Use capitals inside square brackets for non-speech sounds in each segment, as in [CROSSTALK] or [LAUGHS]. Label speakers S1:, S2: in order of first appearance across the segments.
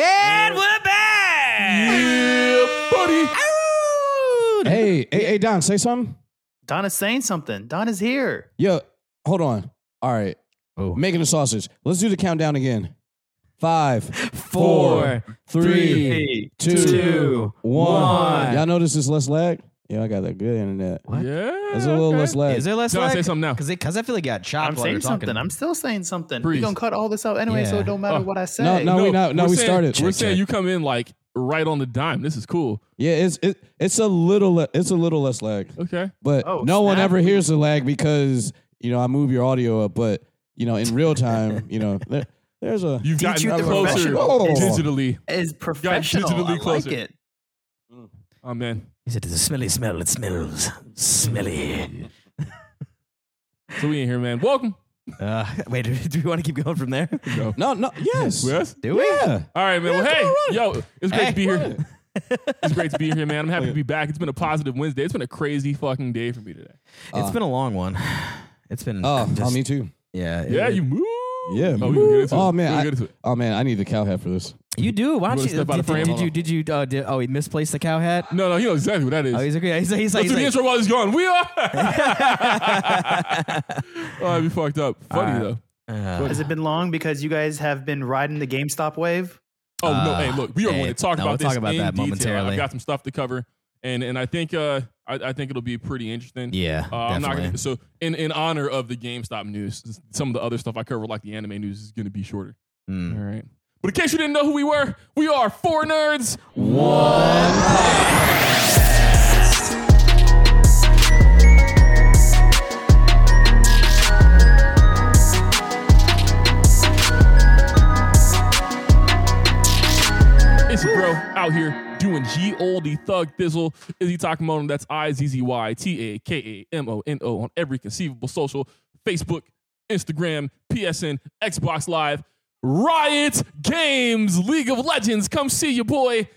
S1: And we're back!
S2: buddy.
S1: Ow!
S2: Hey, hey, hey, Don, say something.
S3: Donna's saying something. Donna's here.
S2: Yo, hold on. All right,
S1: Oh.
S2: making the sausage. Let's do the countdown again. Five,
S1: Four,
S2: three, two,
S3: two,
S2: one.
S1: one.
S2: Y'all notice this less lag? Yeah, I got that good internet.
S1: What?
S4: Yeah.
S2: There's a little
S4: okay.
S2: less lag.
S1: Is there less
S4: Don,
S1: lag?
S4: say something now.
S1: Because I feel like you got chopped
S3: I'm
S1: while you're
S3: saying
S1: talking.
S3: something. I'm still saying something.
S4: Breeze.
S3: We're going to cut all this out anyway, so
S1: Yeah.
S3: it don't matter
S4: Oh.
S3: what I say.
S2: no, no, we not. No,
S4: we're
S2: we
S4: saying-
S2: started.
S4: We're
S2: Check,
S4: saying
S2: check.
S4: you come in like right on the dime. This is cool.
S2: Yeah, it's it, it's a little le- it's a little less lag,
S4: Okay.
S2: but
S3: Oh,
S2: no one
S3: snap.
S2: ever hears the lag because you know I move your audio up, but you know in real
S4: [LAUGHS]
S2: time, you know there, there's a
S4: You've
S3: Teach
S4: gotten
S3: you the
S4: closer
S3: professional.
S4: digitally.
S3: It's professional.
S4: digitally
S3: I like
S4: closer.
S3: it.
S4: Oh man.
S1: He said, "There's a smelly smell. It smells smelly."
S4: So we in here, man. Welcome.
S1: Uh, [LAUGHS] wait, do we want to keep going from there? Uh,
S4: Go.
S2: no no yes
S4: [LAUGHS] Yes.
S1: Do we?
S2: yeah
S4: All right, man.
S2: Yeah,
S4: Well, hey,
S2: come
S4: yo, it's great
S1: Hey,
S4: to be here. [LAUGHS] It's great to be here, man. I'm happy to be back. It's been a positive Wednesday. It's been a crazy fucking day for me today.
S1: It's been a long one. It's been.
S2: oh
S1: just-
S2: oh, me too
S1: yeah. it-
S4: Yeah, you move.
S2: yeah
S4: Oh, we gonna get into it.
S2: oh
S4: We
S2: man
S4: gonna
S2: I-
S4: get into it.
S2: oh man I need the cow hat for this
S1: You do. Why
S4: You
S1: don't
S4: wanna
S1: you?
S4: step out
S1: Did,
S4: of frame?
S1: did you? Did you? Uh, did, oh, he misplaced the cow hat.
S4: No, no, you know exactly what that is.
S1: Oh, he's okay. He's, he's like.
S4: Let's
S1: He's
S4: do the
S1: like
S4: intro while he's gone. We
S1: [LAUGHS]
S4: are. [LAUGHS] oh, I'd be fucked up. Funny
S1: right.
S4: though.
S1: Uh,
S3: Has it been long because you guys have been riding the GameStop wave?
S4: Oh no!
S1: Uh,
S4: Hey, look, we are
S1: hey,
S4: going to talk
S1: no,
S4: about
S1: we'll
S4: this
S1: talk about
S4: in
S1: that
S4: detail.
S1: momentarily.
S4: I've got some stuff to cover, and and I think uh I, I think it'll be pretty interesting.
S1: yeah.
S4: Uh, I'm not
S1: definitely. [LAUGHS]
S4: gonna, so in in honor of the GameStop news, some of the other stuff I cover, like the anime news, is going to be shorter.
S1: Mm.
S4: All right. But in case you didn't know who we were, we are four nerds. It's your bro out here doing G oldie thug thizzle. Izzy Takamono, that's I Z Z Y T A K A M O N O on every conceivable social Facebook, Instagram, PSN, Xbox Live, Riot Games, League of Legends. Come see your boy.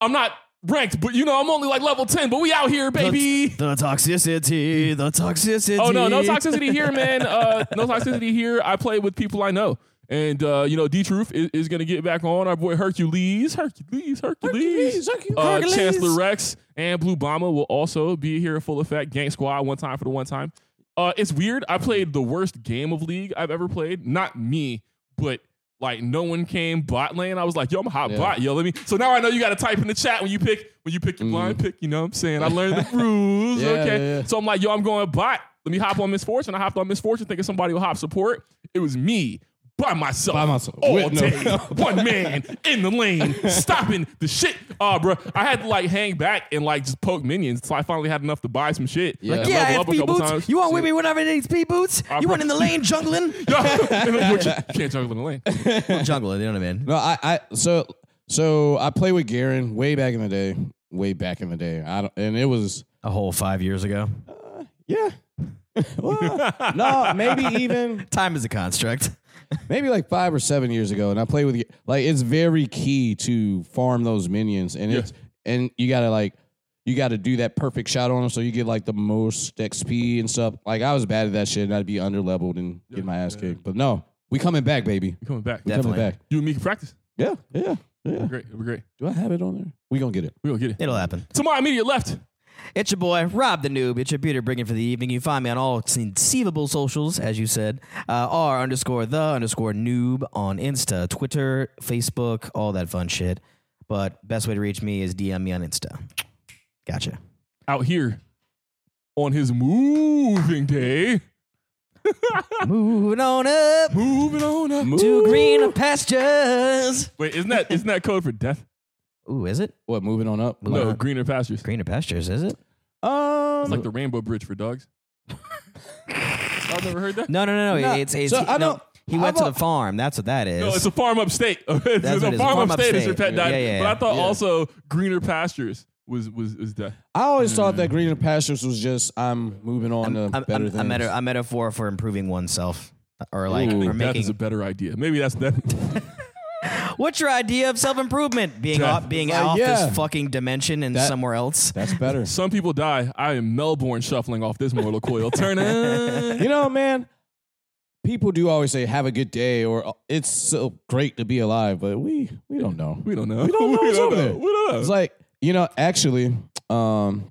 S4: I'm not ranked, but you know, I'm only like level 10, but we out here, baby.
S1: The toxicity. The toxicity.
S4: Oh no, no toxicity here, man. Uh, no toxicity here. I play with people I know, and uh, you know, D Truth is, is gonna get back on. Our boy Hercules, Hercules, Hercules,
S2: Hercules, Hercu-
S4: uh,
S2: Hercules.
S4: Chancellor Rex, and Blue Bomber will also be here in full effect. Gang Squad, one time for the one time. Uh, it's weird. I played the worst game of League I've ever played. Not me, but. Like no one came bot lane. I was like, yo, I'm a hot
S2: Yeah.
S4: bot. Yo, let me. So now I know you got to type in the chat when you pick when you pick your
S2: Mhm.
S4: blind pick. You know what I'm saying? I learned
S2: [LAUGHS]
S4: the rules.
S2: Yeah,
S4: okay.
S2: yeah, yeah.
S4: So I'm like, yo, I'm going bot. Let me hop on Misfortune. I hopped on Misfortune thinking somebody would hop support. It was me by myself.
S2: By myself.
S4: All
S2: With no
S4: day. [LAUGHS]
S2: help.
S4: One man in the lane stopping the shit. Ah, bro. I had to like hang back and like just poke minions until I finally had enough to buy some shit.
S2: Yeah.
S4: Like,
S2: Yeah,
S4: level
S1: Yeah,
S4: up a
S1: FP
S4: couple
S1: boots.
S4: times. [LAUGHS]
S1: You want women without any XP boots?
S4: I
S1: you
S4: pro-
S1: want in the
S4: [LAUGHS]
S1: lane jungling? [LAUGHS]
S4: Yo, Which you can't juggle in the lane.
S1: Well, jungling. You know what I mean?
S2: no I I so so I played with Garen way back in the day way back in the day I don't and it was
S1: A whole five years ago.
S2: yeah [LAUGHS] well,
S4: [LAUGHS]
S2: no maybe even
S1: Time is a construct.
S2: maybe like five or seven years ago, and I played with like it's very key to farm those minions, and
S4: Yeah.
S2: it's and you gotta like you gotta do that perfect shot on them so you get like the most XP and stuff. Like I was bad at that shit, and I'd be under leveled and get my ass kicked. But no, we coming back, baby.
S4: You coming back.
S2: We
S1: Definitely.
S2: coming back.
S4: You and me can practice.
S2: Yeah, yeah, yeah.
S4: Great. It'll be great.
S2: Do I have it on there? We gonna get it.
S4: We gonna get it.
S1: It'll happen.
S4: To my immediate left.
S1: It's your boy, Rob the Noob. It's your Peter Brigham for the evening. You find me on all conceivable socials, as you said. Uh, R underscore the underscore noob on Insta, Twitter, Facebook, all that fun shit. But best way to reach me is DM me on Insta. Gotcha.
S4: out here on his moving day.
S1: Moving on up
S4: Moving on up.
S1: to greener pastures.
S4: Wait, isn't that isn't that code for death?
S1: Ooh, is it?
S2: What? Moving on up.
S1: Why
S4: no,
S1: not?
S4: greener pastures.
S1: Greener pastures, is it?
S2: Um,
S4: It's like the Rainbow Bridge for dogs. I've never heard that.
S1: No, no, no, no.
S2: No,
S1: It's, it's,
S2: so I
S1: no,
S2: don't-
S1: he
S2: I
S1: went to the
S2: don't-
S1: farm. That's what that is.
S4: No, it's a farm upstate. [LAUGHS] it's
S1: That's
S4: a
S1: what it is, a
S4: farm
S1: farm
S4: upstate is your
S1: upstate.
S4: pet dog.
S1: Yeah, yeah,
S4: But I
S1: yeah.
S4: thought
S2: Yeah.
S4: also greener pastures was was was death.
S2: I always thought that greener pastures was just I'm moving on to
S1: I'm-
S2: better
S1: I'm-
S2: things.
S1: a, meta- a metaphor for improving oneself or like
S2: Ooh,
S1: or
S2: that
S4: Death is a
S1: making
S4: better idea. Maybe that's that. [LAUGHS]
S1: what's your idea of self-improvement being
S4: Death.
S1: off being
S2: Uh,
S1: off
S2: yeah.
S1: this fucking dimension and
S2: That-
S1: somewhere else
S2: That's
S1: [LAUGHS]
S2: better.
S4: Some people
S1: [LAUGHS]
S4: die. I am Melbourne shuffling off this mortal coil. Turn it.
S2: you know, man, people do always say have a good day or "Oh, it's so great to be alive, but we we don't know.
S4: [LAUGHS] We don't know.
S2: We don't know what's over
S4: know.
S2: there.
S4: We don't know.
S2: It's like, you know, actually, um,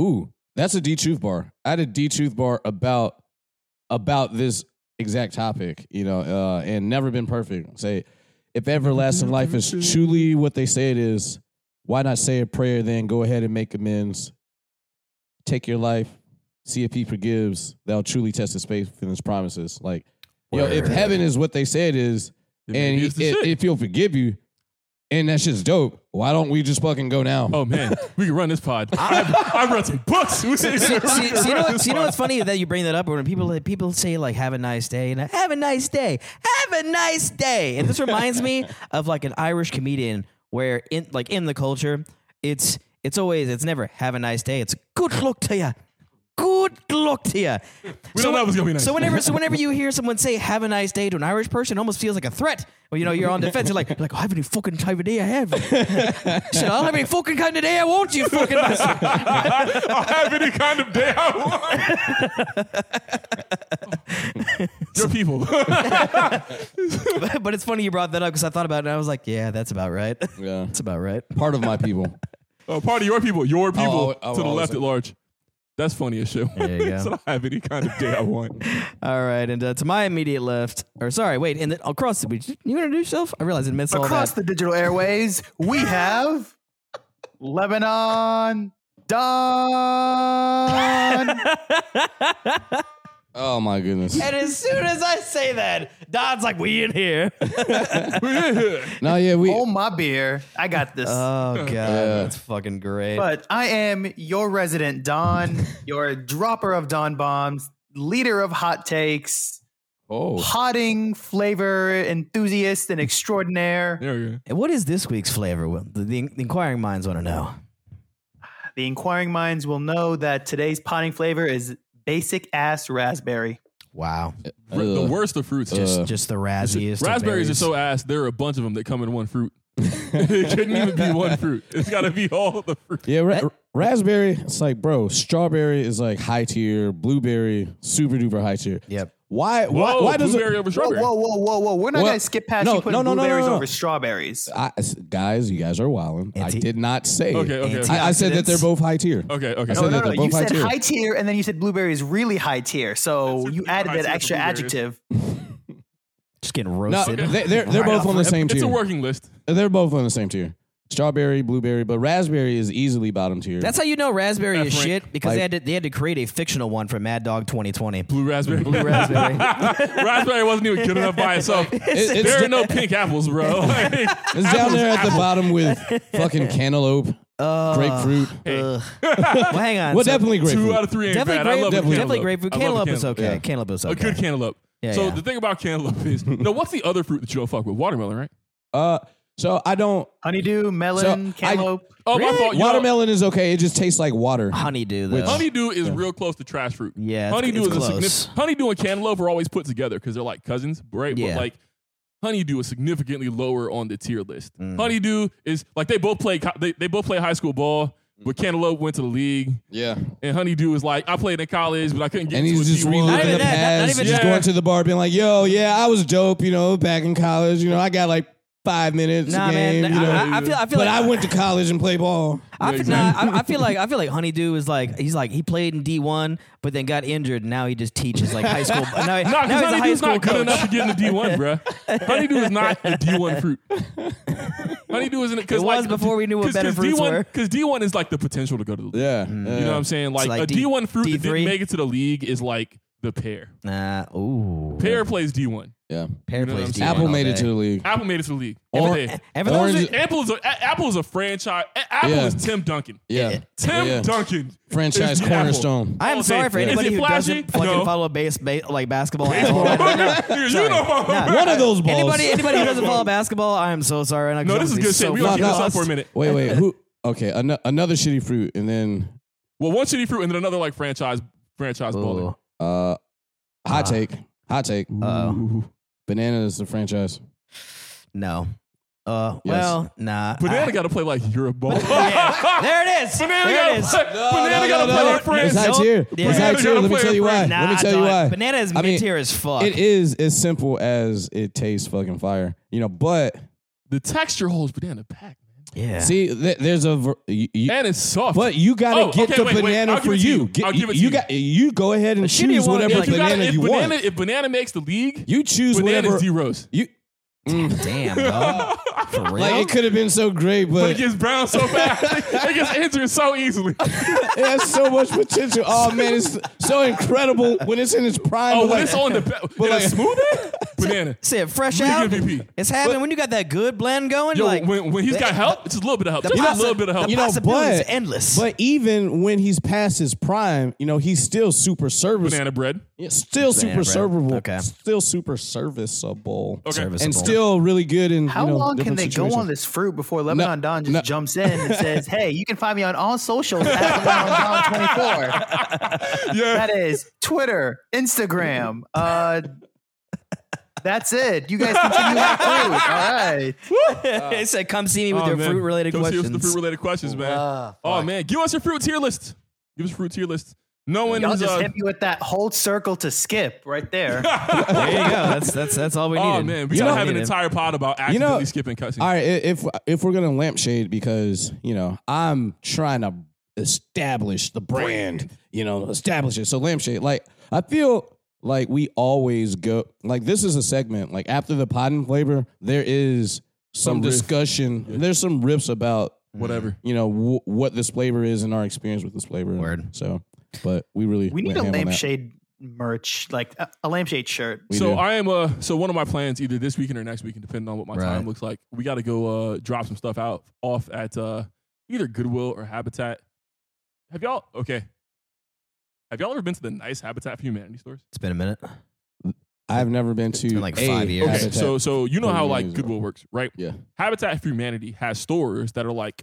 S2: ooh, that's a D truth bar. I had a D truth bar about about this exact topic, you know, uh, and never been perfect. Say, if everlasting life is truly what they say it is, why not say a prayer then go ahead and make amends? Take your life, see if he forgives, that'll truly test his faith and his promises. Like, you know, if
S1: Word.
S2: heaven is what they say it is,
S4: Maybe
S2: and he,
S4: it's the
S2: if,
S4: shit.
S2: if he'll forgive you, and that shit's dope, why don't we just fucking go now?
S4: Oh man, we can run this
S1: [LAUGHS]
S4: pod. I've, I've run some books. We can
S1: See, see, see, you know,
S4: run
S1: what-
S4: this
S1: see, you know
S4: pod.
S1: what's funny that you bring that up when people like, people say like have a nice day and I, have a nice day have a nice day and this reminds me of like an Irish comedian where in like in the culture it's it's always it's never have a nice day it's good luck to you good luck to you
S4: We don't know if it's gonna be nice.
S1: so
S4: [LAUGHS]
S1: whenever so whenever you hear someone say have a nice day to an Irish person it almost feels like a threat well you know you're on defense you're like you're like I have any fucking type of day I have [LAUGHS] shit I don't have any fucking kind of day I want you fucking bastard.
S4: I, I'll have any kind of day I want. [LAUGHS] Your people.
S1: [LAUGHS] but, but it's funny you brought that up because I thought about it and I was like, yeah, that's about right. [LAUGHS]
S2: Yeah.
S1: that's about right.
S2: Part of my people.
S4: [LAUGHS] Oh, part of your people. Your people
S2: oh, oh,
S4: to the
S2: oh,
S4: left
S2: sorry.
S4: at large. That's funny as shit. [LAUGHS]
S2: [LAUGHS]
S1: There you go.
S4: so [LAUGHS] I have any kind of day I want.
S1: All right, and uh, to my immediate left, or sorry, wait, and then across the, did you introduce yourself? I realized I missed all
S3: Across
S1: that.
S3: the digital airways, we have Lebanon
S1: [LAUGHS]
S3: Don.
S2: Oh my goodness.
S1: and as soon as I say that, Don's like, we in
S2: [LAUGHS]
S1: here. [LAUGHS]
S2: No, yeah, we
S3: Hold my beer. I got this.
S1: Oh god,
S2: Yeah.
S1: that's fucking great.
S3: but I am your resident Don, your dropper of Don bombs, leader of hot takes,
S2: Oh.
S3: potting flavor enthusiast
S2: [LAUGHS]
S3: and extraordinaire.
S4: There we go.
S1: And what is this week's flavor? Well, The, the inquiring minds want to know.
S3: The inquiring minds will know that today's potting flavor is basic ass raspberry.
S1: Wow,
S4: Oh, R- the
S2: Ugh.
S4: worst of fruits.
S1: just
S2: Uh,
S1: just the razziest. of
S4: Raspberries are
S1: berries.
S4: so ass. There are a bunch of them that come in one fruit. [LAUGHS] it couldn't even be one fruit. It's got to be all the fruit.
S2: Yeah, ra- raspberry, it's like, bro, strawberry is like high tier, blueberry, super duper high tier.
S1: Yep.
S2: Why why
S4: Whoa,
S2: why does
S4: blueberry
S2: it
S4: over
S3: Whoa,
S4: strawberry?
S3: whoa, whoa, whoa, whoa. We're not
S2: Well,
S3: going to skip past
S2: no,
S3: you putting
S2: no, no, no,
S3: blueberries
S2: no, no.
S3: over strawberries.
S2: I, guys, you guys are wilding. I
S1: Anti-
S2: did not say it.
S4: Okay, okay, okay.
S2: I, I said that they're both high tier.
S4: Okay, okay.
S2: I said
S3: No, no,
S2: that
S3: no.
S2: they're both
S3: You
S2: high
S3: said
S2: tier.
S3: high tier, and then you said blueberry is really high tier. So
S4: That's
S3: you
S4: super
S3: added
S4: high
S3: that extra
S4: tier for blueberries.
S3: adjective.
S1: just getting
S2: No,
S1: roasted.
S2: they- they're they're
S3: Right
S2: both
S3: off
S2: on the
S3: rip.
S2: same
S4: It's
S2: tier.
S4: a working list.
S2: They're both on the same tier. Strawberry, blueberry, but raspberry is easily bottom tier.
S1: That's how you know raspberry is
S4: F rank.
S1: shit because they had to they had to create a fictional one for Mad Dog 2020.
S4: Blue raspberry. Blue
S1: raspberry.
S4: [LAUGHS] raspberry wasn't even good enough by itself.
S2: It- it's,
S4: there are no pink apples, bro. [LAUGHS] Like,
S2: it's down there at the bottom
S4: [LAUGHS]
S2: with fucking cantaloupe,
S1: Uh,
S2: grapefruit.
S1: Ugh. well, hang on.
S2: Well,
S1: So-
S2: definitely grapefruit.
S4: two out of three ain't
S1: Definitely,
S4: bad. I love
S1: grape,
S4: a
S1: definitely,
S4: cantaloupe.
S1: grapefruit.
S4: I love a
S1: Cantaloupe is okay.
S2: Yeah.
S1: Cantaloupe is
S4: A
S1: okay.
S4: good cantaloupe.
S1: Yeah,
S4: so
S1: yeah.
S4: the thing about cantaloupe is, [LAUGHS] no, what's the other fruit that you don't fuck with? Watermelon, right?
S2: Uh, so I don't.
S3: Honeydew, melon,
S2: So I-
S3: cantaloupe.
S4: Oh,
S1: Really?
S4: my fault. You know,
S2: watermelon is okay. It just tastes like water.
S1: Honeydew though.
S4: honeydew is real close to trash fruit.
S1: Oh. Yeah, it's-
S4: honeydew
S1: it's
S4: is a
S1: close.
S4: significant. Honeydew and cantaloupe are always put together because they're like cousins, right?
S1: Yeah.
S4: But like, honeydew is significantly lower on the tier list.
S1: Mm.
S4: Honeydew is like they both play. co- They, they both play high school ball, but cantaloupe went to the league,
S2: Yeah,
S4: and honeydew is like I played in college, but I couldn't get
S2: and
S4: into
S2: he's
S4: a
S2: just
S4: D1.
S1: Not
S2: reliving
S1: even
S2: the
S1: that, not- not
S2: past,
S1: even
S2: just
S4: that.
S2: going to the bar, being like, "Yo, yeah, I was dope, you know, back in college. You know, I got like five minutes
S1: Nah,
S2: a game,
S1: man.
S2: you know,
S1: I, I- I feel. I feel
S2: but
S1: like
S2: I went to college and played ball."
S1: I
S4: Yeah,
S1: feel, nah, I, I feel like I feel like Honeydew is like he's like he played in D one, but then got injured. and Now he just teaches like high school. Now, he-
S4: Nah, because
S1: now he's a high
S4: honeydew's
S1: school
S4: not good
S1: coach.
S4: enough to get in the D
S1: [LAUGHS]
S4: one, bruh. Honeydew is not a D one fruit. Honeydew isn't because
S1: It
S4: like,
S1: was before we knew what
S4: cause,
S1: better
S4: cause
S1: fruits
S4: D1,
S1: were.
S4: Because D one is like the potential to go to the league.
S2: Yeah,
S4: You know what I'm saying? Like,
S1: like
S4: a
S1: D-
S4: D one fruit that
S1: D3?
S4: didn't make it to the league is like the pear.
S1: Nah, ooh,
S4: Pear plays D one.
S2: yeah.
S1: Pear
S4: know what
S1: plays
S4: I'm
S1: D1
S4: saying?
S2: Apple
S1: all
S2: made
S1: day.
S2: it to the league.
S4: Apple made it to the league.
S2: Or-
S4: every day.
S1: Every-
S2: Orange-
S1: those are-
S4: Apple is a, a- Apple is a franchise. a- Apple
S2: Yeah.
S4: is Tim Duncan.
S2: Yeah,
S4: Tim
S2: Yeah.
S4: Duncan.
S2: franchise
S4: is the Apple. [LAUGHS]
S2: cornerstone.
S1: I am
S4: all
S1: sorry
S4: day.
S1: for
S4: Is
S1: anybody
S4: it
S1: who doesn't
S4: flashy?
S1: fucking
S4: No.
S1: follow base, ba- like basketball. at all.
S4: you
S2: [LAUGHS]
S4: know what I'm-
S2: One of those balls.
S1: Anybody, anybody who doesn't follow basketball, I am so sorry. And I
S4: No, this is
S1: be
S4: good
S1: so
S4: shit. We gonna
S1: fucking
S4: keep this up
S1: lost.
S4: for a minute.
S2: Wait, wait. Who?
S4: [LAUGHS]
S2: Okay, an- another shitty fruit, and then
S4: Well, one shitty fruit and then another like franchise franchise baller.
S1: Ooh.
S2: uh, hot take. Hot take.
S1: Ah. Uh-oh.
S2: Banana is the franchise.
S1: No, Uh, well, nah.
S4: Banana
S1: I-
S4: got to play like Europe
S2: [LAUGHS]
S4: Bowl.
S1: [LAUGHS] Yeah, there it is.
S4: Banana
S1: there
S4: got
S1: it
S4: to
S1: is.
S4: [LAUGHS] play. Banana got to play like
S2: It's
S4: France.
S2: high tier.
S1: Yeah.
S2: It's high
S4: Banana
S2: tier.
S4: gotta
S2: Let me
S4: play
S2: tell you
S4: with
S2: why.
S1: Nah,
S2: Let me tell you
S1: dog.
S2: why.
S1: Banana is
S2: I mean,
S1: mid tier as fuck.
S2: It is as simple as it tastes fucking fire, you know. But
S4: The texture holds banana back, man.
S1: Yeah.
S2: see, th- there's a. ver- You, you-
S4: And it's soft.
S2: but you gotta
S4: Oh,
S2: get
S4: okay,
S2: the
S4: wait, wait.
S2: banana
S4: I'll give
S2: for
S4: it to you.
S2: you. Get-
S4: I'll give it to
S2: you
S4: you.
S2: got. You go ahead and
S1: She didn't
S2: choose
S1: want-
S2: whatever
S1: yeah,
S4: if, you
S2: banana
S4: gotta, if,
S2: you
S4: banana,
S2: want.
S4: if banana makes the league,
S2: You choose
S4: banana's
S2: whatever
S4: zeros.
S2: you. Mm.
S4: [LAUGHS]
S1: Damn, dog. For real?
S2: Like it could have been so great,
S4: But it
S2: but
S4: gets brown so fast. it gets injured so easily.
S2: it has so much potential. Oh man, it's so incredible when it's in its prime.
S4: Oh,
S2: but
S4: when
S2: like-
S4: it's on the be-
S2: but
S4: in
S2: like-
S4: a smoothie, banana.
S1: Said fresh
S4: Who's the
S1: out.
S4: MVP?
S1: It's happening when you got that good blend going.
S4: Yo,
S1: like
S4: when, when he's
S1: the-
S4: got help, it's just a little bit of help.
S1: the
S4: Just a
S1: possi-
S4: little bit of help.
S1: the
S2: You know,
S1: possibilities
S2: but-
S1: endless.
S2: But even when he's past his prime, you know he's still super service,
S4: banana bread.
S2: yeah, still
S1: Banana
S2: super
S1: bread.
S2: servable,
S1: okay.
S2: still super serviceable,
S4: Okay.
S2: and still really good in
S3: How
S2: you know,
S3: long can
S2: different
S3: they go on
S2: situations.
S3: this fruit before Lebanon Don just
S2: no.
S3: jumps in and says, "Hey, you can find me on all socials
S2: [LAUGHS]
S3: at Lebanon Don 24."
S4: Yeah.
S3: That is Twitter, Instagram. Uh, that's it. You guys continue that
S2: [LAUGHS]
S3: fruit. All right.
S1: [LAUGHS] it said, "Come see me with
S4: Oh,
S1: your
S4: man.
S1: fruit related
S4: Come see us
S1: questions."
S4: with the fruit related questions, man. oh man, give us your fruit tier list. Give us your fruit tier list. No one
S3: Y'all
S4: is.
S3: just
S4: Uh,
S3: hit me with that whole circle to skip
S2: [LAUGHS]
S3: right there.
S1: there you go. That's that's that's all we needed.
S4: oh man, we
S1: That's
S4: gotta
S1: all
S4: have an
S1: needed.
S4: entire pod about accidentally
S2: You know-
S4: skipping cussing.
S2: All right, i- if if we're gonna lampshade because you know I'm trying to establish the brand, you know, establish it. So lampshade, like I feel like we always go like this is a segment like after the pot and flavor, there is some,
S4: Some riff.
S2: discussion. There's some riffs about
S4: Whatever.
S2: you know w- what this flavor is and our experience with this flavor.
S1: Word.
S2: So, but we really
S3: We need
S2: went
S3: a
S2: ham on that.
S3: lampshade merch, like a, a lampshade shirt.
S2: We
S4: so
S2: do.
S4: I am uh so one of my plans either this weekend or next weekend, depending on what my
S1: Right.
S4: time looks like. We got to go uh drop some stuff out off at uh either Goodwill or Habitat. Have y'all okay? Have y'all ever been to the nice Habitat for Humanity stores?
S1: It's been a minute.
S2: I've never been to
S1: It's been like
S2: a
S1: five years.
S4: Okay,
S2: Habitat.
S4: so so you know
S2: for
S4: how like
S2: Humanity.
S4: Goodwill works, right?
S2: yeah,
S4: Habitat for Humanity has stores that are like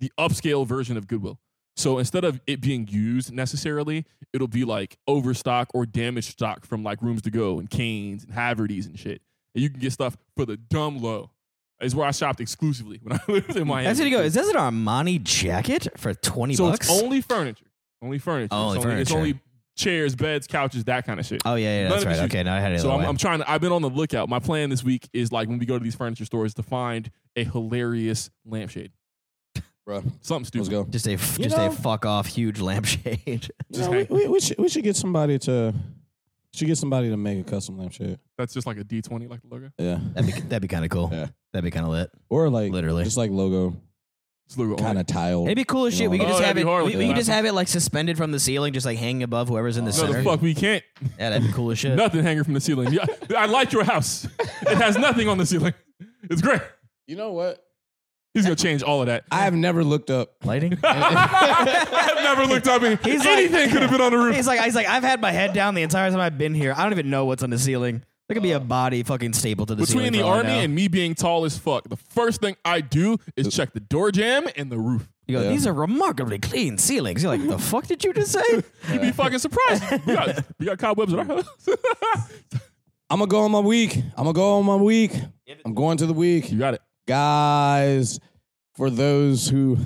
S4: the upscale version of Goodwill. So instead of it being used necessarily, it'll be like overstock or damaged stock from like Rooms to Go and Canes and Haverty's and shit. And you can get stuff for the dumb low. Is where I shopped exclusively when I [LAUGHS] lived in Miami.
S1: That's gonna go. Is this an Armani jacket for twenty
S4: so
S1: bucks?
S4: it's only furniture, only furniture.
S1: Oh, only
S4: it's, only, it's
S1: furniture.
S4: only chairs, beds, couches, that kind of shit.
S1: oh yeah, yeah,
S4: None
S1: that's
S4: of
S1: right.
S4: it's
S1: Okay, now I had it.
S4: So
S1: the
S4: I'm,
S1: way.
S4: I'm trying to. I've been on the lookout. My plan this week is like when we go to these furniture stores to find a hilarious lampshade,
S2: bro,
S4: something stupid.
S2: let's go.
S1: just a f-
S2: You
S1: just
S2: know-
S1: a fuck off huge [LAUGHS] lampshade.
S2: You
S4: Just
S2: know,
S4: hang-
S2: we, we, we should we should get somebody to should get somebody to make a custom lampshade.
S4: That's just like a D twenty, like the logo.
S2: Yeah,
S1: that'd be that'd be kind of cool.
S2: Yeah.
S1: That'd be kind of lit.
S2: or like
S1: Literally.
S2: just like logo
S4: It's logo
S2: kind of tile.
S1: It'd be cool as
S2: You
S1: shit.
S2: know,
S1: We could
S4: oh,
S1: just have
S4: that'd be
S1: it.
S4: hard
S1: We,
S4: with
S1: we
S4: the
S1: could just
S4: back.
S1: have it like suspended from the ceiling, just like hanging above whoever's in the
S2: No,
S4: No,
S1: center.
S4: the fuck, we can't.
S1: Yeah, that'd be cool as shit.
S4: Nothing hanging from the ceiling. Yeah, I like your house. It has nothing on the ceiling. It's great.
S2: You know what?
S4: He's gonna change all of that. [LAUGHS]
S2: I have never looked up.
S1: Lighting. [LAUGHS]
S4: I've never looked up. and-
S1: He's like-
S4: anything could have been on the roof.
S1: He's like, he's like, I've had my head down the entire time I've been here. I don't even know what's on the ceiling. There could be a body fucking stapled to the
S4: Between
S1: ceiling.
S4: the
S1: for all I
S4: army
S1: know.
S4: and me being tall as fuck, the first thing I do is check the door jam and the roof.
S1: you go,
S2: Yeah.
S1: these are remarkably clean ceilings. You're like, the fuck did you
S4: [LAUGHS]
S1: just say?
S4: You'd be fucking surprised. We got, we got cobwebs
S1: [LAUGHS]
S4: in our house.
S2: I'm gonna go on my week. I'm gonna go on my week. I'm going to the week,
S4: you got it.
S2: guys. For those who,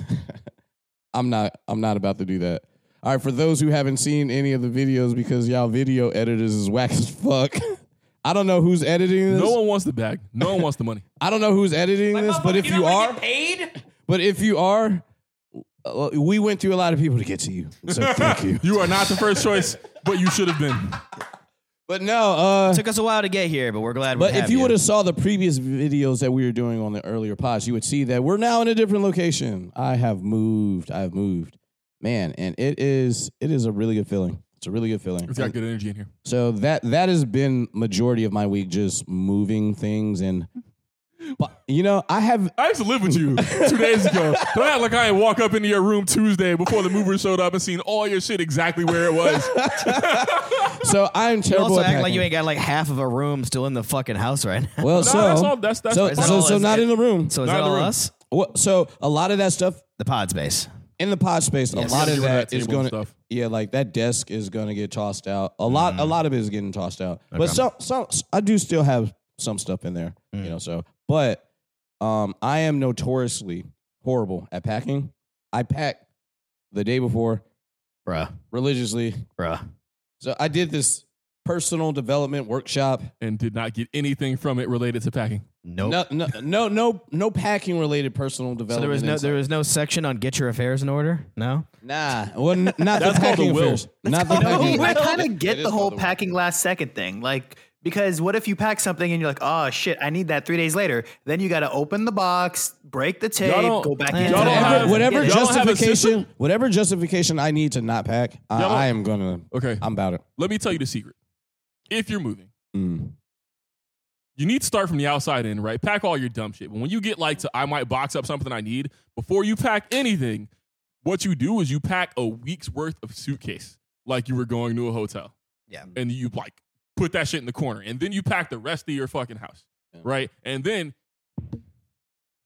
S2: [LAUGHS] I'm not. I'm not about to do that. All right, for those who haven't seen any of the videos because y'all video editors is whack as fuck. [LAUGHS] I don't know who's editing this.
S4: No one wants the bag. No one wants the money.
S2: I don't know who's editing this, but if you are,
S1: paid,
S2: But if you are, uh, we went through a lot of people to get to you.
S1: [LAUGHS]
S2: So thank you.
S4: You are not the first choice, but you should have been.
S2: But no, uh,
S1: took us a while to get here, but we're glad. we
S2: but if
S1: have
S2: you would have saw the previous videos that we were doing on the earlier pods, you would see that we're now in a different location. I have moved. I've moved, man, and it is it is a really good feeling. It's a really good feeling.
S4: It's got good energy in here.
S2: So that that has been majority of my week, just moving things and. But you know, I have
S4: I used to live with you two days ago. Don't act like I didn't walk up into your room Tuesday before the movers showed up and seen all your shit exactly where
S2: [LAUGHS]
S4: it was.
S2: so I'm
S1: You
S2: terrible.
S1: also
S2: at
S1: act like
S2: packing.
S1: you ain't got like half of a room still in the fucking house right now.
S2: Well,
S4: No,
S2: so
S4: that's all. That's that's.
S2: so
S4: that's
S2: so,
S1: all
S2: so
S1: is-
S2: not in the room.
S1: [LAUGHS] So is
S4: Not
S1: that
S4: in the
S1: all
S4: room.
S1: us?
S2: What, so a lot of that stuff
S1: The pod space.
S2: in the pod space,
S1: Yes.
S2: a lot
S4: Yeah,
S2: of
S4: doing
S2: that
S4: that
S2: is
S4: table and
S2: going to
S4: stuff.
S2: yeah, like that desk is going to get tossed out. A lot, a lot of it is getting tossed out. But
S1: Mm-hmm. Okay. Mm.
S2: some, some, I do still have some stuff in there, you know. So, but Um, I am notoriously horrible at packing. I pack the day before
S1: Bruh.
S2: religiously.
S1: Bruh.
S2: So I did this personal development workshop.
S4: and did not get anything from it related to packing.
S1: Nope.
S2: No, no, no, no, no packing related personal
S1: so
S2: development.
S1: there was no there
S2: insight.
S1: was no section on get your affairs in order. No.
S2: nah. Well, n- not the
S4: That's called a
S2: packing
S4: will.
S2: affairs. Not the
S3: You know,
S2: packing.
S3: Oh, I
S2: It-
S3: kind
S2: it
S3: of get
S2: is
S3: the whole
S2: called a will.
S3: packing last second thing. Like, because what if you pack something and you're like, oh shit, I need that three days later? Then you got to open the box, break the tape,
S4: don't-
S3: go back
S1: y'all
S3: in.
S1: don't
S4: have-
S2: whatever
S4: Y'all don't have a
S2: justification,
S4: system?
S2: whatever justification I need to not pack, I,
S4: Y'all don't-
S2: I am gonna.
S4: Okay,
S2: I'm about it.
S4: let me tell you the secret. If you're moving,
S2: Mm.
S4: you need to start from the outside in, right? Pack all your dumb shit. But when you get like to, I might box up something I need before you pack anything. What you do is you pack a week's worth of suitcase, like you were going to a hotel.
S1: Yeah.
S4: and you like put that shit in the corner, and then you pack the rest of your fucking house,
S2: Yeah.
S4: right? And then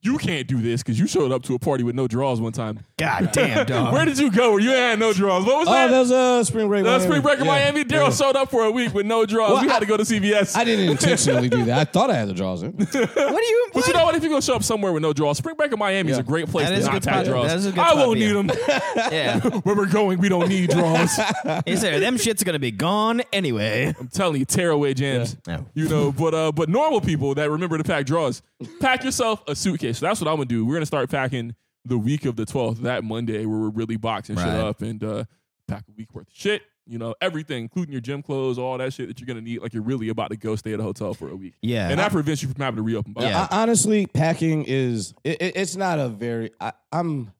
S4: you can't do this because you showed up to a party with no drawers one time.
S1: God [LAUGHS] damn dog.
S4: Where did you go? Where you had no drawers? What was
S2: Uh-huh. Oh,
S4: that?
S2: that was a uh, spring break.
S4: That
S2: Miami.
S4: spring break in
S2: Yeah.
S4: Miami, Daryl showed up for a week with no draws.
S2: Well,
S4: we had
S2: I-
S4: to go to CVS.
S2: I didn't intentionally do that. I thought I had the draws
S4: [LAUGHS]
S2: in.
S1: what do you
S4: but you know what? If you're gonna show up somewhere with no draws, spring break in Miami is
S2: Yeah.
S4: a great place
S1: That
S4: to
S1: is
S4: not
S1: a good
S4: pack
S1: spot.
S4: draws.
S1: That is a good
S4: I
S1: spot
S4: won't
S1: to be
S4: need them.
S1: [LAUGHS] Yeah. [LAUGHS]
S4: Where we're going, we don't need draws.
S1: He said them shits are gonna be gone anyway.
S4: I'm telling you, tearaway jams.
S1: No.
S4: You know, but uh, but normal people that remember to pack draws, pack yourself a suitcase. So that's what I'm gonna do. We're gonna start packing the week of the 12th, that Monday, where we're really boxing shit
S1: Right.
S4: up and uh, pack a week worth of shit. You know, everything, including your gym clothes, all that shit that you're gonna need. Like you're really about to go stay at a hotel for a week.
S1: Yeah.
S4: and that prevents you from having to reopen. But
S1: Yeah.
S2: I, honestly, packing is it, it- it's not a very. I, I'm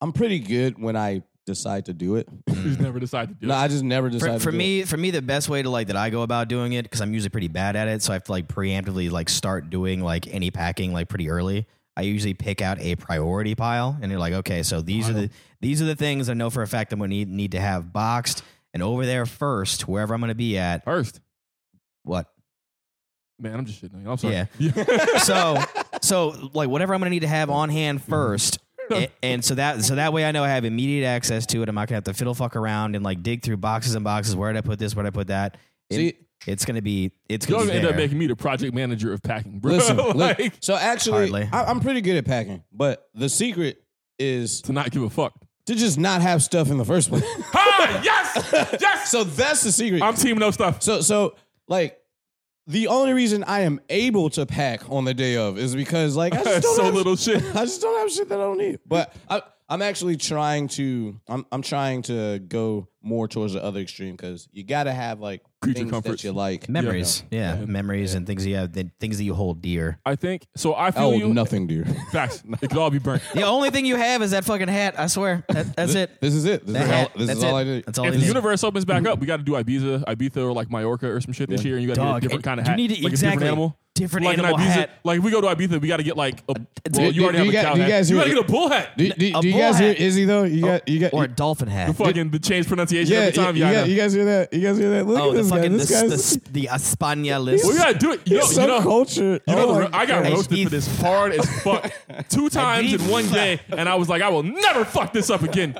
S2: I'm pretty good when I decide to do it.
S4: you just never decide to do
S2: No,
S4: it.
S2: I just never decide.
S1: for,
S2: to
S1: for
S2: do
S1: me for me the best way to like that i go about doing it because i'm usually pretty bad at it so i have to like preemptively like start doing like any packing like pretty early i usually pick out a priority pile and you're like okay so these are the these are the things i know for a fact i'm gonna need, need to have boxed and over there first wherever i'm gonna be at
S4: First,
S1: what
S4: man, I'm just shitting. on [LAUGHS] you. I'm sorry.
S1: Yeah. so so like whatever i'm gonna need to have on hand first
S2: Mm-hmm.
S1: a- and so that so that way I know I have immediate access to it. I'm not gonna have to fiddle fuck around and like dig through boxes and boxes. Where did I put this? Where did I put that?
S2: it.
S1: It- [LAUGHS]
S2: See,
S1: it's gonna be it's
S4: Y'all
S1: gonna
S4: gonna
S1: be
S4: end
S1: there.
S4: up making me the project manager of packing, bro. [LAUGHS]
S2: listen, li-
S4: like
S2: So actually,
S1: Hardly.
S2: I, I'm pretty good at packing, but the secret is
S4: to not give a fuck.
S2: to just not have stuff in the first
S4: [LAUGHS]
S2: place.
S4: Hi, yes, yes.
S2: so that's the secret.
S4: [LAUGHS] I'm teaming up stuff.
S2: So so like the only reason I am able to pack on the day of is because like I
S4: [LAUGHS]
S2: just don't
S4: so
S2: have,
S4: little shit.
S2: I just don't have shit that I don't need. But I, I'm actually trying to I'm I'm trying to go more towards the other extreme because you gotta have like
S4: Creature
S2: things
S4: comforts.
S2: that you like.
S1: memories. Yeah, memories and things you have, the things that you hold dear.
S4: I think so. I feel
S2: Oh,
S4: you.
S2: nothing, dear.
S4: Facts. It could all
S2: [LAUGHS]
S4: be burnt.
S1: The only thing you have is that fucking hat. I swear, that, that's it.
S2: This is it. This
S1: That
S2: is
S1: hat.
S2: all. This
S1: that's
S2: is all
S1: it.
S2: I need.
S1: That's all
S4: If
S1: you
S4: the
S1: need.
S4: universe opens back up, we got to do Ibiza, Ibiza, or like Mallorca or some shit this year, and you got to get a
S1: Dog,
S4: different
S1: eh,
S4: kind of hat.
S1: You need to,
S4: like a
S1: exactly
S4: different animal.
S1: different
S4: Like an
S1: animal
S4: Ibiza-
S1: hat.
S4: Like if we go to Ibiza, we got to get like a.
S1: it's-
S4: Well,
S2: Do-
S4: you already
S2: do
S4: have
S2: you
S4: a
S2: got-
S4: cow
S2: do you
S4: hat.
S2: guys
S4: you
S2: hear-
S4: got to get a bull hat.
S2: Do, do,
S1: A
S2: do you
S1: bull
S2: guys
S1: hat.
S2: hear Izzy though? You got you got
S1: or a
S2: you-
S1: dolphin hat.
S4: The fucking the change pronunciation
S2: yeah,
S4: every time.
S2: you,
S4: Yeah, I
S2: got,
S4: know.
S2: you guys hear that? You guys hear that? Look
S1: oh,
S2: at this
S1: the fucking
S2: guy.
S1: this,
S2: This guy's
S1: this, the Espana list.
S4: We gotta do it. You know,
S2: he's so
S4: you know,
S2: cultured.
S4: You know,
S2: Oh
S4: the-
S2: my
S4: I got
S2: God.
S4: roasted for this hard
S2: [LAUGHS]
S4: as fuck two times in one day, and I was like, I will never fuck this up again.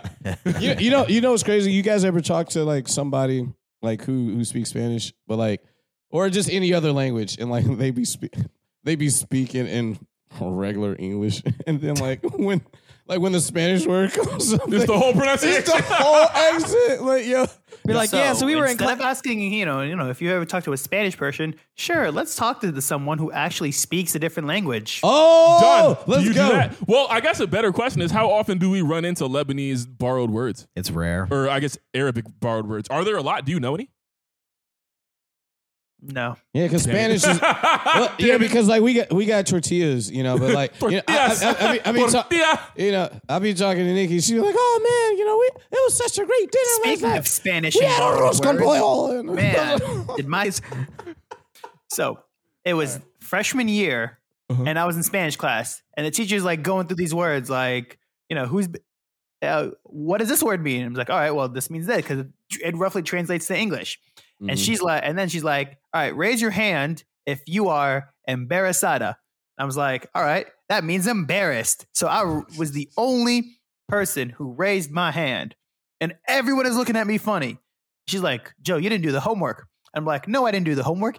S2: you, you know, you know what's crazy? You guys ever talk to like somebody like who who speaks Spanish, but like, or just any other language, and like they be spe- they be speaking in regular English, [LAUGHS] and then like when like when the Spanish word comes up,
S4: It's the
S2: they-
S4: whole
S2: it's the
S4: [LAUGHS] pronunciation.
S2: whole accent. Like yo,
S1: Be like, yeah. So we were in
S3: instead
S1: class.
S3: of asking, you know, you know, if you ever talk to a Spanish person, sure, let's talk to the- someone who actually speaks a different language.
S2: oh,
S4: Done. Do
S2: let's
S4: you do
S2: go.
S4: that? Well, I guess a better question is how often do we run into Lebanese borrowed words,
S1: It's rare.
S4: or I guess Arabic borrowed words? Are there a lot? Do you know any? [LAUGHS]
S3: No,
S2: Yeah, because Spanish is. Well,
S4: [LAUGHS] Well,
S2: yeah, because like we got we got tortillas, you know, but like
S4: [LAUGHS]
S2: you know, I, I, I, I mean, I mean, so-
S4: Tortilla.
S2: you know, I be talking to Nikki. She's like, "Oh man, you know, we, it was such a great dinner
S3: speaking
S2: last
S3: of
S2: night.
S3: Spanish
S2: We
S3: and
S2: had arroz
S3: borrowed
S2: con
S3: words,
S2: pollo." And- [LAUGHS]
S3: man, did my [LAUGHS] so it was freshman year,
S2: Uh-huh.
S3: and I was in Spanish class, and the teacher's like going through these words, like you know, who's uh, what does this word mean? And I was like, all right, well, this means this because it roughly translates to English. And she's like, and then she's like, all right, raise your hand if you are embarrassada. I was like, all right, that means embarrassed. So I r- was the only person who raised my hand. And everyone is looking at me funny. She's like, Joe, you didn't do the homework. I'm like, no, I didn't do the homework.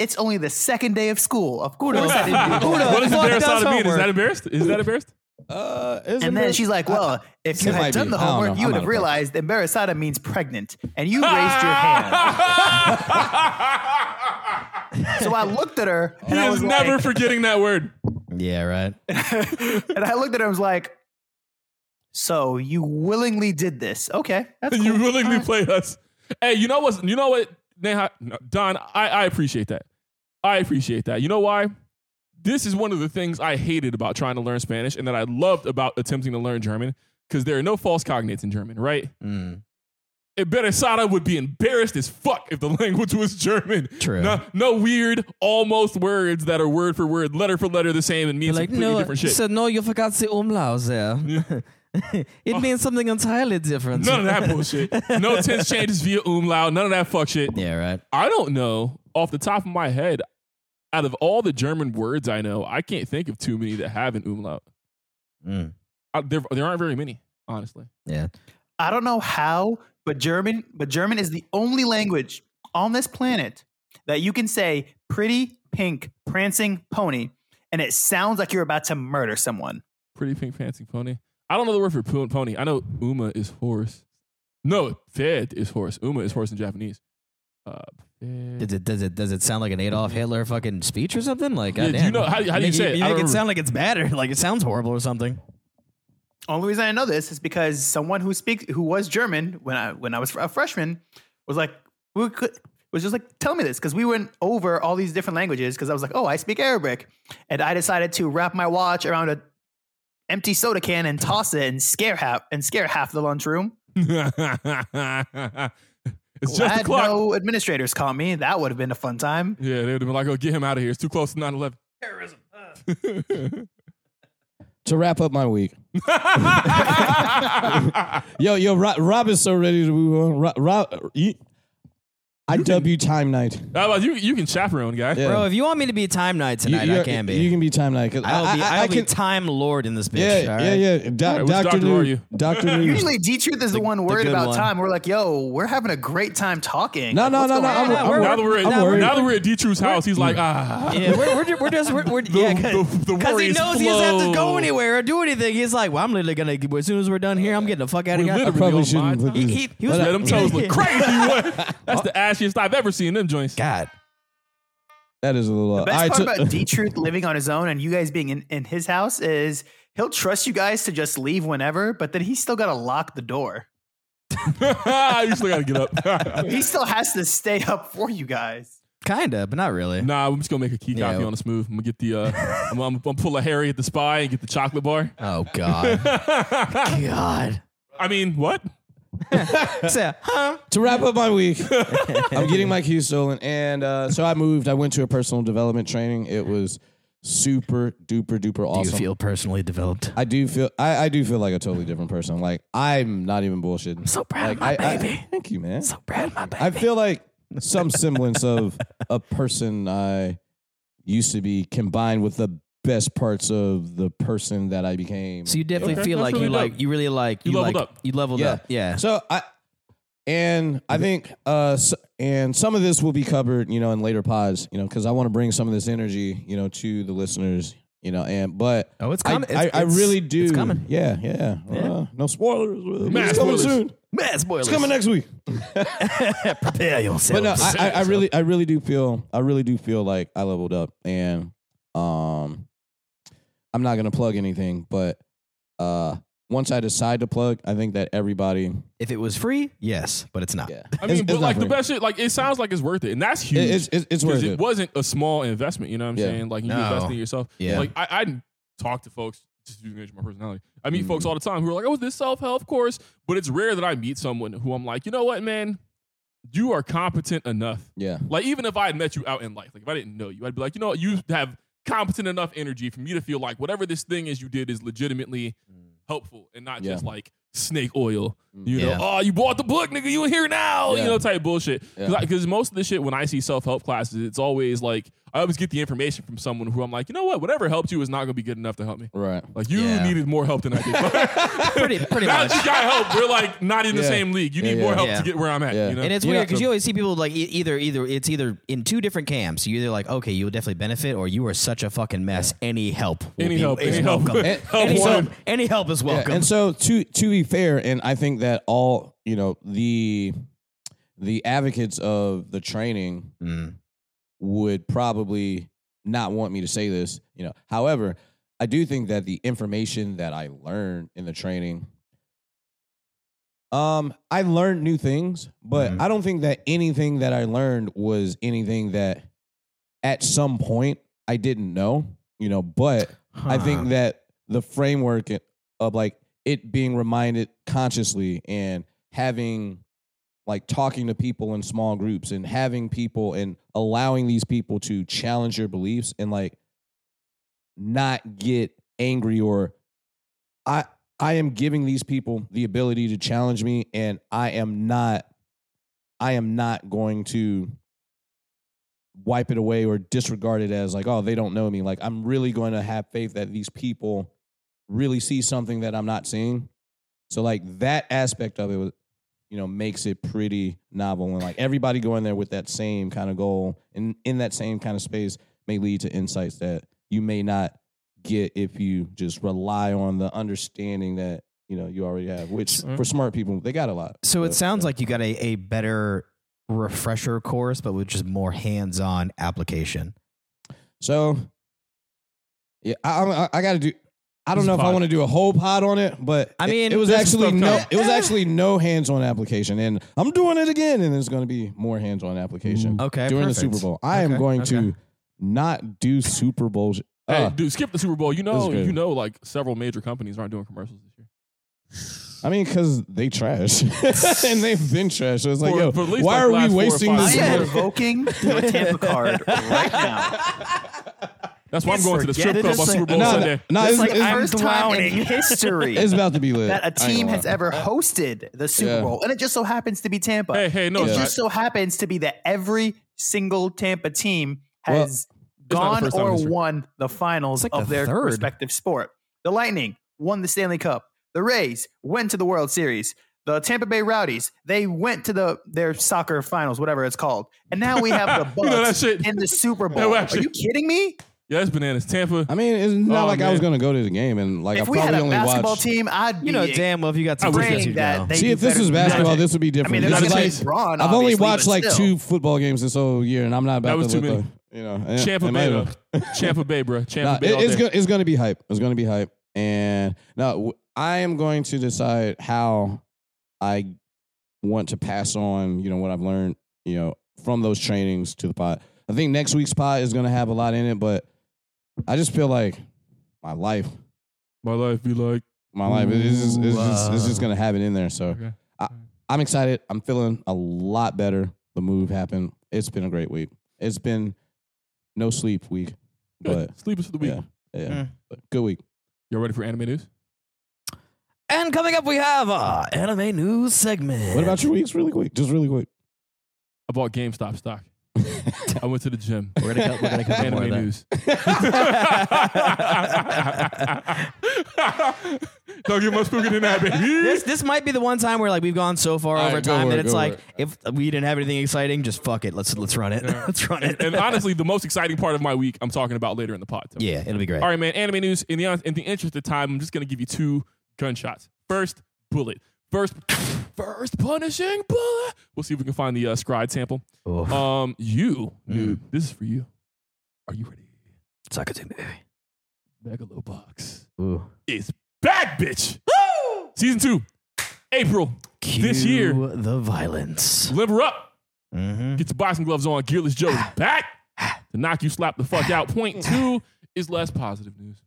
S3: It's only the second day of school. Of course, I
S4: [LAUGHS]
S3: didn't do that.
S4: what is
S1: fuck
S4: embarrassed out of
S1: does
S4: being? Is
S1: homework?
S4: that embarrassed? Is that embarrassed?
S2: Uh, it's
S3: And then
S2: embarrassing.
S3: she's like, "Well, if you
S2: it might
S3: had done
S2: be.
S3: the
S2: I don't know.
S3: homework,
S2: I'm
S3: you would
S2: not a
S3: have
S2: pro.
S3: realized embarrassada means pregnant, and you raised your
S4: [LAUGHS]
S3: hand." So I looked at her.
S4: he
S3: and I
S4: is
S3: was
S4: never
S3: like-
S4: forgetting that word.
S1: Yeah, right.
S3: [LAUGHS] and I looked at her and was like, "So you willingly did this? Okay, that's
S4: you
S3: cool.
S4: willingly played us. Hey, you know what? You know what, Neha, no, Don? I, I appreciate that. I appreciate that. You know why? This is one of the things I hated about trying to learn Spanish, and that I loved about attempting to learn German, because there are no false cognates in German, right?
S1: Mm.
S4: Embarrassada would be embarrassed as fuck if the [LAUGHS] language was German.
S1: True.
S4: No, no weird, almost words that are word for word, letter for letter the same, and means
S1: like
S4: completely
S1: no,
S4: different shit.
S1: so no, you forgot the umlaut
S4: [LAUGHS]
S1: there. it means something entirely different.
S4: Oh. None of that bullshit. No tense changes via umlaut. None of that fuck shit.
S1: [LAUGHS] yeah, right.
S4: I don't know off the top of my head. Out of all the German words I know, I can't think of too many that have an umlaut.
S1: Mm.
S4: I, there, there aren't very many, honestly.
S1: Yeah.
S3: I don't know how, but German, but German is the only language on this planet that you can say pretty pink prancing pony and it sounds like you're about to murder someone.
S4: Pretty pink fancy pony. I don't know the word for po- pony. I know uma is horse. No, fed is horse. Uma is horse in Japanese. Uh, fed. [LAUGHS]
S1: Does it does it does it sound like an Adolf Hitler fucking speech or something? Like,
S4: Yeah, do
S1: goddamn.
S4: you know- how- how do you
S1: make-
S4: say it?
S1: You
S4: I
S1: make it
S4: remember-
S1: sound like it's bad or [LAUGHS] like it sounds horrible or something.
S3: Only reason I know this is because someone who speaks who was German when I when I was a freshman was like we could was just like tell me this because we went over all these different languages because I was like oh I speak Arabic and I decided to wrap my watch around a empty soda can and toss it and scare half and scare half the lunchroom.
S4: it's
S3: Glad
S4: just a clock.
S3: no administrators caught me. That would have been a fun time.
S4: Yeah, they would have been like, oh, get him out of here. It's too close to 9 11. Terrorism.
S2: to wrap up my week. [LAUGHS] Yo, yo, Rob, Rob is so ready to move on. Rob, Rob you, IW time night.
S4: How about you? You can chaperone, guy.
S2: Yeah.
S1: Bro, if you want me to be time night
S2: You-
S1: tonight, I
S2: you're-
S1: can be.
S2: You can be time night. 'cause
S1: I'll be
S2: I,
S1: I,
S2: I,
S1: will
S2: I
S1: be
S2: can.
S1: time lord in this bitch.
S2: yeah,
S1: all
S2: yeah,
S1: right?
S2: yeah, Do-
S4: right, which
S2: Doctor
S4: doctor are
S2: New,
S4: you?
S2: Doctor New.
S3: Usually, D Truth is the, one worried
S1: good
S3: about
S1: one.
S3: time. We're like, yo, we're having a great time talking.
S2: No,
S3: Like,
S2: no,
S3: what's
S2: no, no.
S3: going
S2: I'm,
S3: on?
S1: Yeah,
S2: I'm,
S1: we're-
S4: Now that
S2: worried.
S4: we're,
S1: at-
S2: I'm
S1: now-
S2: worried.
S4: now that we're at Detru's house, he's like, ah.
S1: [LAUGHS] Yeah, we're, we're, ju- we're just we're, we're
S4: [LAUGHS]
S1: yeah, [LAUGHS]
S4: the- the
S1: because he
S4: worries
S1: knows he doesn't have to
S4: flow.
S1: go anywhere or do anything. He's like, well, I'm literally gonna as soon as we're done here, I'm getting the fuck out of
S4: We
S1: here.
S4: literally
S2: probably
S4: on
S2: shouldn't
S4: my
S2: put
S4: time.
S2: this-
S1: He, he was
S2: Let
S4: Yeah, them toes
S1: [LAUGHS]
S4: look
S1: Yeah.
S4: crazy. What? That's the ashiest I've ever seen them joints.
S1: God,
S2: That is a little.
S3: The
S2: uh,
S3: best
S2: I
S3: part
S2: took- [LAUGHS]
S3: about D Truth living on his own and you guys being in, in his house is he'll trust you guys to just leave whenever, but then he's still got to lock the door.
S4: [LAUGHS] you still gotta
S3: [LAUGHS]
S4: get up.
S3: He still has to stay up for you guys.
S1: kinda, but not really.
S4: nah, I'm just gonna make a key
S1: Yeah.
S4: copy on the smooth. I'm gonna get the. Uh, I'm, I'm, I'm gonna pull a Harry at the spy and get the chocolate bar.
S1: Oh
S2: [LAUGHS]
S1: God,
S4: I
S1: God.
S4: mean, what?
S1: So, huh?
S2: to wrap up my
S1: [LAUGHS]
S2: week, I'm getting my keys stolen, and uh, so I moved. I went to a personal development training. It was super duper duper
S1: Do
S2: awesome.
S1: you feel personally developed?
S2: I do feel I, I do feel like a totally different person. Like I'm not even bullshitting.
S1: so proud
S2: like
S1: of my
S2: I, I-
S1: baby.
S2: thank you, man.
S1: so proud of my baby.
S2: I feel like some semblance of a person I used to be combined with the best parts of the person that I became.
S1: so you definitely
S4: Okay,
S1: feel
S4: that's
S1: like
S4: really
S1: you like
S4: dope.
S1: you really like
S4: You leveled
S1: like,
S4: up.
S1: You leveled
S2: Yeah.
S1: up. Yeah.
S2: So I and I think uh s- and some of this will be covered, you know, in later pods, you know, because I want to bring some of this energy, you know, to the listeners, you know, and but
S1: Oh, it's
S2: I,
S1: coming.
S2: I,
S1: It's-
S2: I
S1: it's-
S2: really do.
S1: It's coming.
S2: Yeah, yeah.
S1: Yeah.
S2: Uh, no spoilers. but
S4: Mad
S2: it's coming
S4: spoilers.
S2: soon.
S1: Mad spoilers.
S2: It's coming next week.
S1: Prepare
S2: But
S1: yourself.
S2: no, I, I, I really, I really do feel, I really do feel like I leveled up, and um, I'm not gonna plug anything, but uh, once I decide to plug, I think that everybody,
S1: if it was free, yes, but it's not.
S2: yeah,
S4: I mean,
S2: It's-
S4: but
S2: it's
S4: like
S2: not
S4: the
S2: free.
S4: best shit. Like it sounds like it's worth it, and that's huge.
S2: It- it's, it's, it's
S4: because
S2: worth
S4: it,
S2: it.
S4: wasn't a small investment. You know what I'm
S2: Yeah.
S4: saying? Like you
S1: No.
S4: invest in yourself.
S1: Yeah.
S4: Like I, I talk to folks just using the nature of my personality. I meet
S2: Mm.
S4: folks all the time who are like, "Oh, this self help course," but it's rare that I meet someone who I'm like, "You know what, man? You are competent enough."
S2: Yeah,
S4: Like even if I had met you out in life, like if I didn't know you, I'd be like, "You know what? You have competent enough energy for me to feel like whatever this thing is you did is legitimately helpful and not
S2: Mm. Yeah.
S4: just like snake oil."
S2: Mm.
S4: You know,
S1: Yeah.
S4: oh, you bought the book, nigga. You in here now?
S2: Yeah.
S4: You know, type bullshit.
S2: Yeah.
S4: Because most of the shit when I see self help classes, it's always like I always get the information from someone who I'm like, you know what? Whatever helped you is not going to be good enough to help me.
S2: Right.
S4: Like you
S1: Yeah.
S4: needed more help than
S2: [LAUGHS]
S4: I did.
S1: pretty pretty
S4: now
S1: much.
S4: that you got help, we're like not in the
S2: Yeah.
S4: same league. You
S2: Yeah,
S4: need
S2: yeah.
S4: more help
S1: Yeah.
S4: to get where I'm at.
S2: Yeah.
S4: You know?
S1: And it's
S2: You know,
S1: weird because
S2: the-
S1: you always see people like e- either either it's either in two different camps. You either like okay, you will definitely benefit, or you are such a fucking mess. Any help, will
S4: Any
S1: be-
S4: help,
S1: is
S4: any help.
S1: welcome.
S2: [LAUGHS]
S4: And-
S1: any,
S4: [LAUGHS] Help
S1: help
S4: wanted.
S1: any help is
S2: Yeah,
S1: welcome.
S2: and so to to be fair, and I think that all you know the the advocates of the training
S1: Mm.
S2: would probably not want me to say this, you know. However, I do think that the information that I learned in the training, um, I learned new things, but
S1: Mhm.
S2: I don't think that anything that I learned was anything that at some point I didn't know, you know. But I think that the framework of like it being reminded consciously and having like talking to people in small groups and having people and allowing these people to challenge your beliefs and like not get angry or I I am giving these people the ability to challenge me and I am not I am not going to wipe it away or disregard it as like oh they don't know me like I'm really going to have faith that these people really see something that I'm not seeing. So like that aspect of it was you know makes it pretty novel and like everybody going there with that same kind of goal and in that same kind of space may lead to insights that you may not get if you just rely on the understanding that you know you already have which for smart people they got a lot
S1: uh-huh. So it
S2: But,
S1: sounds
S2: yeah.
S1: like you got a, a better refresher course, but with just more hands on application.
S2: so yeah i i, I got to do I don't
S4: This is
S2: know if I
S4: pod.
S2: want to do a whole pod on it, but
S1: I
S2: it-
S1: mean,
S2: it, was
S4: there's some
S2: actually
S4: stuff
S2: no,
S4: coming.
S2: it was actually no hands-on application, and I'm doing it again, and there's going to be more hands-on application.
S4: Mm,
S1: Okay,
S2: during the
S1: perfect.
S2: Super Bowl. I am
S1: Okay,
S2: going
S1: okay.
S2: to not do Super Bowl. Sh-
S4: Hey,
S2: Uh,
S4: dude, skip the Super Bowl. You
S2: is
S4: know,
S2: good.
S4: you know, like several major companies aren't doing commercials this year.
S2: I mean, because they trash [LAUGHS] and they've been trash. So it's like,
S4: For-
S2: yo,
S4: for at least,
S2: why
S4: like,
S2: are
S4: last
S2: we
S4: four or
S2: wasting
S4: five
S3: I
S2: this?
S1: years.
S3: am
S2: [LAUGHS] money?
S3: revoking my
S2: [LAUGHS]
S3: Tampa card right now.
S4: That's why I'm
S3: It's
S4: going to the strip
S3: forget-
S4: club
S3: it's
S4: on
S3: like-
S4: Super Bowl
S2: No,
S4: Sunday.
S2: no, no,
S3: It's
S2: it's,
S3: like
S2: it's-
S3: the
S2: it's
S3: first time in
S1: drowning.
S3: history
S2: about to be lit.
S3: that a
S2: I ain't
S3: team
S2: gonna
S3: has
S2: lie.
S3: ever hosted the Super
S2: Yeah.
S3: Bowl, and it just so happens to be Tampa.
S4: Hey, hey, no,
S3: it
S4: it's
S3: just
S4: not.
S3: so happens to be that every single Tampa team
S2: Well,
S3: has
S4: not the
S3: gone
S4: first time in
S3: or
S4: history.
S3: won the finals
S1: It's like
S3: of
S1: the
S3: their
S1: third.
S3: respective sport. The Lightning won the Stanley Cup. The Rays went to the World Series. The Tampa Bay Rowdies they went to the their soccer finals, whatever it's called. And now we have the Bucks
S4: [LAUGHS] You know that shit.
S3: in the Super Bowl.
S4: No,
S3: Are
S4: actually-
S3: you kidding me?
S4: Yeah, that's bananas. Tampa.
S2: I mean, it's not
S4: Oh,
S2: like I was
S4: man.
S2: gonna go to the game and like
S3: if
S2: I
S3: we had
S2: probably
S3: a
S2: only
S3: basketball
S2: watched.
S3: team, I'd be
S1: You know damn well if you got
S4: I
S1: some
S4: wish that's
S1: tickets,
S3: praying
S1: you'd
S3: that
S1: know.
S3: they
S2: See,
S3: do
S2: if this
S3: better
S2: was
S3: than
S2: basketball,
S3: Magic.
S2: this would be
S3: I
S2: different.
S3: mean, they're
S2: This
S3: not
S2: is
S3: going
S2: like-
S3: to be Braun.
S2: I've only
S3: obviously,
S2: watched
S3: but
S2: like
S3: still.
S2: two football games this whole year, and I'm not about
S4: That
S2: to
S4: was
S2: look
S4: too many.
S2: like- you know. eh,
S4: Champa
S2: am
S4: Bay,
S2: I-
S4: though.
S2: [LAUGHS]
S4: Champa Bay, bro. Champa
S2: Nah,
S4: Bay. all
S2: it- it's
S4: day.
S2: gonna it's gonna be hype. It's gonna be hype. And now w- I am going to decide how I want to pass on, you know, what I've learned, you know, from those trainings to the pot. I think next week's pot is gonna have a lot in it, but I just feel like my life,
S4: My life be like.
S2: my life is just, it's
S1: Ooh,
S2: just it's just
S1: uh.
S2: gonna have it in there. So
S4: Okay.
S2: I'm excited. I'm feeling a lot better. The move happened. It's been a great week. It's been no sleep week, but
S4: Good. Sleep is for the week.
S2: yeah, yeah,
S1: Mm.
S2: But good week.
S4: Y'all ready for anime news?
S1: And coming up, we have our anime news segment.
S2: What about your weeks, really quick? Just really quick.
S4: I bought GameStop
S2: [LAUGHS]
S4: stock. I went to the gym.
S1: We're gonna co- we're [LAUGHS] gonna cover more
S4: anime
S1: of that.
S4: news.
S2: [LAUGHS]
S4: [LAUGHS] Don't get much spooky than that,
S1: This
S3: [LAUGHS]
S4: baby.
S1: this might be the one time where like we've gone so far
S2: All right,
S1: over
S2: go
S1: time
S2: for
S1: that
S2: it,
S1: it's
S2: go
S1: like
S2: for
S1: if we didn't have anything exciting, just fuck it. Let's let's run it.
S4: Yeah.
S1: [LAUGHS] let's run it.
S4: And honestly, the most exciting part of my week, I'm talking about later in the pod. So.
S1: yeah, it'll be great.
S4: All right, man. Anime news. In the hon- in the interest of time, I'm just gonna give you two gunshots. First bullet. First, first punishing bullet. We'll see if we can find the uh, scribe sample.
S1: Oof.
S4: Um, you, dude. This is for you. Are you ready?
S1: Suck it to me, baby.
S4: Megalobox
S1: Ooh.
S4: is back, bitch. Season two, April. This
S1: Cue
S4: year.
S1: the violence.
S4: Limber up.
S1: Mm-hmm.
S4: Get your boxing gloves on. Gearless Joe
S1: Ah.
S4: is back to knock you slap the fuck out.
S1: [LAUGHS]
S4: Point two is less positive news.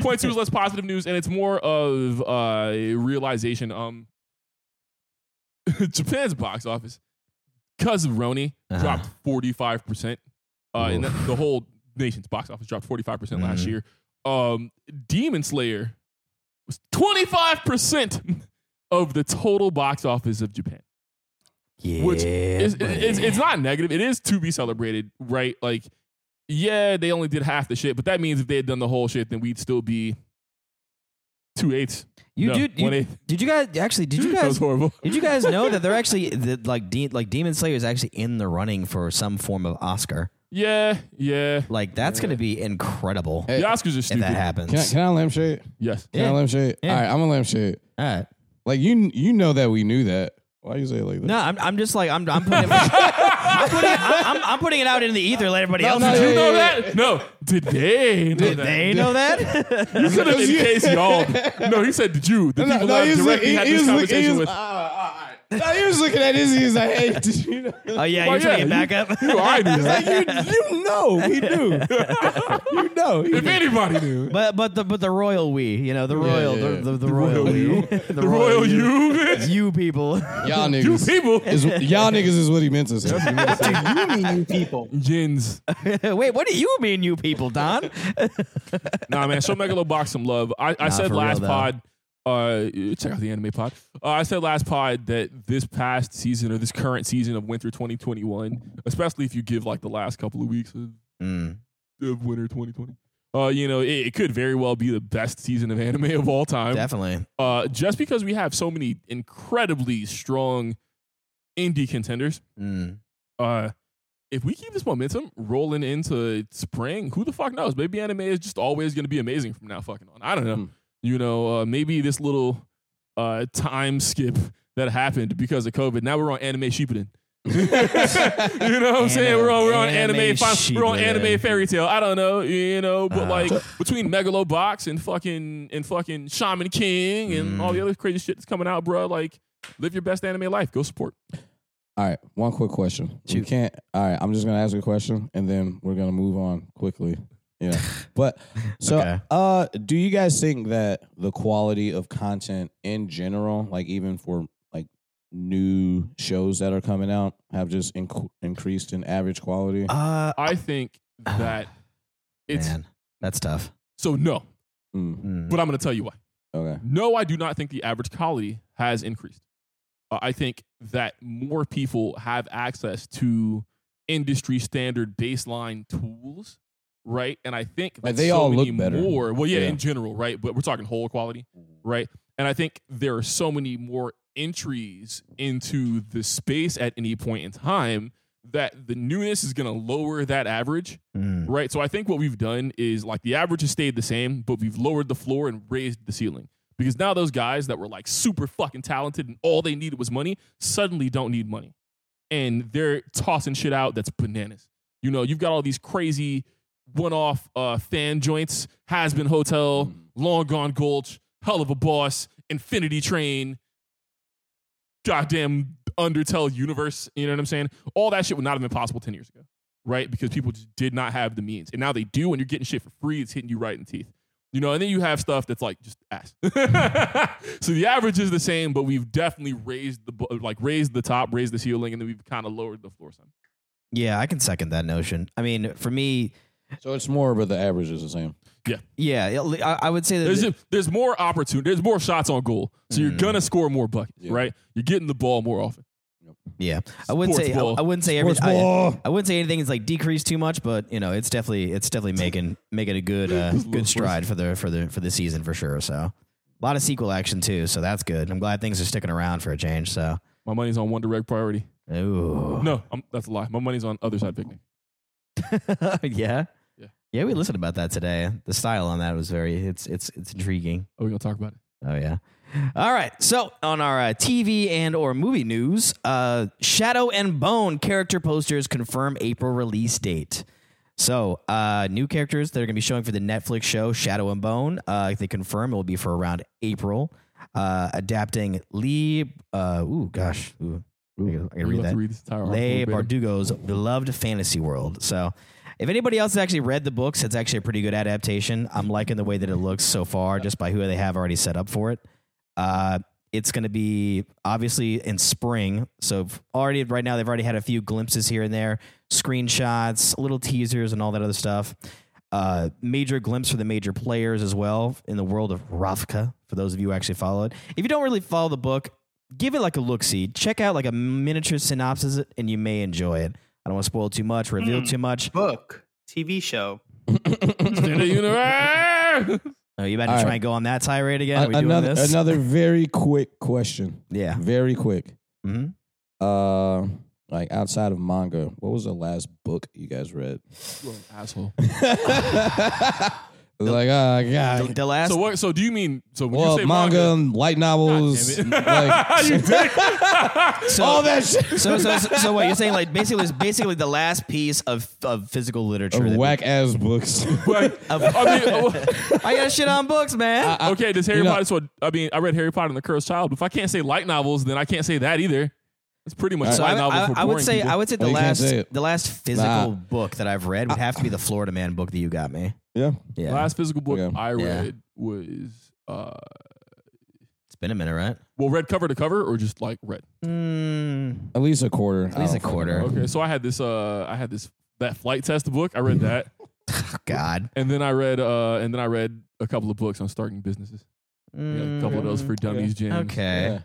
S4: Point two is less positive news, and it's more of uh, a realization. Um, [LAUGHS] Japan's box office, because of Roni,
S1: Uh-huh.
S4: dropped forty five percent. uh, And the,
S1: Oof.
S4: the whole nation's box office dropped forty five percent
S1: Mhm.
S4: last year. Um, Demon Slayer was twenty five percent of the total box office of Japan.
S1: Yeah,
S4: which is,
S1: buddy.
S4: it's, it's not negative. It is to be celebrated, right? Like, yeah, they only did half the shit, but that means if they had done the whole shit, then we'd still be two eighths.
S1: you
S4: No,
S1: did.
S4: one
S1: You,
S4: eighth.
S1: did you guys actually? Did you
S4: [LAUGHS] That was
S1: guys?
S4: horrible.
S1: Did you guys know that they're actually that like de- like Demon Slayer is actually in the running for some form of Oscar?
S4: Yeah, yeah.
S1: Like that's going to be incredible
S2: Hey,
S4: The Oscars are
S1: if
S4: stupid.
S1: that happens.
S2: Can I, can I lampshade?
S4: Yes.
S2: Can
S1: Yeah.
S2: I lampshade?
S1: Yeah.
S2: All right, I'm gonna lampshade.
S1: All right.
S2: Like you, you know that we knew that. Why you say it like that?
S1: No, I'm, I'm just like I'm I'm putting it, I'm, putting it, I'm, I'm- I'm putting it out in the ether. Let everybody else
S2: no,
S4: Did
S1: know.
S2: yeah,
S4: you know
S2: yeah,
S4: that? No. Did they know that?
S1: They know that.
S4: You could have, in case y'all. No, he said, did you? The people that
S2: he was look-
S4: directly
S2: he-
S4: had
S2: he
S4: this
S2: was look- he
S4: conversation
S2: was-
S4: with.
S2: ah, ah, ah. No, he was looking at Izzy. He's like, "Hey, did you
S4: [LAUGHS]
S2: know?"
S1: Oh yeah,
S4: Well,
S1: you're trying
S4: yeah,
S1: to get back up.
S4: You already knew
S2: [LAUGHS]
S4: that.
S2: Like, you, you know, he
S4: [LAUGHS]
S2: knew. you know, he
S4: If
S2: knew.
S4: anybody knew.
S1: [LAUGHS] But but the but the royal we, you know, the royal
S2: yeah, yeah.
S1: The, the, the royal
S4: royal
S1: we, [LAUGHS]
S4: you.
S1: the,
S4: The royal you, bitch.
S1: [LAUGHS] you people.
S2: y'all
S4: [LAUGHS] You
S2: niggas.
S4: people.
S1: [LAUGHS]
S2: Is, y'all niggas is what he meant to say. [LAUGHS]
S3: you mean you people?
S4: Jins.
S1: Wait, what do you mean, you people, Don?
S4: Nah, man.
S1: [LAUGHS]
S4: Show Megalobox some love. I, I
S1: Nah,
S4: said
S1: for real,
S4: last
S1: though.
S4: pod. Uh, check out the anime pod. Uh, I said last pod that this past season or this current season of Winter 2021, especially if you give like the last couple of weeks of
S1: Mm.
S4: of winter 2020. Uh, you know, it, it could very well be the best season of anime of all time.
S1: Definitely.
S4: Uh, just because we have so many incredibly strong indie contenders.
S1: Mm.
S4: Uh, if we keep this momentum rolling into spring, who the fuck knows? Maybe anime is just always going to be amazing from now fucking on. I don't know.
S2: Hmm.
S4: You know, uh, maybe this little uh, time skip that happened because of COVID. Now we're on anime Shippuden. [LAUGHS] you know what I'm saying? We're on, we're on
S1: Anime
S4: anime, fi- we're on
S1: Shippuden.
S4: anime fairy tale. I don't know, you know, but
S1: Uh.
S4: like between Megalobox and fucking and fucking Shaman King and
S1: Mm.
S4: all the other crazy shit that's coming out, bro. Like, live your best anime life. Go support.
S2: All right, one quick question. You
S1: Shoot.
S2: can't. All right, I'm just gonna ask a question, and then we're gonna move on quickly. You know, but so,
S1: Okay.
S2: uh, do you guys think that the quality of content in general, like even for like new shows that are coming out, have just inc- increased in average quality?
S1: Uh,
S4: I
S1: [SIGHS]
S4: think that it's
S1: man, that's tough.
S4: so no,
S2: Mm,
S1: Mm.
S4: but I'm gonna tell you why.
S2: okay.
S4: No, I do not think the average quality has increased. Uh, I think that more people have access to industry standard baseline tools, right? And I think that
S2: Like, they
S4: so
S2: all
S4: many
S2: look better.
S4: more. Well, yeah,
S2: Yeah. Mm-hmm.
S4: in general, right? But we're talking whole quality, right? And I think there are so many more entries into the space at any point in time that the newness is going to lower that average
S1: Mm.
S4: right? So I think what we've done is like the average has stayed the same, but we've lowered the floor and raised the ceiling. Because now those guys that were like super fucking talented and all they needed was money suddenly don't need money. And they're tossing shit out that's bananas. You know, you've got all these crazy one off uh, fan joints Has Been Hotel, Long Gone Gulch, Hell of a Boss, Infinity Train, goddamn Undertale universe. You know what I'm saying? All that shit would not have been possible 10 years ago right? Because people just did not have the means. And now they do, and you're getting shit for free. It's hitting you right in the teeth. You know, and then you have stuff that's like just ass. [LAUGHS] so the average is the same, but we've definitely raised the bu- like raised the top, raised the ceiling, and then we've kind of lowered the floor some.
S1: Yeah, I can second that notion. I mean, for me,
S2: So it's more, but the average is the same.
S1: yeah, I, I would say that
S4: There's a- there's more opportunity. There's more shots on goal, so you're
S1: Mm.
S4: gonna score more buckets,
S2: Yeah.
S4: right? You're getting the ball more often.
S1: yeah, I wouldn't
S4: sports
S1: say I,
S4: ball.
S1: I wouldn't say every,
S2: Sports
S1: I,
S2: ball.
S1: I wouldn't say anything is like decreased too much, but you know, it's definitely it's definitely making making a good
S4: [LAUGHS] Just
S1: uh,
S4: a little
S1: good stride for the for the for the season for sure. So a lot of sequel action too, so that's good. I'm glad things are sticking around for a change. So
S4: My money's on one direct priority.
S1: ooh,
S4: No, I'm, that's a lie. My money's on other side picnic.
S1: [LAUGHS] yeah,
S4: Yeah.
S1: yeah. We listened about that today. The style on that was very it's it's it's intriguing.
S4: Are we gonna talk about it?
S1: Oh yeah. All right. So on our uh, TV and or movie news, uh, Shadow and Bone character posters confirm April release date. So uh, new characters that are going to be showing for the Netflix show Shadow and Bone. Uh, they confirm it will be for around April. Uh, adapting Lee. Uh, ooh, gosh. Ooh. I gotta- I gotta
S4: We're
S1: read
S4: gonna have
S1: that.
S4: to read this entire article.
S1: Leigh
S4: verbatim.
S1: Bardugo's beloved fantasy world. So, if anybody else has actually read the books, it's actually a pretty good adaptation. I'm liking the way that it looks so far, just by who they have already set up for it. Uh, it's going to be obviously in spring, so if- already right now they've already had a few glimpses here and there, screenshots, little teasers, and all that other stuff. Uh, major glimpse for the major players as well in the world of Ravka. For those of you who actually follow it, if you don't really follow the book, give it like a look see. Check out like a miniature synopsis and you may enjoy it. I don't want to spoil too much, reveal
S3: Hmm.
S1: too much.
S3: book, TV show.
S4: [LAUGHS] Extended universe.
S1: Are you about to
S2: All
S1: try
S2: right.
S1: and go on that tirade again? Are we
S2: another
S1: doing this?
S2: another very quick question.
S1: yeah.
S2: Very quick.
S1: hmm
S2: Uh, like outside of manga, what was the last book you guys read? [LAUGHS]
S4: You are an asshole.
S2: It was like, oh
S1: The,
S2: god.
S1: the last
S4: So what? So do you mean? So when
S2: Well,
S4: you say
S2: manga,
S4: manga,
S2: light novels,
S4: God damn it. [LAUGHS]
S2: [LAUGHS]
S4: You
S2: like,
S1: so,
S2: all that shit.
S1: So
S2: [LAUGHS]
S1: so so, so what you're saying? Like basically, it's basically the last piece of of physical literature. that we-
S2: Whack ass books. [LAUGHS]
S4: like, I mean, uh,
S1: I got shit on books, man.
S4: okay, does Harry
S2: you know-
S4: Potter? So I mean, I read Harry Potter and the Cursed Child. But if I can't say light novels, then I can't say that either. It's pretty much
S1: so I,
S4: light novels
S1: I-
S4: for
S1: I
S4: boring
S1: would say
S4: people.
S1: I would say the
S2: Well, Oh, you can't
S1: last
S2: say it.
S1: the last physical
S2: Nah.
S1: book that I've read
S4: Uh,
S1: would have to be the Florida Man book that you got me.
S2: yeah.
S1: Yeah,
S4: Last physical book
S2: Okay.
S4: I
S1: Yeah.
S4: read was uh,
S1: it's been a minute, right?
S4: well, read cover to cover or just like read. Hmm.
S1: Mm,
S2: At least a quarter. Oh,
S1: at least
S2: I
S1: a
S2: don't fucking
S1: quarter.
S4: Okay, so I had this. Uh, I had this that flight test book. I read
S1: [LAUGHS]
S4: that,
S1: Oh, God,
S4: and then I read. Uh, and then I read a couple of books on starting businesses. I got a couple of those for dummies, James.
S1: Mm, Okay,
S2: Yeah.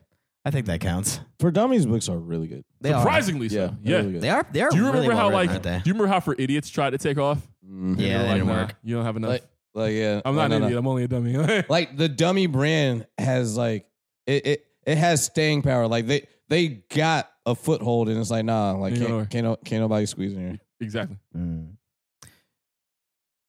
S1: I think that counts.
S2: For Dummies books are really good.
S1: They
S4: Surprisingly
S2: Yeah.
S4: so.
S2: they're
S4: Yeah.
S2: really good.
S1: are. They are. They are.
S4: Do you
S1: really
S4: remember
S1: well
S4: how
S1: written,
S4: like?
S1: aren't
S4: Do
S1: they?
S4: you remember how for idiots tried to take off?
S2: Mm.
S1: Yeah,
S4: They're
S1: they
S4: like,
S1: didn't
S4: "Nah,
S1: work.
S4: You don't have enough.
S2: Like, like yeah.
S4: I'm
S2: No,
S4: not
S2: no,
S4: an
S2: no.
S4: idiot. I'm only a dummy. [LAUGHS]
S2: Like the dummy brand has like it, it it has staying power. Like they they got a foothold and it's like nah, like
S4: You
S2: can't
S4: know her.
S2: can't, no- can't nobody squeeze in here.
S4: exactly.
S1: Mm.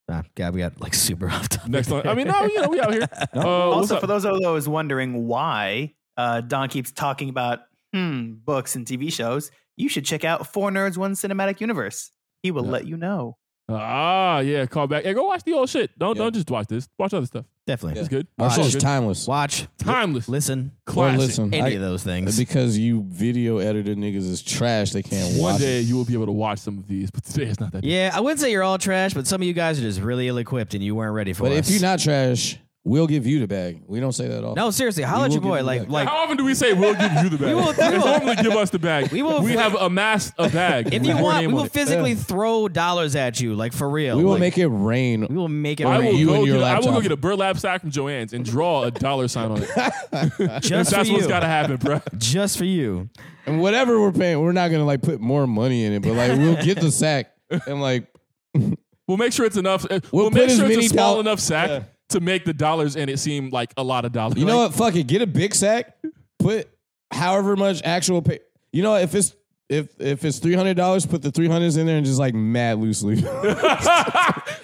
S1: Ah, God, we got like super [LAUGHS] off topic.
S4: Next time. I mean, no, you know, we out
S1: [LAUGHS]
S4: here.
S2: No.
S1: Oh,
S4: Uh, what's
S3: also,
S4: up?
S3: for those of those wondering why uh, Don keeps talking about hmm, books and TV shows, you should check out Four Nerds One Cinematic Universe. He will
S4: Yeah.
S3: let you know.
S4: ah, yeah, call back. Yeah, go watch the old shit. Don't
S2: Yeah.
S4: don't just watch this. Watch other stuff.
S1: Definitely.
S4: It's good.
S2: Our
S1: Watch.
S2: show's
S4: Good.
S2: timeless.
S1: Watch,
S4: Timeless.
S1: listen,
S2: Or
S4: Classic.
S2: listen,
S1: any
S2: I-
S1: of those things.
S2: because you video edited niggas is trash. They can't
S4: One
S2: watch.
S4: day
S2: it.
S4: you will be able to watch some of these, but today it's not that.
S1: Yeah, I wouldn't say you're all trash, but some of you guys are just really ill equipped and you weren't ready for
S2: But
S1: us.
S2: if you're not trash, we'll give you the bag. We don't say that all.
S1: no, seriously, holla at
S2: will
S1: your boy.
S2: give you
S1: Like,
S2: that.
S1: like
S4: How often do we say we'll give you the bag?
S1: will- [LAUGHS] we
S4: They
S1: will-
S4: normally give us the bag.
S1: We will-
S4: have amassed a bag.
S1: if
S4: with
S1: you
S4: your
S1: want,
S4: name
S1: we
S4: on
S1: will
S4: it.
S1: physically throw dollars at you, like for real.
S2: we will
S1: Like,
S2: make it rain.
S1: we will make it
S4: I will,
S1: rain
S2: you
S4: go
S2: and your
S4: get, I will go
S2: laptop.
S4: get a burlap sack from Joanne's and draw a dollar sign
S1: [LAUGHS]
S4: on it.
S1: just for
S4: That's what's
S1: you.
S4: got to happen, bro.
S1: Just
S4: [LAUGHS]
S1: for you.
S2: And whatever we're paying, we're not gonna like put more money in it, but like we'll get the sack and like
S4: We'll make sure it's enough. uh, We'll,
S2: put
S4: make
S2: as
S4: sure it's
S2: many
S4: a small
S2: doll-
S4: enough sack
S2: Yeah.
S4: to make the dollars in it seem like a lot of dollars.
S2: you know
S4: Like,
S2: what? Fuck it. Get a big sack. Put however much actual pay. You know if it's if if it's three hundred dollars, put the three hundreds in there and just like mad loosely. [LAUGHS]
S4: [LAUGHS]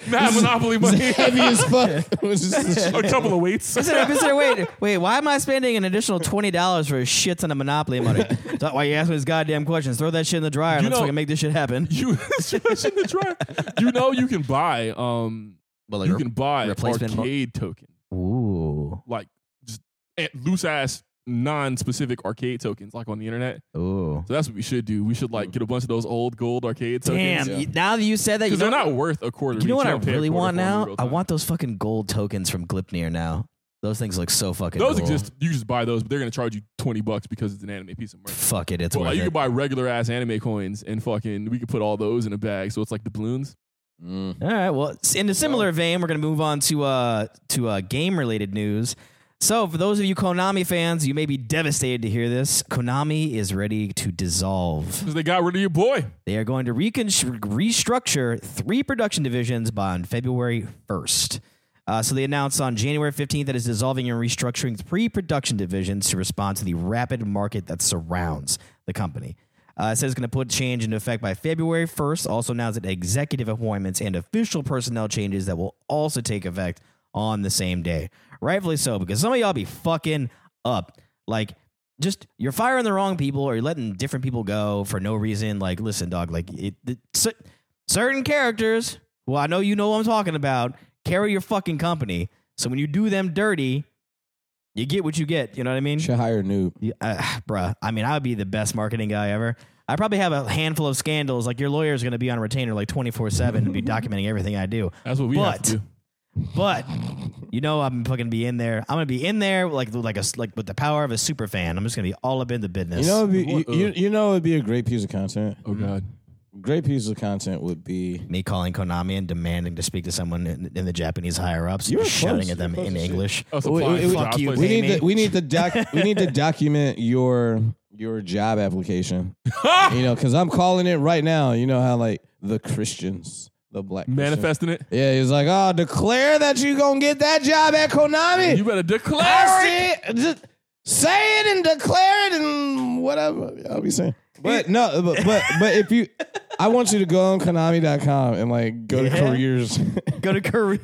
S4: Mad Monopoly money.
S1: [LAUGHS]
S2: It's heavy as fuck. It was just-
S4: a couple of weights.
S1: Consider, consider, wait, wait, why am I spending an additional $20 for a shit ton of Monopoly money? Is that why you ask me these goddamn questions? Throw that shit in the dryer and
S4: You
S1: let's
S4: know-
S1: fucking make this
S4: [LAUGHS]
S1: shit happen.
S4: [LAUGHS] You smash in the dryer. You know you can buy um
S1: But
S4: you can buy
S1: replacement mo-
S4: arcade tokens.
S1: ooh,
S4: Like just loose ass non-specific arcade tokens like on the internet.
S1: ooh.
S4: So that's what we should do. We should like get a bunch of those old gold arcade
S3: Damn,
S4: tokens.
S1: Y- Now that you said that, you
S4: Because
S1: know,
S4: they're not worth a quarter.
S1: you know
S4: each.
S1: what I
S4: don't pay a
S1: really
S4: quarter
S1: want
S4: for them in
S1: now?
S4: real
S1: I
S4: time.
S1: want those fucking gold tokens from Glipnir now. Those things look so fucking
S4: those
S1: cool.
S4: exist. You just buy those, but they're gonna charge you twenty bucks because it's an anime piece of merch.
S1: Fuck it, it's
S4: But like
S1: worth
S4: you
S1: it.
S4: could buy regular ass anime coins and fucking we could put all those in a bag. So it's like doubloons.
S2: Mm.
S1: All right. Well, s- in a similar vein, we're going to move on to uh to uh, game related news. So, for those of you Konami fans, you may be devastated to hear this. Konami is ready to dissolve.
S4: Because they got rid of your boy.
S1: They are going to recon- restructure three production divisions by on February 1st. Uh, so they announced on January 15th that it's dissolving and restructuring three production divisions to respond to the rapid market that surrounds the company. Uh, it says it's going to put change into effect by February 1st, also announced that executive appointments and official personnel changes that will also take effect on the same day. Rightfully so, because some of y'all be fucking up. Like, just you're firing the wrong people or you're letting different people go for no reason. Like, listen, dog, like it, it, cer- certain characters, well, I know you know what I'm talking about, carry your fucking company. So when you do them dirty, you get what you get. You know what I mean?
S2: Should hire a noob.
S1: Yeah, uh, bruh, I mean, I would be the best marketing guy ever. I probably have a handful of scandals. Like, your lawyer's going to be on retainer like 24 7 and be documenting everything I do.
S4: That's what we have
S1: But-
S4: to do.
S1: But you know, I'm fucking be in there. I'm gonna be in there like like a like with the power of a super fan. I'm just gonna be all up in the business.
S2: You know, it'd be,
S4: What-
S2: you, you, you know, it'd be a great piece of content.
S4: Oh god.
S2: great piece of content would be
S1: Me calling Konami and demanding to speak to someone in, in the Japanese higher ups,
S2: You were
S1: shouting
S2: close.
S1: at them
S2: You were
S1: in
S2: close as shit.
S1: English.
S4: Oh,
S1: Wait,
S4: supply-
S1: wait,
S4: supply
S1: fuck you,
S4: place.
S2: we need
S1: Amy.
S2: to, we need to doc we need to document your your job application. you know, because I'm calling it right now. You know how like the Christians, the black Christians-
S4: manifesting it.
S2: Yeah, he's like, oh, declare that you gonna get that job at Konami.
S4: You better declare it.
S2: I see it. Just say it and declare it and whatever. I'll be saying. But no, but but, but if you, I want you to go on Konami.com and like go to
S1: Yeah.
S2: careers
S1: Go
S2: [LAUGHS]
S1: to careers.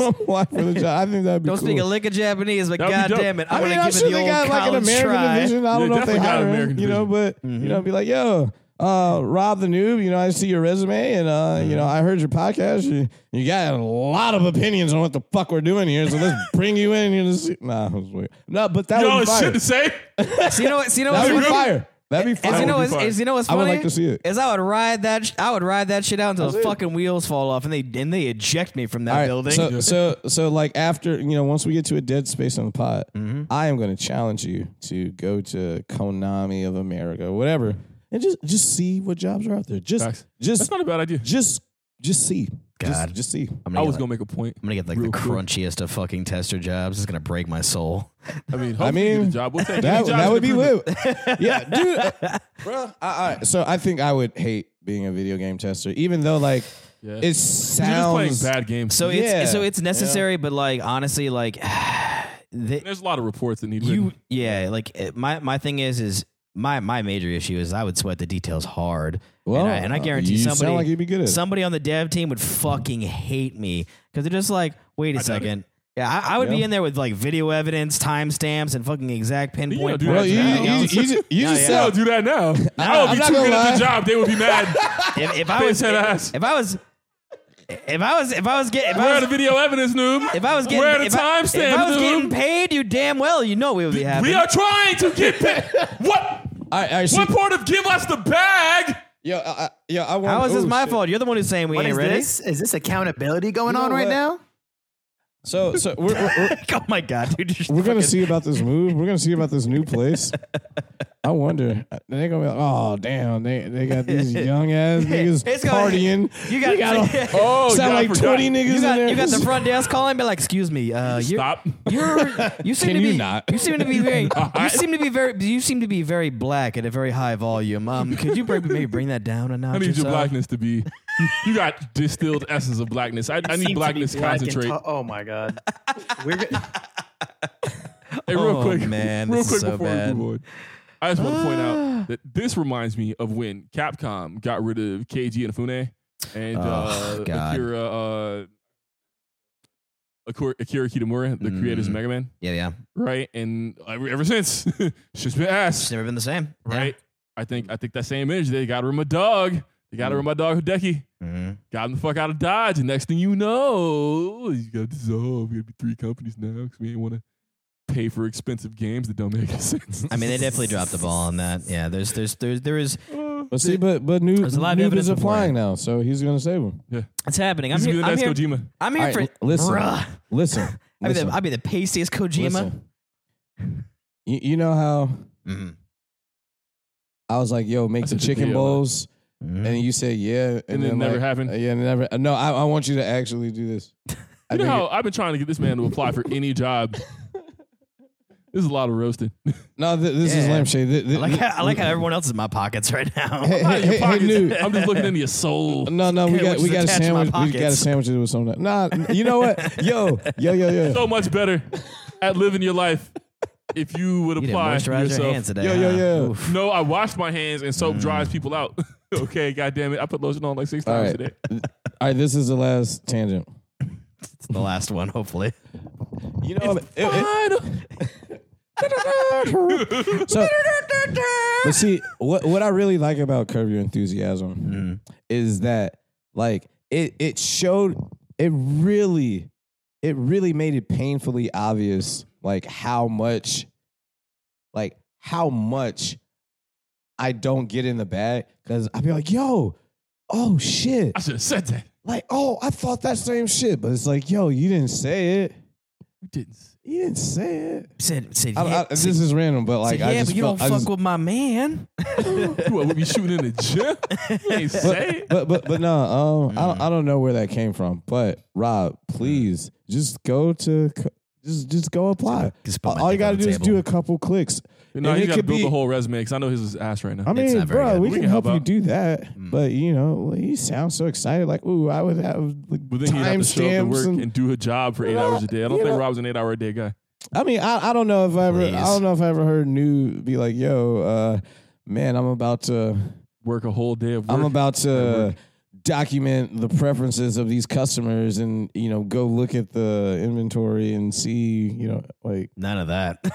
S2: and apply for the job. I think that'd be
S1: Don't
S2: cool.
S1: speak a lick of Japanese, but
S4: That'd be dope.
S1: goddamn it,
S2: I
S1: I'm
S2: mean,
S1: gonna
S2: I'm
S1: give
S2: sure
S1: it the
S2: they
S1: old
S2: got like an
S1: college
S2: American
S1: try. Mm-hmm.
S2: division. I don't
S4: They
S2: know if they
S4: definitely got an
S2: hire
S4: American
S2: him, you know, but you know, be like, yo, uh, Rob the noob, you know, I see your resume and uh, you
S1: Mm-hmm.
S2: know, I heard your podcast. You, you got a lot of opinions on what the fuck we're doing here, so
S1: [LAUGHS]
S2: let's bring you in here to see. Nah, it was weird. No, but that
S4: Y'all
S2: would be
S4: shit
S2: fire.
S4: to say.
S1: So you know what? So you know
S2: That'd be
S1: what's funny?
S2: fire. That'd be
S1: Is
S2: fire.
S1: you know
S4: would
S1: what's,
S4: be fine.
S1: is you know what's
S2: I would
S1: funny?
S2: like to see it.
S1: Is I would ride that sh- I would ride that shit out until the
S2: That's it.
S1: fucking wheels fall off and they and they eject me from that
S2: All right,
S1: building.
S2: So, so, so, like after you know, once we get to a dead space on the pot,
S1: Mm-hmm.
S2: I am going to challenge you to go to Konami of America, whatever, and just just see what jobs are out there. Just,
S4: Facts. That's
S2: just,
S4: not a bad idea.
S2: just, just see.
S1: God.
S2: Just, just see.
S1: I'm
S4: I
S1: gonna,
S4: was
S1: get, like,
S4: gonna make a point.
S1: I'm gonna get like
S4: Real
S1: the
S4: quick.
S1: crunchiest of fucking tester jobs. It's gonna break my soul.
S4: I mean, hopefully you
S2: mean,
S4: get a job. We'll take any
S2: That,
S4: job
S2: that
S4: in
S2: would be
S4: recruitment.
S2: lit.
S4: [LAUGHS]
S2: yeah, dude. uh, bruh, I- all right. So I think I would hate being a video game tester, even though like
S4: Yeah.
S2: it
S4: You're just playing
S2: sounds.
S4: bad games.
S1: So
S2: Yeah.
S1: it's so it's necessary, but like honestly, like [SIGHS] the,
S4: There's a lot of reports that need
S1: you
S4: written.
S1: yeah, like it- my my thing is is my my major issue is I would sweat the details hard.
S2: Well,
S1: and I, and I guarantee
S2: you
S1: somebody
S2: sound like you'd be good at it.
S1: somebody on the dev team would fucking hate me because they're just like, wait a
S4: I doubt
S1: second. Yeah, I, I would be
S2: Yeah.
S1: in there with like video evidence, timestamps, and fucking exact pinpoint.
S4: do
S2: Bro,
S1: points
S2: you,
S1: and
S2: you,
S4: that
S1: everything
S2: you,
S1: else.
S2: you,
S4: [LAUGHS]
S2: ju- you
S1: No,
S2: just
S1: yeah.
S2: sound
S4: I'll do that now. I'll
S2: I'm
S4: be
S2: not
S4: too
S2: gonna
S4: good at
S2: lie.
S4: the job. They would be mad.
S1: if, if I
S4: They
S1: was,
S4: said ass.
S1: if I was, if I was, if I was getting, if I
S4: Where are the
S1: was,
S4: video evidence, noob?
S1: if I was getting,
S4: Where are the
S1: if I, if
S4: timestamps,
S1: I was getting
S4: noob?
S1: paid, you damn well, you know we would be happy.
S4: We are trying to get paid. what?
S2: All right, all right, see-
S4: What part of give us the bag?
S2: Yo, I, I- yo, I want.
S1: How is this
S2: oh,
S1: my
S2: shit.
S1: fault? You're the one who's saying we
S3: What
S1: ain't
S3: is
S1: ready.
S3: this? Is this accountability going
S2: You know
S3: on right
S2: what?
S3: now? [LAUGHS]
S2: So, so we're we're, we're,
S1: oh my god, dude! you're
S2: we're gonna
S1: fucking-
S2: see about this move. We're gonna see about this new
S1: [LAUGHS]
S2: place. I wonder. They gonna be like, oh damn, they they got
S1: [LAUGHS]
S2: these young ass niggas
S1: It's gonna-
S2: partying.
S1: [LAUGHS] You got,
S2: We got
S1: you
S2: a- [LAUGHS]
S4: Oh,
S2: sound
S4: yeah, I
S2: like
S4: forgot.
S2: twenty niggas in
S1: got,
S2: there.
S1: you got the front desk calling, be like, "Excuse me, uh, you
S4: Stop.
S1: You're
S2: [LAUGHS]
S1: you seem
S2: Can
S1: to be
S2: you not?
S1: you seem to
S2: [LAUGHS]
S1: be very you
S4: not.
S1: seem to be very you seem to be very black at a very high volume. Um, could you bring, maybe bring
S2: [LAUGHS]
S1: that down a notch?
S4: I
S1: or
S4: need your
S1: so?
S4: blackness to be. You got distilled essence of blackness. I, I
S3: Seems to
S4: need
S3: be
S4: blackness to
S3: black and
S4: concentrate.
S3: to- oh my
S1: [LAUGHS]
S3: god. We're g-
S4: Hey, real
S1: Oh,
S4: quick,
S1: man,
S4: real
S1: this
S4: quick
S1: is so
S4: before
S1: bad. Ah.
S4: we move on, I just want to point out that this reminds me of when Capcom got rid of KG and Fune and
S1: Oh,
S4: uh,
S1: God.
S4: Akira, uh, Akira, Akira Kitamura, the creators of
S1: Mm.
S4: Mega Man,
S1: Yeah, yeah.
S4: right? And ever, ever since, [LAUGHS] shit's been
S1: It's
S4: ass,
S1: never been the same,
S4: right? I think I think that same image. They got rid of my dog. They
S1: Mm.
S4: got rid of my dog Hideki.
S1: Yeah. Mhm.
S4: Got him the fuck out of Dodge. And next thing you know, you got dissolved. We got to be three companies now because we ain't want to pay for expensive games that don't make any sense.
S1: I mean, they
S4: [LAUGHS]
S1: definitely dropped the ball on that. Yeah, there's there's there's there is
S2: But see, but but new
S1: There's a lot of
S2: noob
S1: evidence
S2: is
S1: before
S2: applying now, so he's gonna save him.
S1: it's happening. I'm
S4: He's
S1: here.
S4: gonna
S1: I'm
S4: be the
S1: here,
S4: next Kojima.
S1: I'm here
S2: All
S1: for
S2: right, l- listen.
S1: Bruh.
S2: Listen,
S1: I'll be, the,
S2: listen,
S1: I'll be the pastiest Kojima.
S2: listen. You, you know how
S1: Mhm.
S2: I was like, yo, make
S4: I
S2: the
S4: said the
S2: chicken
S4: video.
S2: bowls.
S1: Mhm.
S2: and you say yeah, and,
S4: And it
S2: then
S4: never
S2: like,
S4: happened?
S2: uh, yeah, never. uh, No, I, I want you to actually do
S1: [LAUGHS]
S2: this. I
S4: You know
S2: think
S4: how
S2: it-
S4: I've been trying to get this man to apply for any job. This is a lot of roasting. [LAUGHS]
S2: no, th- this is
S1: Yeah.
S2: lampshade. Th- th-
S1: I [LAUGHS] like how, I like how everyone else is in my pockets right
S2: [LAUGHS]
S1: now.
S2: Hey, hey, hey, hey, Newt.
S4: I'm just looking into your
S1: [LAUGHS]
S4: soul.
S2: No, no, we
S1: Yeah,
S2: got
S1: which
S2: we
S1: is
S2: got a
S1: attached to
S2: sandwich.
S1: my
S2: We got a
S1: pockets.
S2: sandwich to do with something. Nah, n- you know what?
S1: [LAUGHS]
S2: Yo, yo, yo, yo, yo,
S4: So much better at living your life if you would
S1: You didn't
S4: apply for
S1: moisturize
S4: yourself.
S1: your hands today. Mm.
S2: yo, yo,
S1: huh?
S2: yo.
S1: Oof.
S4: No, I washed my hands and soap dries people out. [LAUGHS] okay, god damn it. I put lotion on like six
S2: All
S4: times
S2: right,
S4: today.
S2: all right. This is the last tangent.
S1: It's the last one, hopefully.
S2: You know, it- it- [LAUGHS]
S1: [LAUGHS]
S2: so, but see, what what I really like about Curb Your Enthusiasm
S1: Mm-hmm.
S2: is that like it it showed it really it really made it painfully obvious like how much like how much I don't get in the bag because I'd be like, yo, oh shit.
S4: I should have said that.
S2: Like, oh, I thought that same shit, but it's like, yo, you didn't say it.
S4: didn't. say-
S2: You didn't say it.
S1: Said, said,
S2: I,
S1: yeah,
S2: I, this is random, but like
S1: said,
S2: I
S1: yeah
S2: just
S1: but you
S2: felt-
S1: don't
S2: I
S1: fuck
S2: just-
S1: with my man.
S4: What, we be shooting in the gym? You ain't say it.
S2: but but but no, um, I
S1: Mm.
S2: don't I don't know where that came from. But Rob, please just go to c- just just go apply.
S1: Just put my
S2: All you
S1: dick on
S2: gotta
S1: the
S2: do is
S1: table.
S2: do a couple clicks.
S4: No,
S2: And
S4: you
S2: it
S4: gotta
S2: could
S4: build
S2: be-
S4: the whole resume because I know his is ass right now.
S2: I mean,
S1: not very
S2: bro,
S1: good.
S2: we,
S4: We
S2: can,
S4: can
S2: help,
S4: help
S2: you
S4: out.
S2: do that,
S1: Mm.
S2: but you know, well, you sound so excited. Like, ooh, I would have
S4: but then he'd have
S2: time
S4: to show up to
S2: stamps.
S4: work and,
S2: And,
S4: do a job for eight
S2: Well,
S4: hours a day. I don't
S2: you
S4: think
S2: know-
S4: Rob's an eight hour a day guy.
S2: I mean, I, I don't know if I ever, I
S1: Please.
S2: don't know if I ever heard new be like, yo, uh, man, I'm about to,
S4: Work a whole day of work.
S2: I'm about
S4: At work.
S2: to document the preferences of these customers, and you know, go look at the inventory and see, you know, like,
S1: None of [LAUGHS] that.
S2: but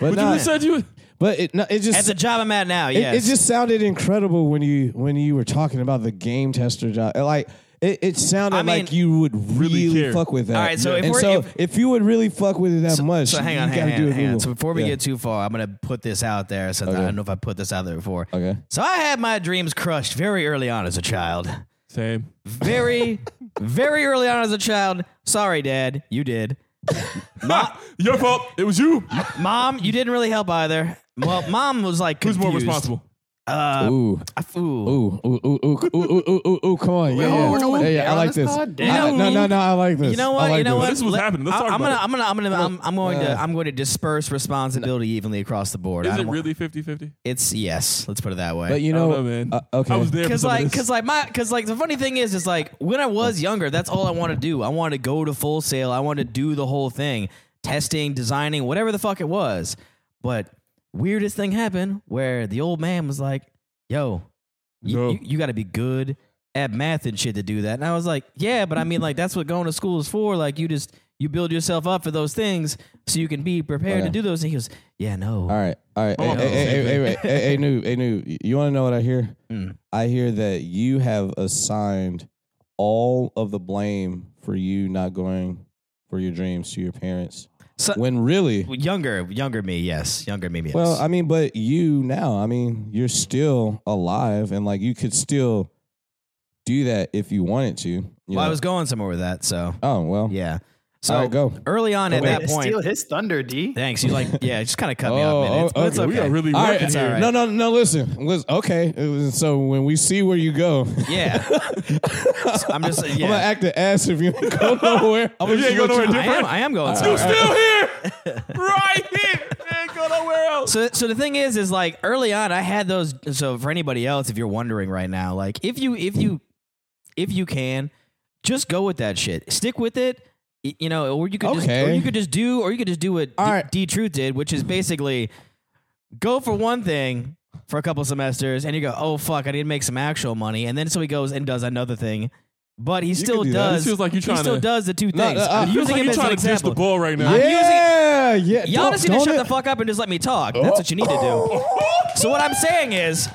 S4: But you
S2: not,
S4: just said you.
S2: but it, no, it just
S1: At the job I'm at now,
S2: It,
S1: yes.
S2: it just sounded incredible when you when you were talking about the game tester job. Like it, it sounded
S1: I mean-
S2: like you would
S4: Really
S2: really,
S4: care.
S2: fuck with that.
S1: All right, so if
S2: and
S1: we're-
S2: so
S1: if-
S2: if, you would really fuck with it that much,
S1: So hang on,
S2: you
S1: hang on,
S2: gotta do a
S1: hang on, hang on.
S2: Google.
S1: So before we
S2: Yeah.
S1: get too far, I'm gonna put this out there since I don't know if I put this out there before.
S2: okay,
S1: So I had my dreams crushed very early on as a child.
S4: Same.
S1: Very, [LAUGHS] very early on as a child. Sorry, Dad, you did. Ma-
S4: Your fault. It was you.
S1: Mom, you didn't really help either. Well, Mom was like,
S4: Who's
S1: confused.
S4: more responsible?
S1: Uh,
S2: ooh.
S1: I, ooh.
S2: Ooh, ooh, ooh, ooh, ooh, ooh, ooh, ooh, ooh, come on. Yeah, yeah.
S3: we're going
S2: yeah, yeah,
S3: down
S2: I like
S3: this
S2: this.
S3: pod?
S2: I, no, no, no, I like this.
S1: You know
S2: I
S1: what?
S2: like
S1: you know
S2: this.
S1: what?
S4: This is what's
S1: Let-
S4: happening. Let's
S1: I-
S4: talk
S1: I'm
S4: about
S1: gonna, I'm gonna, I'm gonna, I'm, I'm going to, I'm going to disperse responsibility evenly across the board. I
S4: Is it
S1: don't-
S4: really 50 50?
S1: It's yes. Let's put it that way.
S2: But you
S4: I don't
S2: know,
S4: know, man.
S2: uh, okay.
S4: I was there for
S1: Cause
S4: some of
S1: like,
S4: this.
S1: cause like my, cause like the funny thing is, is like when I was younger, that's all I wanted to do. I wanted to go to full sale. I wanted to do the whole thing, testing, designing, whatever the fuck it was. But weirdest thing happened where the old man was like, "Yo, you,
S4: No.
S1: you, got to be good at math and shit to do that." And I was like, "Yeah, but I mean, like that's what going to school is for. Like you just you build yourself up for those things so you can be prepared to
S2: Okay.
S1: do those." And he goes, "Yeah, no,
S2: All right, all right. Hey,
S4: Oh,
S2: hey, hey, hey, wait, hey, hey, new, hey, new. You want to know what I hear?
S1: Mm.
S2: I hear that you have assigned all of the blame for you not going for your dreams to your parents.
S1: So-
S2: when really,
S1: younger, younger me, yes, younger me, yes."
S2: well, I mean, but you now, I mean, you're still alive, and like you could still do that if you wanted to. you
S1: well, I
S2: know.
S1: was going somewhere with that, so.
S2: Oh well.
S1: Yeah. So
S2: All right, go.
S1: early on at
S2: Wait,
S1: that point,
S3: steal his thunder, D.
S1: thanks. You like, yeah, just kind of cut me
S2: Oh,
S1: off, man. It's,
S2: oh,
S1: but it's
S2: okay.
S1: okay.
S4: We are really
S2: All right,
S4: working
S1: it's all
S4: here.
S1: right.
S2: No, no, no. Listen, listen. Okay. It was- So when we see where you go,
S1: yeah.
S2: [LAUGHS]
S1: I'm just, yeah.
S2: I'm gonna act the ass if you [LAUGHS] ain't go nowhere. I'm
S4: You ain't go nowhere,
S1: I am, I am going
S4: You
S1: somewhere.
S4: still here,
S1: [LAUGHS]
S4: right here. You ain't go nowhere else.
S1: So, so the thing is, is like early on, I had those. So for anybody else, if you're wondering right now, like if you, if you, if you can, just go with that shit. Stick with it. y- You know, or you could just, or
S2: Okay.
S1: you could just do, or you could just do what
S2: All
S1: D,
S2: right.
S1: D Truth did, which is basically go for one thing for a couple semesters, and you go, oh fuck, I need to make some actual money, and then so he goes and does another thing, but he still
S2: do that.
S1: does.
S4: This feels like you're
S1: he
S4: trying
S1: still
S4: to-
S1: does the two
S2: No,
S1: things.
S2: uh, uh,
S1: I'm
S2: it
S4: Feels
S1: using
S4: like
S1: him
S4: you're
S1: as an
S4: trying to ditch the
S1: example.
S4: ball right now.
S1: I'm using-
S2: yeah, yeah.
S1: Y'all
S2: Don't-
S1: just need to
S2: don't e-
S1: shut
S2: it-
S1: the fuck up and just let me talk.
S4: Oh.
S1: That's what you need to do. So what I'm saying is,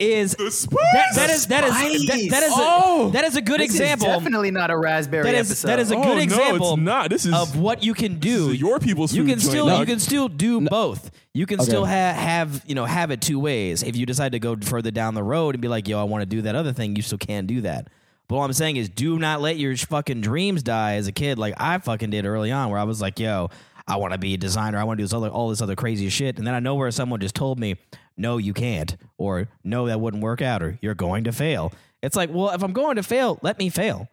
S1: is that, that is that is that, that is a,
S4: Oh.
S1: that is a good
S3: This is
S1: example.
S3: definitely not a raspberry
S1: That is
S3: episode.
S1: that is a
S4: Oh,
S1: good
S4: no,
S1: example
S4: it's not. This is-
S1: of what you can
S4: This
S1: do.
S4: is your people's
S1: you
S4: food
S1: can
S4: joint,
S1: still you
S4: dog.
S1: can still do both. You can still have have you know have it two ways. If you decide to go further down the road and be like, yo, I want to do that other thing, you still can do that. But all I'm saying is, do not let your fucking dreams die as a kid, like I fucking did early on, where I was like, yo, I want to be a designer, I want to do this other all this other crazy shit, and then I know where someone just told me, no, you can't, or no, that wouldn't work out, or you're going to fail. It's like, well, if I'm going to fail, let me fail.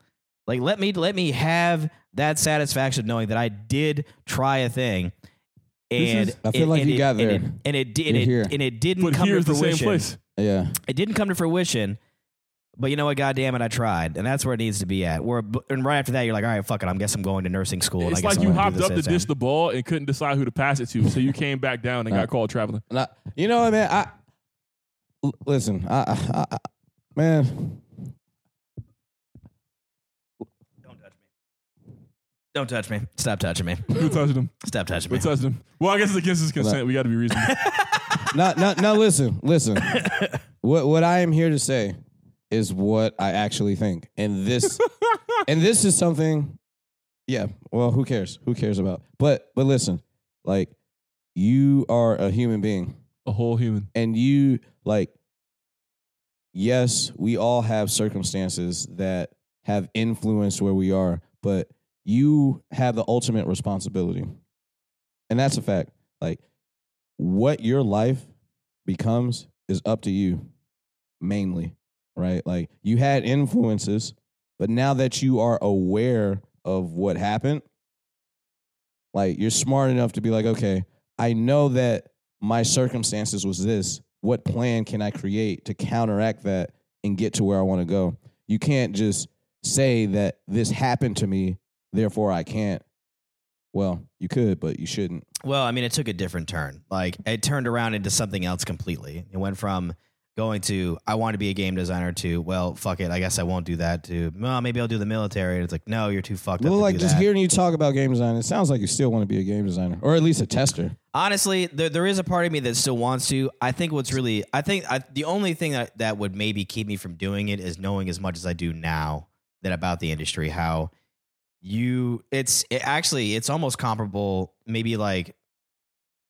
S1: Like let me let me have that satisfaction of knowing that I did try a thing. And
S2: is- I feel like
S1: and
S2: you got
S1: and
S2: there.
S1: it- And it did. And
S2: You're here.
S1: it, and it didn't
S4: But
S1: come to
S4: here's the
S1: fruition.
S4: same place.
S2: Yeah.
S1: It didn't come to fruition. But you know what? God damn it, I tried, and that's where it needs to be at. Where and right after that, you're like, all right, fuck it, I'm guess I'm going to nursing school. and I
S4: It's
S1: guess
S4: like
S1: I'm
S4: you
S1: gonna do
S4: hopped
S1: this
S4: up to
S1: other thing.
S4: dish the ball and couldn't decide who to pass it to, so you came back down and got called traveling. [LAUGHS]
S2: And I- you know what, man? I l- listen. I, I, I man.
S1: Don't touch me. Don't touch me. Stop touching me.
S4: Who touched him?
S1: Stop touching [LAUGHS]
S4: Who
S1: me.
S4: touched him? Well, I guess it's against his consent. We got to be reasonable.
S1: [LAUGHS]
S2: Now, now, now, listen, listen. What what I am here to say is what I actually think, and
S1: [LAUGHS]
S2: this and this is something. Yeah. Well, who cares? Who cares about? But but listen, like you are a human being.
S4: A whole human.
S2: and you like yes we all have circumstances that have influenced where we are but you have the ultimate responsibility. And that's a fact. Like what your life becomes is up to you mainly, right? Like you had influences, but now that you are aware of what happened, like you're smart enough to be like, okay, I know that my circumstances was this. What plan can I create to counteract that and get to where I want to go? You can't just say that this happened to me, therefore I can't. Well, you could, but you shouldn't.
S1: Well, I mean, it took a different turn. Like it turned around into something else completely. It went from going to I want to be a game designer to well, fuck it, I guess I won't do that. To well, maybe I'll do the military. And it's like, no, you're too fucked up.
S2: Well,
S1: to
S2: like
S1: do
S2: just
S1: that.
S2: hearing you talk about game design, it sounds like you still want to be a game designer or at least a tester.
S1: Honestly, there, there is a part of me that still wants to. I think what's really, I think I, the only thing that, that would maybe keep me from doing it is knowing as much as I do now that about the industry, how you, it's it actually, it's almost comparable, maybe like,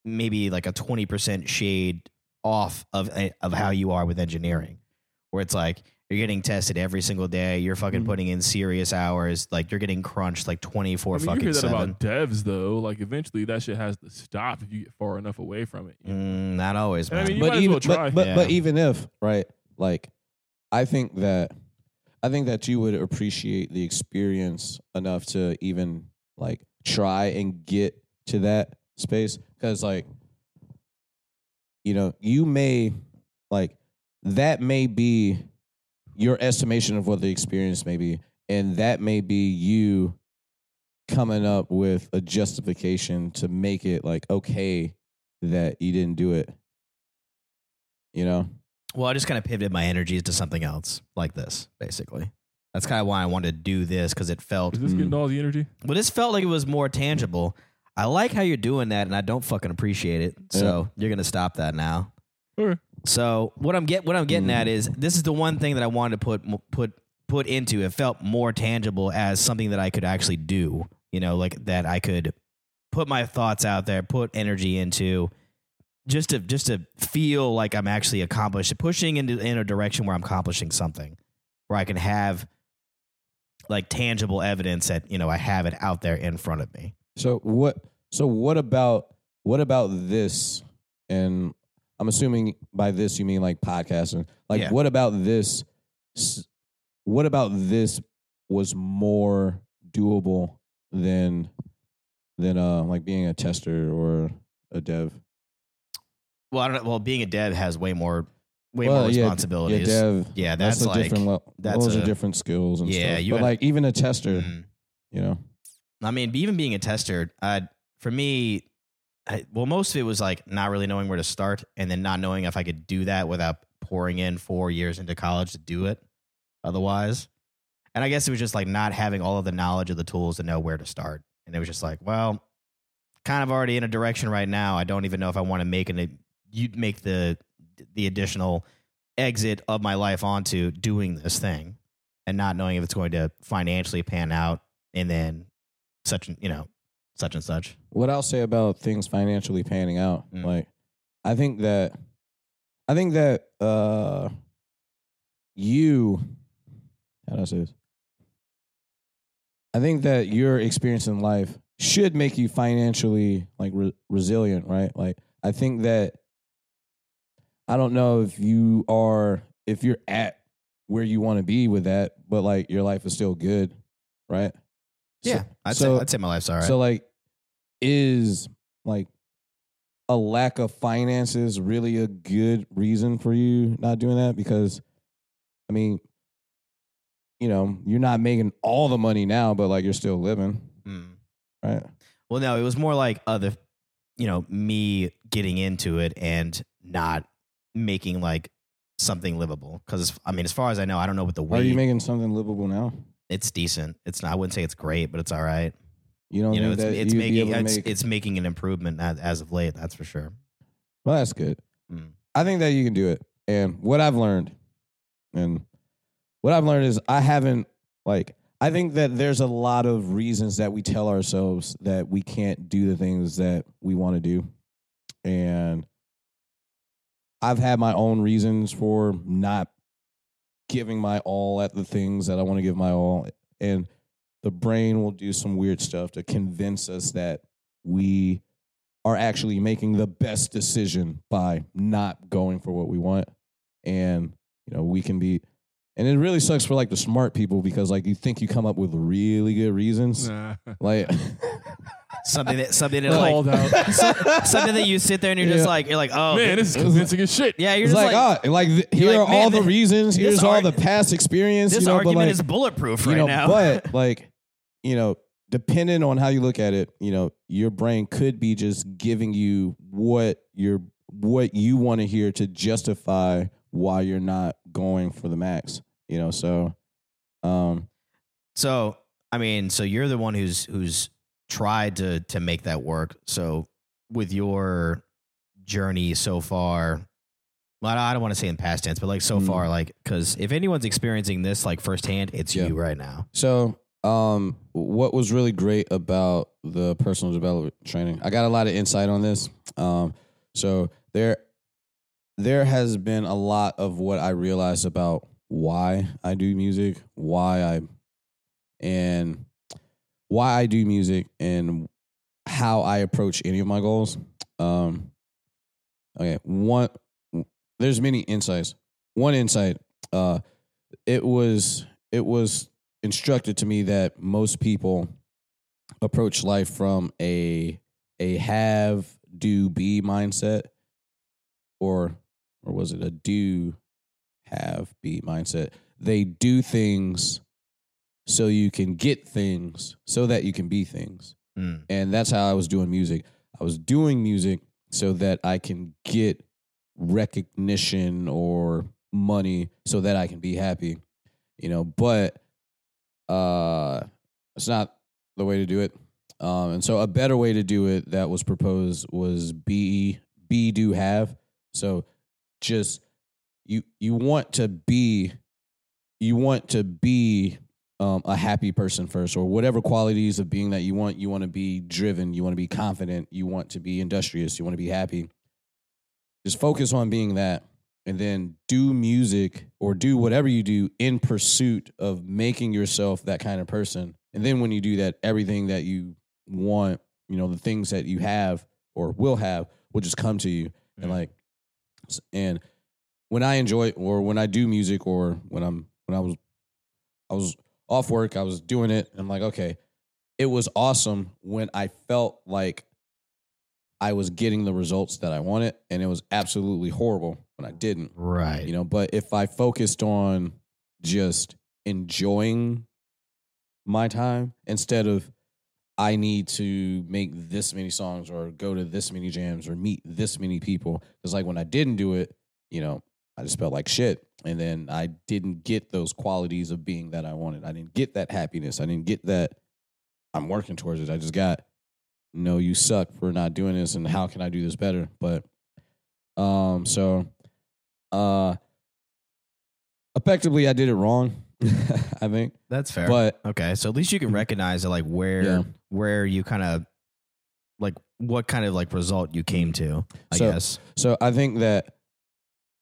S1: maybe like a 20% shade off of, eh, of how you are with engineering, where it's like, you're getting tested every single day. You're fucking
S4: Mm-hmm.
S2: Mhm.
S1: putting in serious hours. Like you're getting crunched like 24
S4: I mean, you
S1: fucking
S4: hear that
S1: seven.
S4: about devs though. Like eventually, that shit has to stop if you get far enough away from it. you know?
S1: Mm, not always,
S4: And I
S1: man.
S4: mean, You
S2: but
S4: might as
S2: even
S4: well try.
S2: but but, but
S1: Yeah.
S2: even if right, like I think that I think that you would appreciate the experience enough to even like try and get to that space because like you know you may like that may be your estimation of what the experience may be and that may be you coming up with a justification to make it like okay that you didn't do it you know
S1: Well, I just kind of pivoted my energies to something else, like this, basically. That's kind of why I wanted to do this because it felt,
S4: Is this getting all the energy?
S1: but this felt like it was more tangible. I like how you're doing that, and I don't fucking appreciate it. So you're gonna stop that now.
S4: Okay.
S1: So what I'm get what I'm getting
S2: Mhm.
S1: at is this is the one thing that I wanted to put mo- put put into. It felt more tangible as something that I could actually do. You know, like that I could put my thoughts out there, put energy into, just to just to feel like I'm actually accomplished, pushing into in a direction where I'm accomplishing something, where I can have like tangible evidence that you know I have it out there in front of me.
S2: So what? So what about what about this? And I'm assuming by this you mean like podcasting. Like
S1: Yeah.
S2: what about this? s- What about this was more doable than than uh like being a tester or a dev?
S1: Well, I don't. know- Well, being a dev has way more way
S2: Well,
S1: more
S2: yeah, yeah, Yeah,
S1: responsibilities.
S2: dev.
S1: Yeah,
S2: That's,
S1: that's,
S2: a
S1: like
S2: different level.
S1: that's
S2: Those
S1: a-
S2: are different skills and
S1: Yeah,
S2: stuff.
S1: you
S2: but
S1: gotta-
S2: like even a tester,
S1: Mhm.
S2: you know.
S1: I mean, even being a tester, uh, for me, I, well, most of it was like not really knowing where to start, and then not knowing if I could do that without pouring in four years into college to do it. Otherwise, and I guess it was just like not having all of the knowledge of the tools to know where to start, and it was just like, well, kind of already in a direction right now. I don't even know if I want to make an you make the the additional exit of my life onto doing this thing, and not knowing if it's going to financially pan out, and then such and you know such and such.
S2: what I'll say about things financially panning out,
S1: Mm.
S2: like I think that I think that uh you how do I say this? I think that your experience in life should make you financially like re- resilient, right? Like I think that I don't know if you are if you're at where you want to be with that, but like your life is still good, right?
S1: Yeah, I'd
S2: so-
S1: say I'd say my life's all right.
S2: So like is like a lack of finances really a good reason for you not doing that because I mean you know, you're not making all the money now but like you're still living,
S1: Mm.
S2: right?
S1: Well, no, it was more like other, you know, me getting into it and not making like something livable. Because I mean, as far as I know, I don't know what the
S2: Are you
S1: weight.
S2: making something livable now?
S1: it's decent. It's not. I wouldn't say it's great, but it's all right.
S2: You don't
S1: You know,
S2: think
S1: it's,
S2: that
S1: it's
S2: you'd be
S1: making
S2: able to
S1: it's,
S2: make
S1: it's making an improvement as, as of late. That's for sure.
S2: Well, that's good.
S1: Mm.
S2: I think that you can do it. And what I've learned, and what I've learned is I haven't, like, I think that there's a lot of reasons that we tell ourselves that we can't do the things that we want to do. And I've had my own reasons for not giving my all at the things that I want to give my all. And the brain will do some weird stuff to convince us that we are actually making the best decision by not going for what we want. And, you know, we can be, and it really sucks for like the smart people because like you think you come up with really good reasons.
S4: Nah.
S1: [LAUGHS]
S2: Like,
S1: [LAUGHS] Something that something that like
S4: [LAUGHS] Called
S2: [LAUGHS]
S4: out.
S1: something that you sit there and you're just
S2: Yeah.
S1: like you're like [LAUGHS] oh
S4: Man, this is convincing as shit.
S1: yeah you're
S2: It's
S1: just
S2: like,
S1: like,
S2: ah, like th- here
S1: like,
S2: are all
S1: man,
S2: the
S1: thi-
S2: reasons.
S1: this
S2: Here's all
S1: arg-
S2: the past experience.
S1: this
S2: you know, but,
S1: argument
S2: like,
S1: is bulletproof
S2: you
S1: right
S2: know,
S1: now
S2: But like, you know, depending on how you look at it, you know, your brain could be just giving you what your what you want to hear to justify why you're not going for the max. You know, so um
S1: so I mean so you're the one who's who's tried to to make that work so with your journey so far well, I don't want to say in past tense but like so
S2: Mm.
S1: far like because if anyone's experiencing this like firsthand it's
S2: Yeah.
S1: you right now
S2: So, um, what was really great about the personal development training? I got a lot of insight on this. Um, so there, there has been a lot of what I realized about why I do music, why I, and why I do music, and how I approach any of my goals. Um, okay, one. There's many insights. One insight. Uh, it was it was instructed to me that most people approach life from a a have do be mindset or or was it a do have be mindset they do things so you can get things so that you can be things
S1: Mm.
S2: and that's how I was doing music. I was doing music so that I can get recognition or money so that I can be happy. You know, but uh it's not the way to do it. Um and so a better way to do it that was proposed was be be do have. So just you you want to be you want to be um, a happy person first, or whatever qualities of being that you want. You want to be driven. You want to be confident. You want to be industrious. You want to be happy. Just focus on being that, and then do music or do whatever you do in pursuit of making yourself that kind of person. And then when you do that, everything that you want, you know, the things that you have or will have, will just come to you. And
S1: Mhm.
S2: like, s- and when I enjoy or when I do music or when I'm when I was I was off work. I was doing it. And I'm like, okay, it was awesome when I felt like I was getting the results that I wanted. And it was absolutely horrible when I didn't,
S1: right
S2: you know. But if I focused on just enjoying my time instead of I need to make this many songs or go to this many jams or meet this many people. Because, like, when I didn't do it, you know, I just felt like shit. And then I didn't get those qualities of being that I wanted. I didn't get that happiness. I didn't get that I'm working towards it. I just got, no, you suck for not doing this. And how can I do this better? But, um, so, uh, effectively, I did it wrong, [LAUGHS] I think.
S1: that's fair
S2: But Mm.
S1: Okay, so at least you can recognize that, like where
S2: Yeah.
S1: where you kind of like what kind of like result you came to. I
S2: So-
S1: guess.
S2: So I think that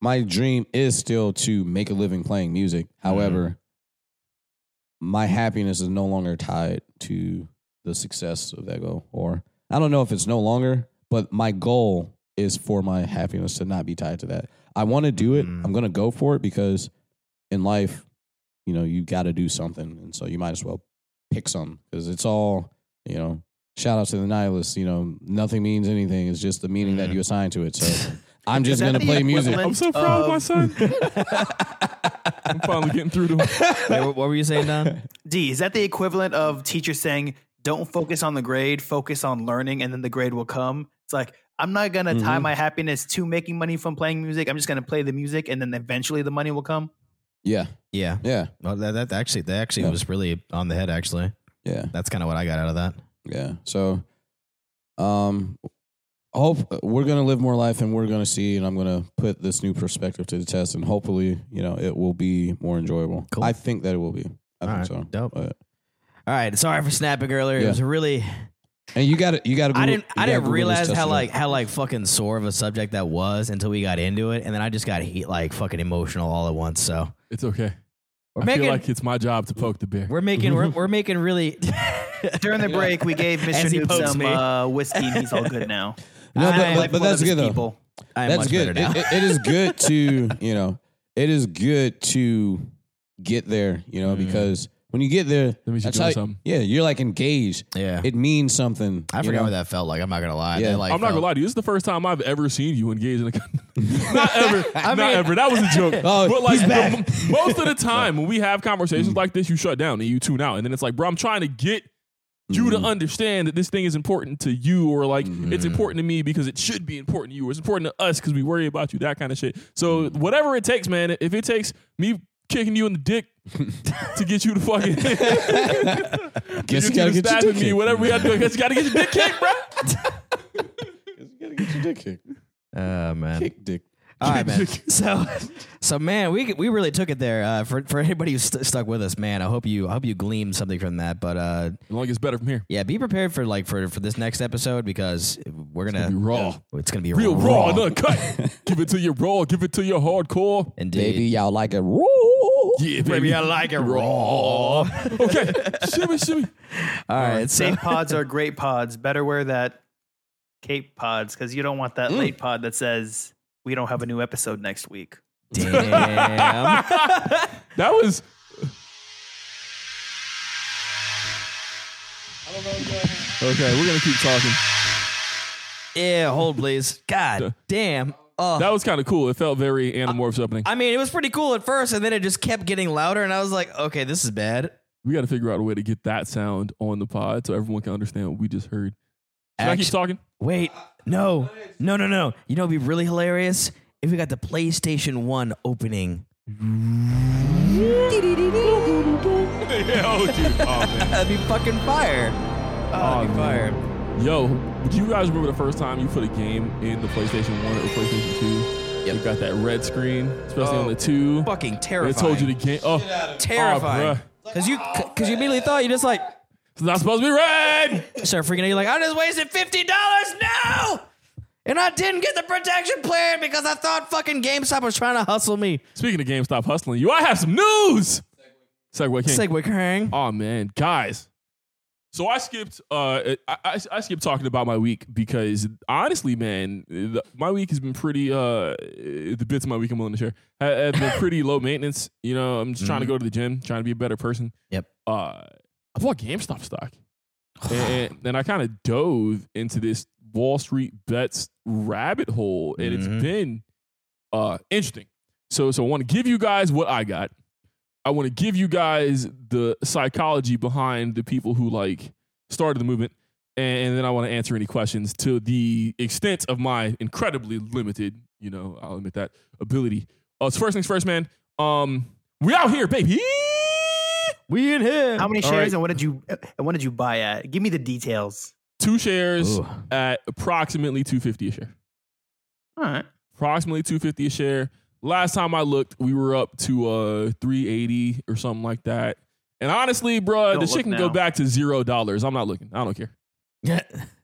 S2: my dream is still to make a living playing music. However, my happiness is no longer tied to the success of that goal. Or I don't know if it's no longer, but my goal is for my happiness to not be tied to that. I want to do it.
S1: Mhm.
S2: I'm going to go for it because in life, you know, you got to do something. And so you might as well pick some because it's all, you know, shout out to the nihilists. You know, nothing means anything. It's just the meaning that you assign to it. So I'm just
S3: Is that
S2: going to
S3: the
S2: play music.
S3: equivalent
S4: I'm so proud of
S1: Um,
S3: of-
S4: my son.
S1: [LAUGHS]
S4: I'm finally getting
S2: [LAUGHS]
S4: through to him.
S1: Wait, what what were you saying, Don?
S3: D, is that the equivalent of teachers saying, don't focus on the grade, focus on learning, and then the grade will come? It's like, I'm not going to tie
S2: Mhm.
S3: my happiness to making money from playing music. I'm just going to play the music, and then eventually the money will come.
S2: Yeah.
S1: yeah,
S2: Yeah.
S1: well, that, that actually that actually
S2: Yeah.
S1: was really on the head. Actually,
S2: Yeah.
S1: that's kind of what I got out of that.
S2: Yeah. So, um, hope we're gonna live more life, and we're gonna see, and I'm gonna put this new perspective to the test, and hopefully, you know, it will be more enjoyable.
S1: Cool.
S2: I think that it will be. I
S1: All
S2: think
S1: right,
S2: so.
S1: dope.
S2: But-
S1: All right, sorry for snapping earlier. It
S2: Yeah.
S1: was really
S2: and you got to you got to.
S1: I didn't I didn't realize how like how like fucking sore of a subject that was until we got into it, and then I just got heat like fucking emotional all at once. So
S4: It's okay.
S1: We're
S4: I
S1: making
S4: feel like it's my job to poke the bear.
S1: we're making we're, we're making really. [LAUGHS]
S3: During the break, we gave Mr.
S1: As he
S3: Noob
S1: pokes
S3: some
S1: me.
S3: uh, whiskey and he's all good now.
S2: No,
S1: I
S2: but, but, but
S1: like
S3: one of
S2: that's
S3: his
S2: good though.
S3: people.
S1: I'm
S2: That's
S1: much
S2: good.
S1: better now.
S2: It- it- it is good to you know. It is good to get there. You know because when you get there,
S4: That means you're
S2: that's
S4: doing
S2: how-
S4: something.
S2: Yeah, you're like engaged.
S1: yeah,
S2: It means something.
S1: I
S2: you
S1: forgot
S2: know?
S1: what that felt like. I'm not gonna lie.
S2: Yeah.
S1: That, like,
S4: I'm not gonna
S1: felt-
S4: lie to you. This is the first time I've ever seen you engage in a. con- [LAUGHS] not ever. not
S1: mean-
S4: ever. That was a joke. [LAUGHS]
S2: Oh,
S4: but like
S2: he's
S4: the-
S2: back.
S4: most of the time when we have conversations like this, you shut down and you tune out, and then it's like, bro, I'm trying to get you to understand that this thing is important to you, or like it's important to me because it should be important to you, or it's important to us because we worry about you. That kind of shit. So whatever it takes, man. If it takes me kicking you in the [LAUGHS] dick to get you to [LAUGHS] fucking
S2: Guess you gotta
S4: to
S2: get your
S4: stabbing
S2: dick
S4: me,
S2: kicked.
S4: whatever we gotta do, I guess you gotta get your dick kicked, bro.
S2: You gotta [LAUGHS] get your dick kicked.
S1: Oh man.
S2: Kick dick.
S1: All
S2: [LAUGHS]
S1: right, man. So, so man, we we really took it there. Uh, for for anybody who's st- stuck with us, man, I hope you I hope you gleaned something from that. But uh,
S4: As long as it's better from here.
S1: yeah, be prepared for like for for this next episode because we're gonna, Oh,
S4: It's gonna be raw.
S1: It's gonna be
S4: Real raw,
S1: raw.
S4: and uncut. [LAUGHS] give it to your raw. Give it to your hardcore.
S1: Indeed.
S2: y'all like it raw.
S4: Yeah, baby, I like it raw. [LAUGHS] okay, shimmy, shimmy.
S1: All right. So, [LAUGHS]
S3: Safe pods are great pods. Better wear that cape pods because you don't want that late pod that says we don't have a new episode next week.
S1: damn.
S4: [LAUGHS] That was. Okay, we're gonna keep talking.
S1: yeah. Hold, please. God damn. Oh.
S4: That was kind of cool. It felt very Animorphs opening.
S1: I mean, it was pretty cool at first, and then it just kept getting louder, and I was like, okay, this is bad.
S4: We got to figure out a way to get that sound on the pod so everyone can understand what we just heard. Should I keep
S1: Actu-
S4: talking?
S1: Wait, no, no, no, no. You know, it'd be really hilarious if we got the PlayStation One opening.
S4: yeah, oh, dude. Oh, man.
S1: [LAUGHS] That'd be fucking fire. Oh, that'd be fire.
S4: Yo, do you guys remember the first time you put a game in the PlayStation 1 or PlayStation 2?
S1: Yep. Oh,
S4: You got that red screen, especially on the 2.
S1: Fucking
S4: They
S1: terrifying.
S4: told you the game. Oh, Oh,
S1: terrifying. Because you, because you immediately thought you just like
S4: it's not supposed to be red.
S1: start freaking out. You're like, I just wasted fifty dollars now, and I didn't get the protection plan because I thought fucking GameStop was trying to hustle me.
S4: Speaking of GameStop hustling you, I have some news. Segway King.
S1: Segway Kang.
S4: Oh man, guys. So I skipped. Uh, I, I, I skipped talking about my week because honestly, man, the, my week has been pretty. Uh, the bits of my week I'm willing to share ha- have been
S1: [LAUGHS]
S4: pretty low maintenance. You know, I'm just trying
S1: Mm-hmm.
S4: to go to the gym, trying to be a better person.
S1: Yep.
S4: Uh, I bought GameStop stock, and, and, and I kind of dove into this Wall Street bets rabbit hole, and
S1: Mhm.
S4: it's been uh interesting. So, so I want to give you guys what I got. I want to give you guys the psychology behind the people who like started the movement, and, and then I want to answer any questions to the extent of my incredibly limited, you know, I'll admit that ability. Uh, so first things first, man. Um, we out here, baby.
S1: We in here.
S3: How many
S4: All
S3: shares
S4: right.
S3: and what did you and what did you buy at? Give me the details.
S4: Two shares
S1: Ooh.
S4: at approximately two fifty a share.
S3: All right.
S4: Approximately two fifty a share. Last time I looked, we were up to uh three eighty or something like that. And honestly, bruh,
S3: Don't
S4: the shit
S3: look
S4: can go
S3: now.
S4: back to zero dollars. I'm not looking. I don't care.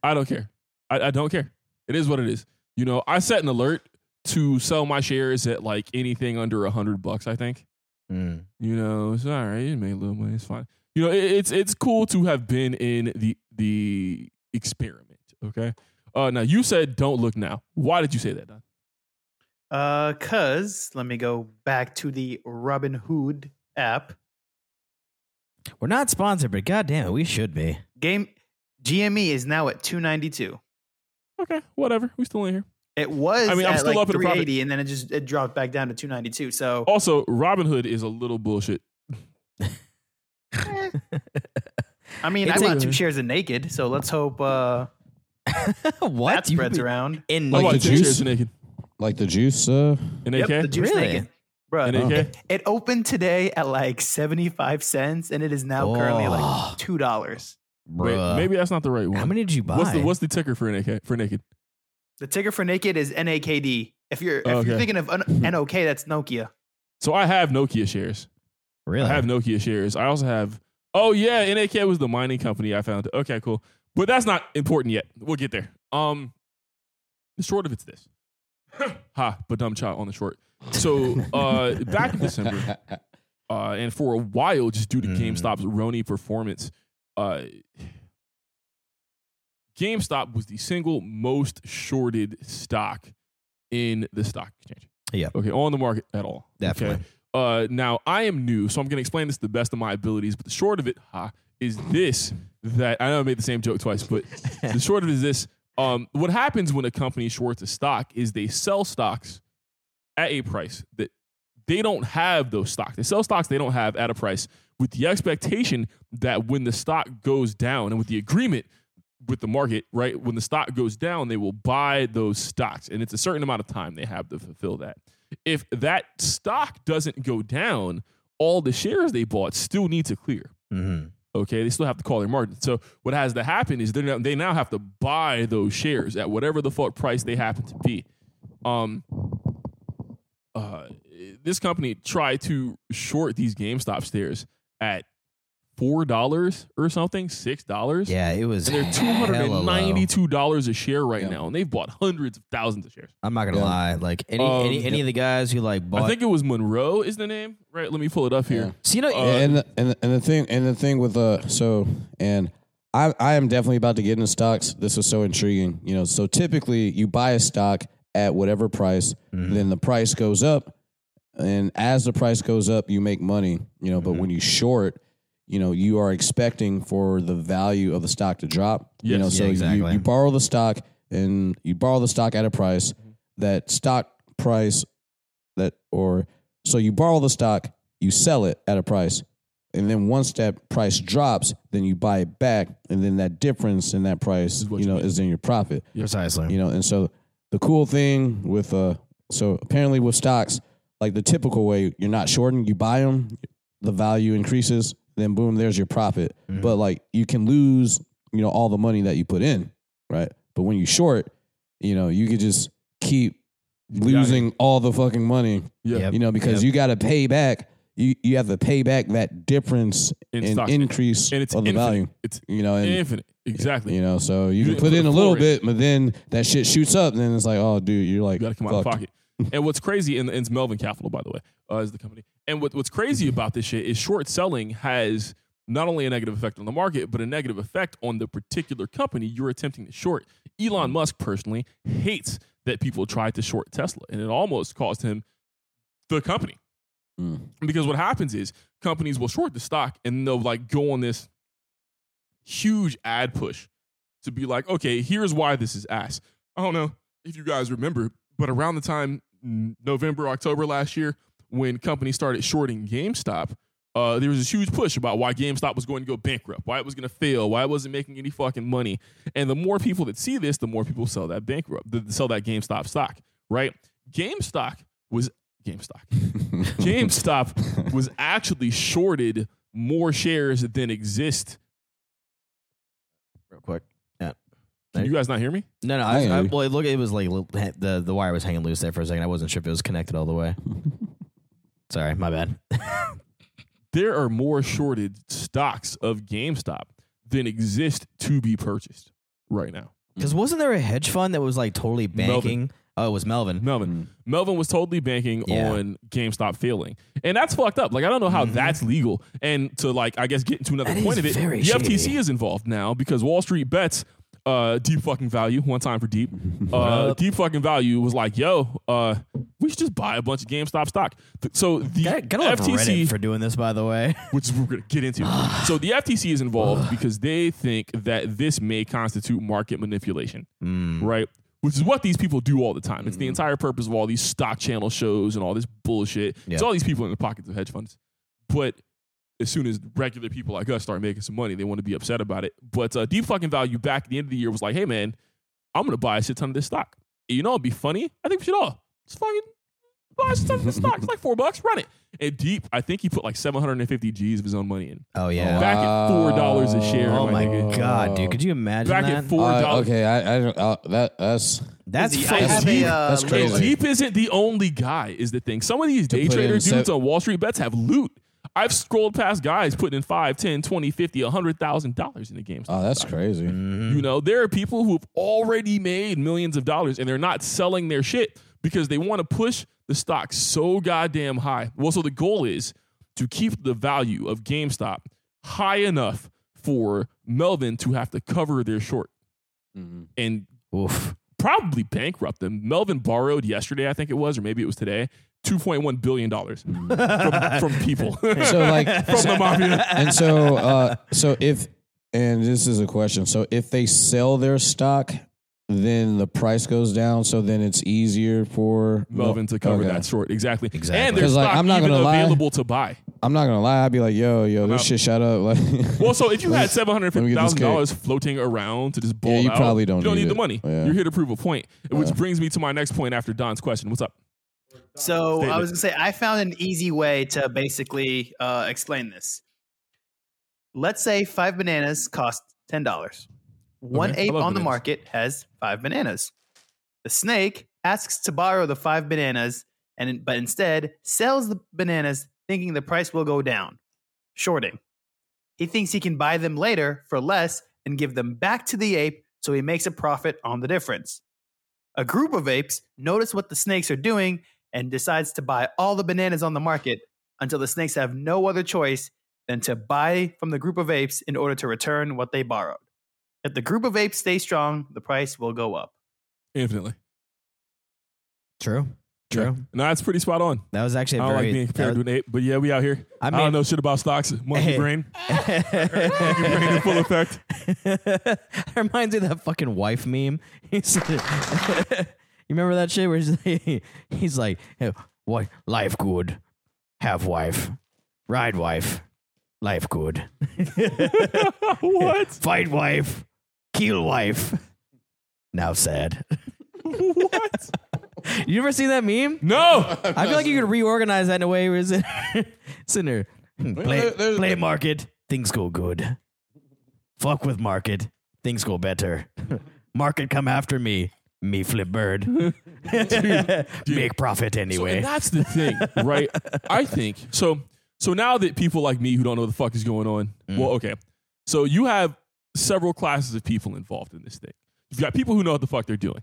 S4: I don't care. I, I don't care. It is what it is. You know, I set an alert to sell my shares at like anything under a hundred bucks. I think.
S1: Mm.
S4: You know, it's all right. You made a little money. It's fine. You know, it, it's it's cool to have been in the the experiment. Okay. Uh, now you said don't look now. Why did you say that, Don?
S3: Uh, cause let me go back to the Robin Hood app.
S1: [LAUGHS] We're not sponsored, but goddamn it, we
S4: [LAUGHS]
S1: should be.
S3: Game GME is now at 292.
S4: Okay, whatever. We still in here.
S3: It was
S4: I mean, I'm
S3: at
S4: still
S3: like
S4: up Oh, in the profit.
S3: 380 and then it just it dropped back down to 292. So
S4: Also, Robinhood is a little bullshit.
S3: I mean,
S1: It's
S3: I bought
S1: a-
S3: two shares of Naked, so let's hope uh
S1: what?
S3: that spreads around.
S1: In
S4: I
S2: Like
S4: bought
S2: the
S4: two
S2: juice?
S4: shares in Naked.
S2: Like the juice. Uh,
S4: In
S3: Yep,
S4: AK.
S3: the juice
S1: Really?
S3: Naked. Bro,
S4: In
S2: Oh.
S4: AK.
S3: It opened today at like 75 cents and it is now currently
S1: Oh.
S3: like $2.
S4: Wait,
S1: Bruh.
S4: maybe that's not the right one.
S1: How many did you buy?
S4: What's the what's the ticker for NK for Naked?
S3: The ticker for Naked is NAKD. If you're if
S4: Okay.
S3: you're thinking of N- NOK, that's Nokia.
S4: So I have Nokia shares.
S1: really?
S4: I have Nokia shares. I also have. Oh yeah, NAK was the mining company I found. Okay, cool. But that's not important yet. We'll get there. Um, the short of it's this.
S1: [LAUGHS]
S2: [LAUGHS]
S4: ha, but dumb child on the short. So uh, back in December, uh, and for a while, just due to
S1: Mm.
S4: GameStop's Rony performance, uh, GameStop was the single most shorted stock in the stock exchange.
S1: Yeah.
S4: Okay, on the market at all. Okay.
S1: Definitely.
S4: Uh, now I am new, so I'm going to explain this to the best of my abilities. But the short of it, ha, is this: that I know I made the same joke twice, but the short of it is this. Um, what happens when a company shorts a stock is they sell stocks at a price that they don't have those stocks. They sell stocks they don't have at a price with the expectation that when the stock goes down and with the agreement with the market, right, when the stock goes down, they will buy those stocks. And it's a certain amount of time they have to fulfill that. If that stock doesn't go down, all the shares they bought still need to clear.
S1: Mm-hmm.
S4: Okay, they still have to call their margin. So what has to happen is they now they now have to buy those shares at whatever the fuck price they happen to be. Um, uh, this company tried to short these GameStop shares at four dollars or something, six dollars.
S1: Yeah, it was.
S4: And they're two
S1: hella
S4: hundred and
S1: low.
S4: ninety-two dollars a share right
S2: Yeah.
S4: now, and they've bought hundreds of thousands of shares.
S1: I'm not gonna
S2: Yeah.
S1: lie. Like any
S4: Um,
S1: any, any of the guys who like bought.
S4: I think it was Monroe is the name, right? Let me pull it up here.
S1: so you know,
S4: uh,
S2: and the, and the, and the thing and the thing with uh so and I I am definitely about to get into stocks. This is so intriguing. You know, so typically you buy a stock at whatever price,
S4: Mm-hmm.
S2: then the price goes up, and as the price goes up, you make money. You know, but
S4: Mm-hmm.
S2: when you short, you know, you are expecting for the value of the stock to drop. you
S4: Yes.
S2: know,
S4: Yeah,
S2: so
S1: exactly.
S2: you, you borrow the stock and you borrow the stock at a price.
S4: Mm-hmm.
S2: That stock price that or so you borrow the stock, you sell it at a price, and then once that price drops, then you buy it back, and then that difference in that price,
S4: Is
S2: you,
S4: what you
S2: know,
S4: make.
S2: is in your profit.
S1: precisely.
S2: You know, and so the cool thing with uh, so apparently with stocks, like the typical way, you're not shorting, you buy them, the value increases, then boom, there's your profit.
S4: Mm-hmm.
S1: Mhm.
S2: But like you can lose, you know, all the money that you put in, right? But when you short, you know, you could just keep
S4: got it.
S2: losing all the fucking money
S4: Yeah,
S1: Yep.
S2: you know, because
S1: Yep.
S2: you got to pay back. You you have to pay back that difference
S4: In
S2: in,
S4: stock.
S2: increase
S4: and it's
S2: of the
S4: infinite.
S2: value.
S4: It's
S2: You know, and
S4: infinite, exactly.
S2: you know, so you, can
S4: didn't
S2: put
S4: put
S2: in a
S4: a
S2: little
S4: floor in.
S2: bit, but then that shit shoots up, and then it's like, oh, dude, you're like,
S4: You got to come out of
S2: fuck. [LAUGHS]
S4: pocket. and what's crazy, and, and it's Melvin Capital, by the way, uh, is the company. And what, what's crazy
S2: Mm-hmm.
S4: about this shit is short selling has not only a negative effect on the market, but a negative effect on the particular company you're attempting to short.
S2: Mm-hmm.
S4: Elon Musk personally hates that people try to short Tesla, and it almost cost him the company.
S2: Mm.
S4: Because what happens is companies will short the stock and they'll like go on this huge ad push to be like, okay, here's why this is ass. I don't know if you guys remember, but around the time mm, November, October last year, when companies started shorting GameStop, uh, there was this huge push about why GameStop was going to go bankrupt, why it was going to fail, why it wasn't making any fucking money. And the more people that see this, the more people sell that bankrupt, th- sell that GameStop stock, right? GameStop was GameStop.
S2: [LAUGHS] Uh,
S4: GameStop was actually shorted more shares than exist.
S1: real quick.
S4: Can you guys not hear me?
S1: No, no.
S2: Hang
S1: I, I,
S2: on.
S1: well, it look, it was like li- ha- the the wire was hanging loose there for a second. I wasn't sure if it was connected all
S4: [LAUGHS]
S1: the way. Sorry, my bad.
S4: there are more shorted stocks of GameStop than exist to be purchased right now.
S1: Because wasn't there a hedge fund that was like totally banking? Oh, it was Melvin.
S4: Melvin. Melvin was totally banking
S1: Yeah. Mm-hmm.
S4: on GameStop failing. And that's fucked up. Like I don't know how that's legal. And to like I guess get into another
S1: That
S4: point
S1: is
S4: of it,
S1: very
S4: the FTC
S1: shady.
S4: is involved now because Wall Street bets uh deep fucking value, one time for
S1: [LAUGHS]
S4: deep. Uh deep fucking value was like, yo, uh we should just buy a bunch of GameStop stock. Th- So the
S1: Gotta, gotta love
S4: FTC
S1: Reddit for doing this, by the way. [LAUGHS]
S4: which is we're going to get into. so the FTC is involved because they think that this may constitute market manipulation,
S1: Hmm. Mm-hmm.
S4: right? Which is what these people do all the time. It's the entire purpose of all these stock channel shows and all this bullshit.
S1: Yeah.
S4: It's all these people in the pockets of hedge funds. But as soon as regular people like us start making some money, they want to be upset about it. But uh, Deep Fucking Value back at the end of the year was like, hey, man, I'm going to buy a shit ton of this stock. You know, it'd be funny. I think we should all just fucking buy a shit ton of this stock.
S1: [LAUGHS]
S4: It's like four bucks, run it. And Deep, I think he put like 750 G's of his own money in.
S1: Oh
S2: wow.
S1: yeah.
S4: Back at $4 a share.
S1: Oh my
S4: nigga.
S1: god, dude! Could you imagine
S4: Back
S1: that?
S4: at $4.
S2: Uh, okay, I, I don't. Uh, that that's
S1: That's
S3: Izzy, I
S1: fucking
S3: have a,
S1: deep.
S3: uh,
S2: That's
S3: little-
S4: And
S2: crazy.
S4: Deep isn't the only guy, is the thing. Some of these day
S2: put in
S4: trader dudes
S2: sev-
S4: on Wall Street bets have loot. I've scrolled past guys putting in 5, 10, 20, 50, $100,000 in the game.
S2: oh, that's crazy.
S4: You know, there are people who've already made millions of dollars and they're not selling their shit because they want to push the stock so goddamn high. Well, so the goal is to keep the value of GameStop high enough for Melvin to have to cover their short
S2: Mhm.
S4: and
S1: Oof.
S4: probably bankrupt them. Melvin borrowed yesterday, I think it was, or maybe it was today, $2.1 billion
S1: [LAUGHS]
S4: from, from
S2: [LAUGHS]
S4: people.
S2: So like,
S4: [LAUGHS] from the
S1: [LAUGHS]
S4: mafia.
S2: and so uh, so if and this is a question. So if they sell their stock, then the price goes down. So then it's easier for
S4: Melvin to cover
S2: Okay.
S4: that short. Exactly.
S1: Exactly.
S4: And their
S2: 'Cause,
S4: stock
S2: like, I'm not
S4: even
S2: gonna lie.
S4: available to buy.
S2: I'm not gonna lie. I'd be like, yo, yo, this
S4: out.
S2: shit shut up. Like,
S4: Well, so
S2: [LAUGHS]
S4: if you had seven hundred
S2: me
S4: fifty
S2: get this
S4: thousand
S2: cake.
S4: dollars floating around to just bowl
S2: you
S4: out,
S2: probably don't
S4: you don't
S2: need
S4: need, the
S2: it.
S4: money.
S2: Yeah.
S4: You're here to prove a point, which brings me to my next point after Don's question. What's up?
S3: So I
S4: Statement.
S3: was gonna say I found an easy way to basically uh, explain this. Let's say five bananas cost ten dollars. One
S4: Okay, I
S3: ape
S4: love
S3: on the
S4: bananas.
S3: market has five bananas. The snake asks to borrow the five bananas, and but instead sells the bananas, thinking the price will go down. Shorting. He thinks he can buy them later for less and give them back to the ape, so he makes a profit on the difference. A group of apes notice what the snakes are doing and decides to buy all the bananas on the market until the snakes have no other choice than to buy from the group of apes in order to return what they borrowed. If the group of apes stay strong, the price will go up.
S4: Infinitely.
S1: True. True.
S4: Yeah. No, that's pretty spot on.
S1: That was actually
S4: I
S1: a
S4: don't
S1: very.
S4: like being compared to
S1: that-
S4: an ape, but yeah, we out here.
S1: uh, I
S4: I,
S1: mean-
S4: don't know [LAUGHS] shit about stocks. Monkey
S1: [LAUGHS] Hey.
S4: brain. Monkey brain in full
S1: [LAUGHS]
S4: effect.
S1: that reminds me of that fucking wife meme. [LAUGHS] He's you remember that shit where he's [LAUGHS] like, he's like "Hey, "What life good, have wife, ride wife, life good,
S4: [LAUGHS] what?
S1: [LAUGHS] fight wife, kill wife." Now sad.
S4: [LAUGHS] what?
S1: [LAUGHS] You ever seen that meme?
S4: No.
S1: [LAUGHS]
S2: [LAUGHS]
S1: I feel like you could reorganize that in a way where it's in, [LAUGHS] it's in there. Hmm, Play,
S2: there- there's-
S1: play market, things go good. Fuck with market, things go better. [LAUGHS] market come after me, me
S2: [LAUGHS]
S1: flip bird. [LAUGHS] Make profit
S4: So, and
S1: anyway.
S4: that's the thing, right? I think so. So now that people like me who don't know what the fuck is going on, well, okay. So you have several classes of people involved in this thing. You've got people who know what the fuck they're doing,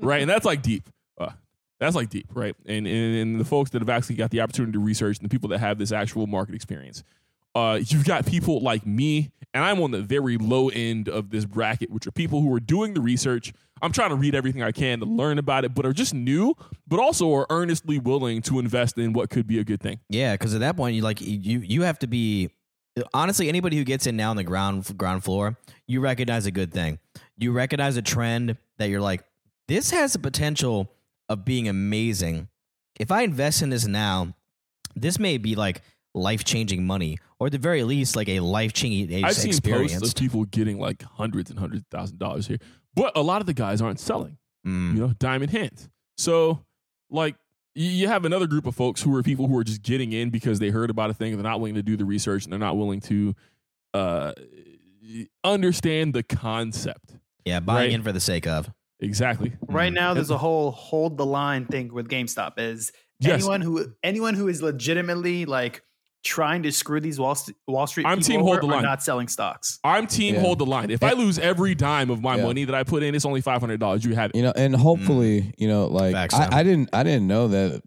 S4: right? And that's like deep. Uh, that's like deep, right? And, and and the folks that have actually got the opportunity to research and the people that have this actual market experience. Uh, you've got people like me, and I'm on the very low end of this bracket, which are people who are doing the research. I'm trying to read everything I can to learn about it, but are just new, but also are earnestly willing to invest in what could be a good thing.
S1: yeah, because at that point, you like you you have to be honestly anybody who gets in now on the ground ground floor, you recognize a good thing. You recognize a trend that you're like, this has the potential of being amazing. If I invest in this now, this may be like life changing money, or at the very least, like a life changing
S4: I've seen posts
S1: experience.
S4: of people getting like hundreds and hundreds of thousand dollars here, but a lot of the guys aren't selling.
S1: Mm.
S4: you know, diamond hands. So, like, y- you have another group of folks who are people who are just getting in because they heard about a thing and they're not willing to do the research and they're not willing to uh, understand the concept.
S1: Yeah, buying
S4: Right.
S1: in for the sake of. Mm.
S4: Exactly.
S3: Right now, there's a whole hold the line thing with GameStop. Is
S4: Yes.
S3: anyone who anyone who is legitimately like trying to screw these Wall, St- Wall Street
S4: I'm
S3: people
S4: team
S3: over
S4: hold the
S3: are
S4: line.
S3: not selling stocks.
S4: I'm team
S2: Yeah.
S4: hold the line. If I lose every dime of my
S2: Yeah.
S4: money that I put in, it's only five hundred dollars. You have it.
S2: you know, and hopefully,
S1: Mm.
S2: you know, like
S1: Facts,
S2: I,
S1: Sam.
S2: I didn't, I didn't know that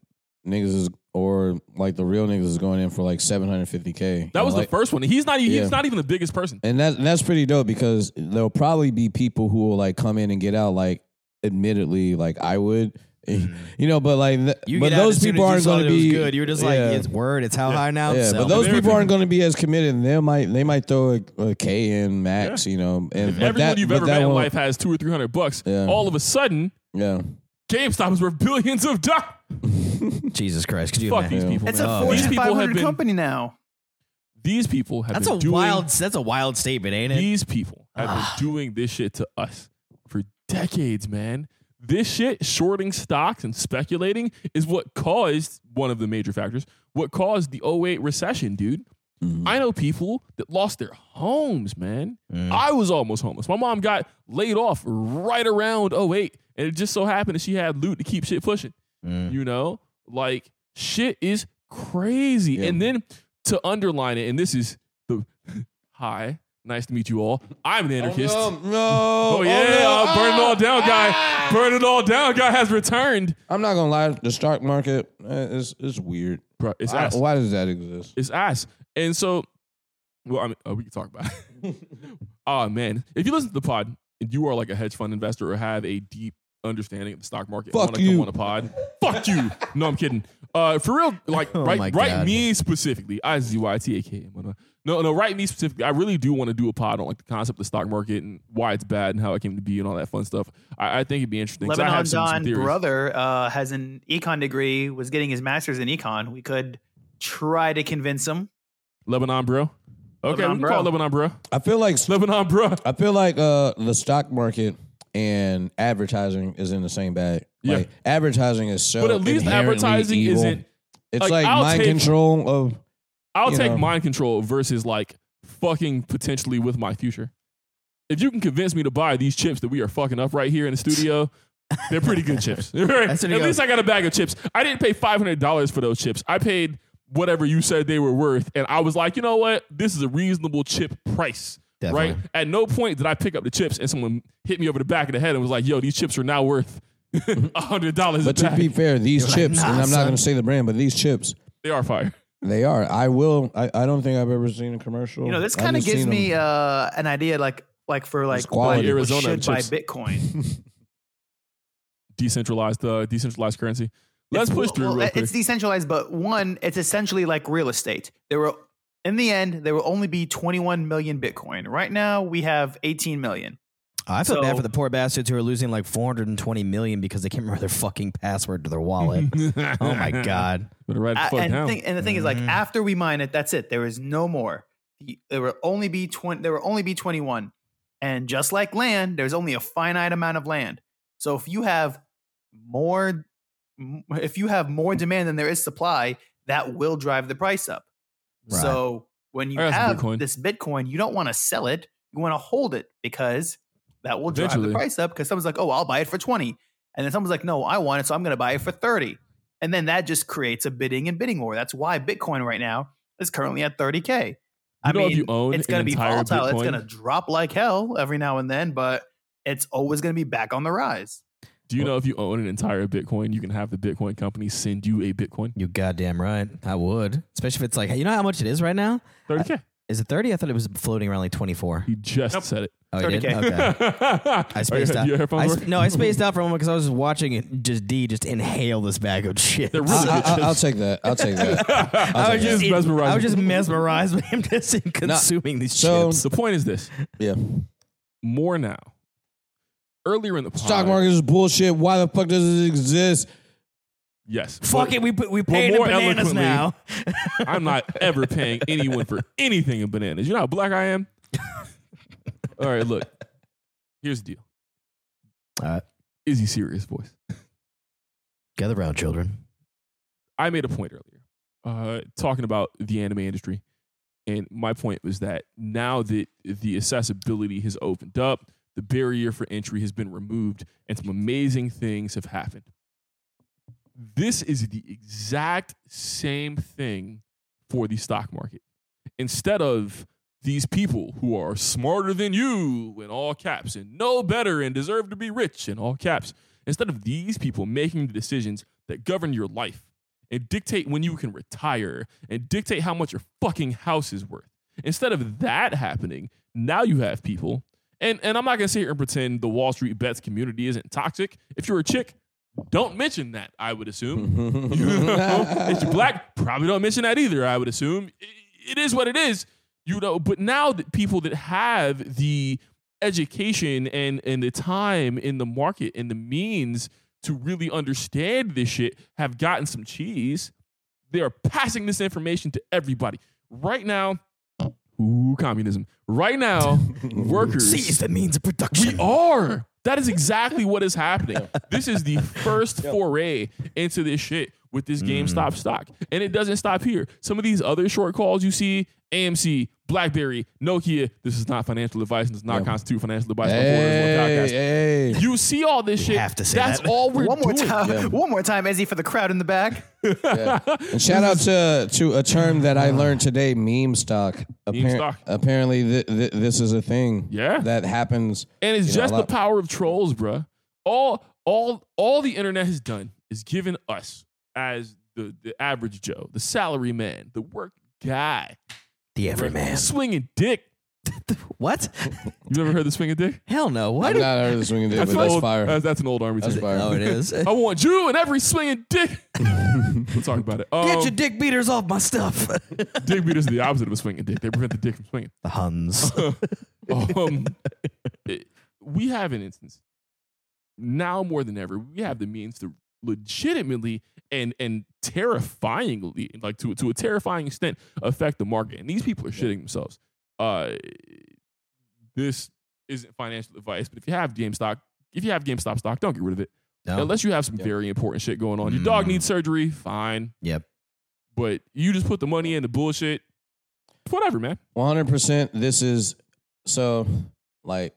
S2: niggas is or like the real niggas is going in for like 750k.
S4: That was
S2: like,
S4: the first one. He's not. e- He's
S2: Yeah.
S4: not even the biggest person.
S2: and that and that's pretty dope because there'll probably be people who will like come in and get out like admittedly like I would [LAUGHS] you know but like th-
S1: Mm-hmm. You
S2: but
S1: get out
S2: those
S1: as soon
S2: people
S1: as you
S2: aren't
S1: saw
S2: going
S1: that
S2: to
S1: it was
S2: be
S1: good. You're just like
S2: yeah.
S1: it's word. It's how high now.
S2: yeah,
S1: sell
S2: but those
S1: it.
S2: people aren't going to be as committed. and They might, they might throw a, a K in max, you know. And but
S4: Everyone
S2: that,
S4: you've
S2: but
S4: ever
S2: that
S4: met in
S2: won't-
S4: life has two or three hundred bucks.
S2: Yeah.
S4: All of a sudden,
S2: yeah,
S4: GameStop is worth billions of dollars.
S1: Jesus Christ, could you
S4: Fuck
S1: imagine?
S4: these people.
S3: It's
S4: man.
S3: a
S1: Oh,
S4: these
S3: Fortune
S4: people have
S3: 500
S4: been.
S3: company now.
S4: These people have
S1: That's
S4: been
S1: a
S4: doing
S1: wild. That's a wild statement, ain't it?
S4: These people have been doing this shit to us for decades, man. This shit, shorting stocks and speculating, is what caused one of the major factors, what caused the 08 recession, dude.
S2: Mm-hmm.
S4: I know people that lost their homes, man.
S1: Mm, Mm-hmm.
S4: I was almost homeless. My mom got laid off right around 08, and it just so happened that she had loot to keep shit pushing.
S1: mm.
S4: You know, like shit is crazy. And then to underline it, and this is the [LAUGHS] hi, nice to meet you all. I'm an anarchist. [LAUGHS]
S2: no, Ah! no,
S4: Oh, Ah! yeah, uh, burn it all down, guy. Burn it all down, guy has returned.
S2: I'm not gonna lie. The stock market eh, is is weird.
S4: bro. It's
S2: Why-
S4: ass.
S2: why does that exist?
S4: It's ass. And so, well, I mean, uh, we can talk about.
S1: [LAUGHS]
S4: it. oh man, if you listen to the pod and you are like a hedge fund investor or have a deep understanding of the stock market, and
S2: Fuck
S4: wanna come
S2: you.
S4: on a pod. fuck you. No, I'm kidding. Uh, for
S1: [LAUGHS]
S4: real, like
S1: Oh
S4: right,
S1: my
S4: right
S1: God.
S4: me specifically. I Z Y T A K M. whatnot. No, no, right me specifically. I really do want to do a pod on like the concept of the stock market and why it's bad and how it came to be and all that fun stuff. I, I think it'd be interesting. 'cause I
S3: Lebanon
S4: have some- some
S3: Don
S4: theories.
S3: brother uh, has an econ degree, was getting his master's in econ. We could try to convince him.
S4: Lebanon bro. Okay,
S3: Lebanon
S4: we can call
S3: bro.
S4: it Lebanon bro.
S2: I feel like
S4: Lebanon bro.
S2: I feel like uh, the stock market and advertising is in the same bag.
S4: Yeah.
S2: Like, advertising is so.
S4: But at least
S2: inherently
S4: advertising
S2: evil.
S4: isn't.
S2: It's
S4: like,
S2: like,
S4: I'll
S2: mind
S4: take-
S2: control of.
S4: I'll
S2: you
S4: take
S2: know.
S4: mind control versus like fucking potentially with my future. If you can convince me to buy these chips that we are fucking up right here in the studio, they're pretty good chips.
S2: [LAUGHS]
S4: At
S1: what he goes.
S4: least I got a bag of chips. I didn't pay five hundred dollars for those chips. I paid whatever you said they were worth, and I was like, you know what? This is a reasonable chip price.
S1: Definitely.
S4: Right? At no point did I pick up the chips and someone hit me over the back of the head and was like, yo, these chips are now worth [LAUGHS] hundred dollars a
S2: But to
S4: pack.
S2: be fair, these chips,
S1: "Nah,
S2: and I'm not
S1: son."
S2: going to say the brand, but these chips,
S4: they are fire.
S2: they are. I will. I, I don't think I've ever seen a commercial.
S3: You know, this
S2: I've
S3: kind of
S2: just
S3: gives
S2: seen
S3: me
S2: them.
S3: uh, an idea, like like for like
S2: quality.
S3: why people
S4: Arizona
S3: should
S4: chips.
S3: buy Bitcoin.
S4: Decentralized, uh, decentralized currency. Let's
S3: It's-
S4: push through
S3: well,
S4: real quick.
S3: It's decentralized, but one, it's essentially like real estate. There will, in the end, there will only be 21 million Bitcoin. Right now, we have 18 million.
S1: I feel
S3: So-
S1: bad for the poor bastards who are losing like 420 million because they can't [LAUGHS] remember their fucking password to
S4: [LAUGHS]
S1: their wallet. oh my god!
S4: Better write it
S3: A-
S4: the fuck
S3: and,
S4: down.
S3: thing- and the thing is, like
S1: Mhm.
S3: after we mine it, that's it. There is no more. The- There will only be 20. There will only be 21. And just like land, there's only a finite amount of land. So if you have more, m- if you have more demand than there is supply, that will drive the price up.
S1: Right.
S3: So when you
S4: I got some
S3: have
S4: Bitcoin.
S3: this Bitcoin, you don't want to sell it. You want to hold it because that will drive
S4: Eventually.
S3: the price up. Because someone's like, "Oh, I'll buy it for 20. and then someone's like, "No, I want it, so I'm going to buy it for 30. and then that just creates a bidding and bidding war. That's why Bitcoin right now is currently at 30k. I
S4: know
S3: mean,
S4: if you own
S3: it's
S4: an
S3: going to be
S4: entire
S3: volatile. It's
S4: Bitcoin?
S3: going to drop like hell every now and then, but it's always going to be back on the rise.
S4: Do you know if you own an entire Bitcoin, you can have the Bitcoin company send you a Bitcoin?
S1: You goddamn right. I would, especially if it's like you know how much it is right now.
S4: 30K.
S1: Is it 30? I thought it was floating around like 24.
S4: He just said it.
S1: Oh, you did?
S3: 30K.
S4: [LAUGHS]
S1: Okay. I
S4: I
S1: spaced out.
S4: Your
S1: I
S4: headphones
S1: sp- no, I
S4: [LAUGHS]
S1: spaced out for a moment because I was just watching it, just D just inhale this bag of shit.
S4: They're
S1: [LAUGHS]
S2: [LAUGHS]
S4: really
S2: I, I, I'll take that. I'll take that.
S3: [LAUGHS]
S4: I was just mesmerized.
S1: I was just mesmerized [LAUGHS] with him just in consuming these
S2: so-
S1: chips.
S4: the point is this
S2: Yeah.
S4: more now. Earlier in the pod,
S2: Stock market is bullshit. Why the fuck does it exist?
S4: Yes.
S1: Fuck
S4: but
S1: it, we put we
S4: but
S1: paid in
S4: more
S1: bananas
S4: eloquently-
S1: now.
S4: I'm not ever paying anyone for anything in bananas. You know how black I am? All right, look. Here's the deal.
S1: All right,
S4: Izzy serious voice.
S1: gather round, children.
S4: I made a point earlier, uh, talking about the anime industry, and my point was that now that the accessibility has opened up, the barrier for entry has been removed, and some amazing things have happened. This is the exact same thing for the stock market. Instead of these people who are smarter than you in all caps and know better and deserve to be rich in all caps, instead of these people making the decisions that govern your life and dictate when you can retire and dictate how much your fucking house is worth. Instead of that happening, now you have people. And, and I'm not going to sit here and pretend the Wall Street bets community isn't toxic. If you're a chick, don't mention that, I would assume. [LAUGHS] You know, if you're black, probably don't mention that either, I would assume. I- It is what it is, you know. But now that people that have the education and, and the time in the market and the means to really understand this shit have gotten some cheese, they are passing this information to everybody. Right now, ooh, communism. Right now, workers.
S1: Seize the means of
S4: We
S1: production.
S4: are. That is exactly what is happening. This is the first foray into this shit with this GameStop stock. And it doesn't stop here. Some of these other short calls you see, AMC, BlackBerry, Nokia, this is not financial advice and does not constitute financial advice. by Borders Law
S2: hey,
S4: Podcast.
S2: hey.
S4: You see all this shit.
S1: have to say
S4: That's
S1: that.
S4: all we're
S3: one more
S4: doing.
S3: time,
S2: yeah.
S3: one more time, Ezzy, for the crowd in the back.
S2: And shout out to to a term that I learned today: meme stock.
S4: Uh-huh. stock.
S2: Apparently, th- th- this is a thing.
S4: Yeah.
S2: that happens.
S4: And it's
S2: know,
S4: just
S2: a
S4: the
S2: lot-
S4: power of trolls, bruh. All all all the internet has done is given us as the, the average Joe, the salary man, the work guy,
S1: The everyman.
S4: swinging dick.
S1: What?
S4: You ever heard the swinging dick?
S1: Hell no. What?
S2: I've not heard of the swinging dick, but
S4: an
S2: that's
S4: old-
S2: fire.
S4: [LAUGHS] That's, that's an old army.
S2: That's
S4: too.
S2: fire.
S1: Oh, it
S2: [LAUGHS]
S1: is. Get
S4: I want you and every swinging
S1: [LAUGHS]
S4: dick. We'll talk about it. Um,
S1: your dick beaters off my stuff. [LAUGHS]
S4: dick beaters are the opposite of a swinging dick. They prevent the dick from swinging.
S1: the Huns.
S2: [LAUGHS]
S1: [LAUGHS]
S4: um, it- we have an instance now more than ever. We have the means to legitimately and and terrifyingly, like to to a terrifying extent, affect the market. And these people are shitting themselves. Uh, this isn't financial advice, but if you have game stock, if you have GameStop stock, don't get rid of it
S1: No.
S4: unless you have some
S2: Yep.
S4: very important shit going on. Your dog
S1: Mm.
S4: needs surgery, fine,
S1: Yep.
S4: but you just put the money in the bullshit. Whatever, man.
S2: One hundred percent. This is so. Like,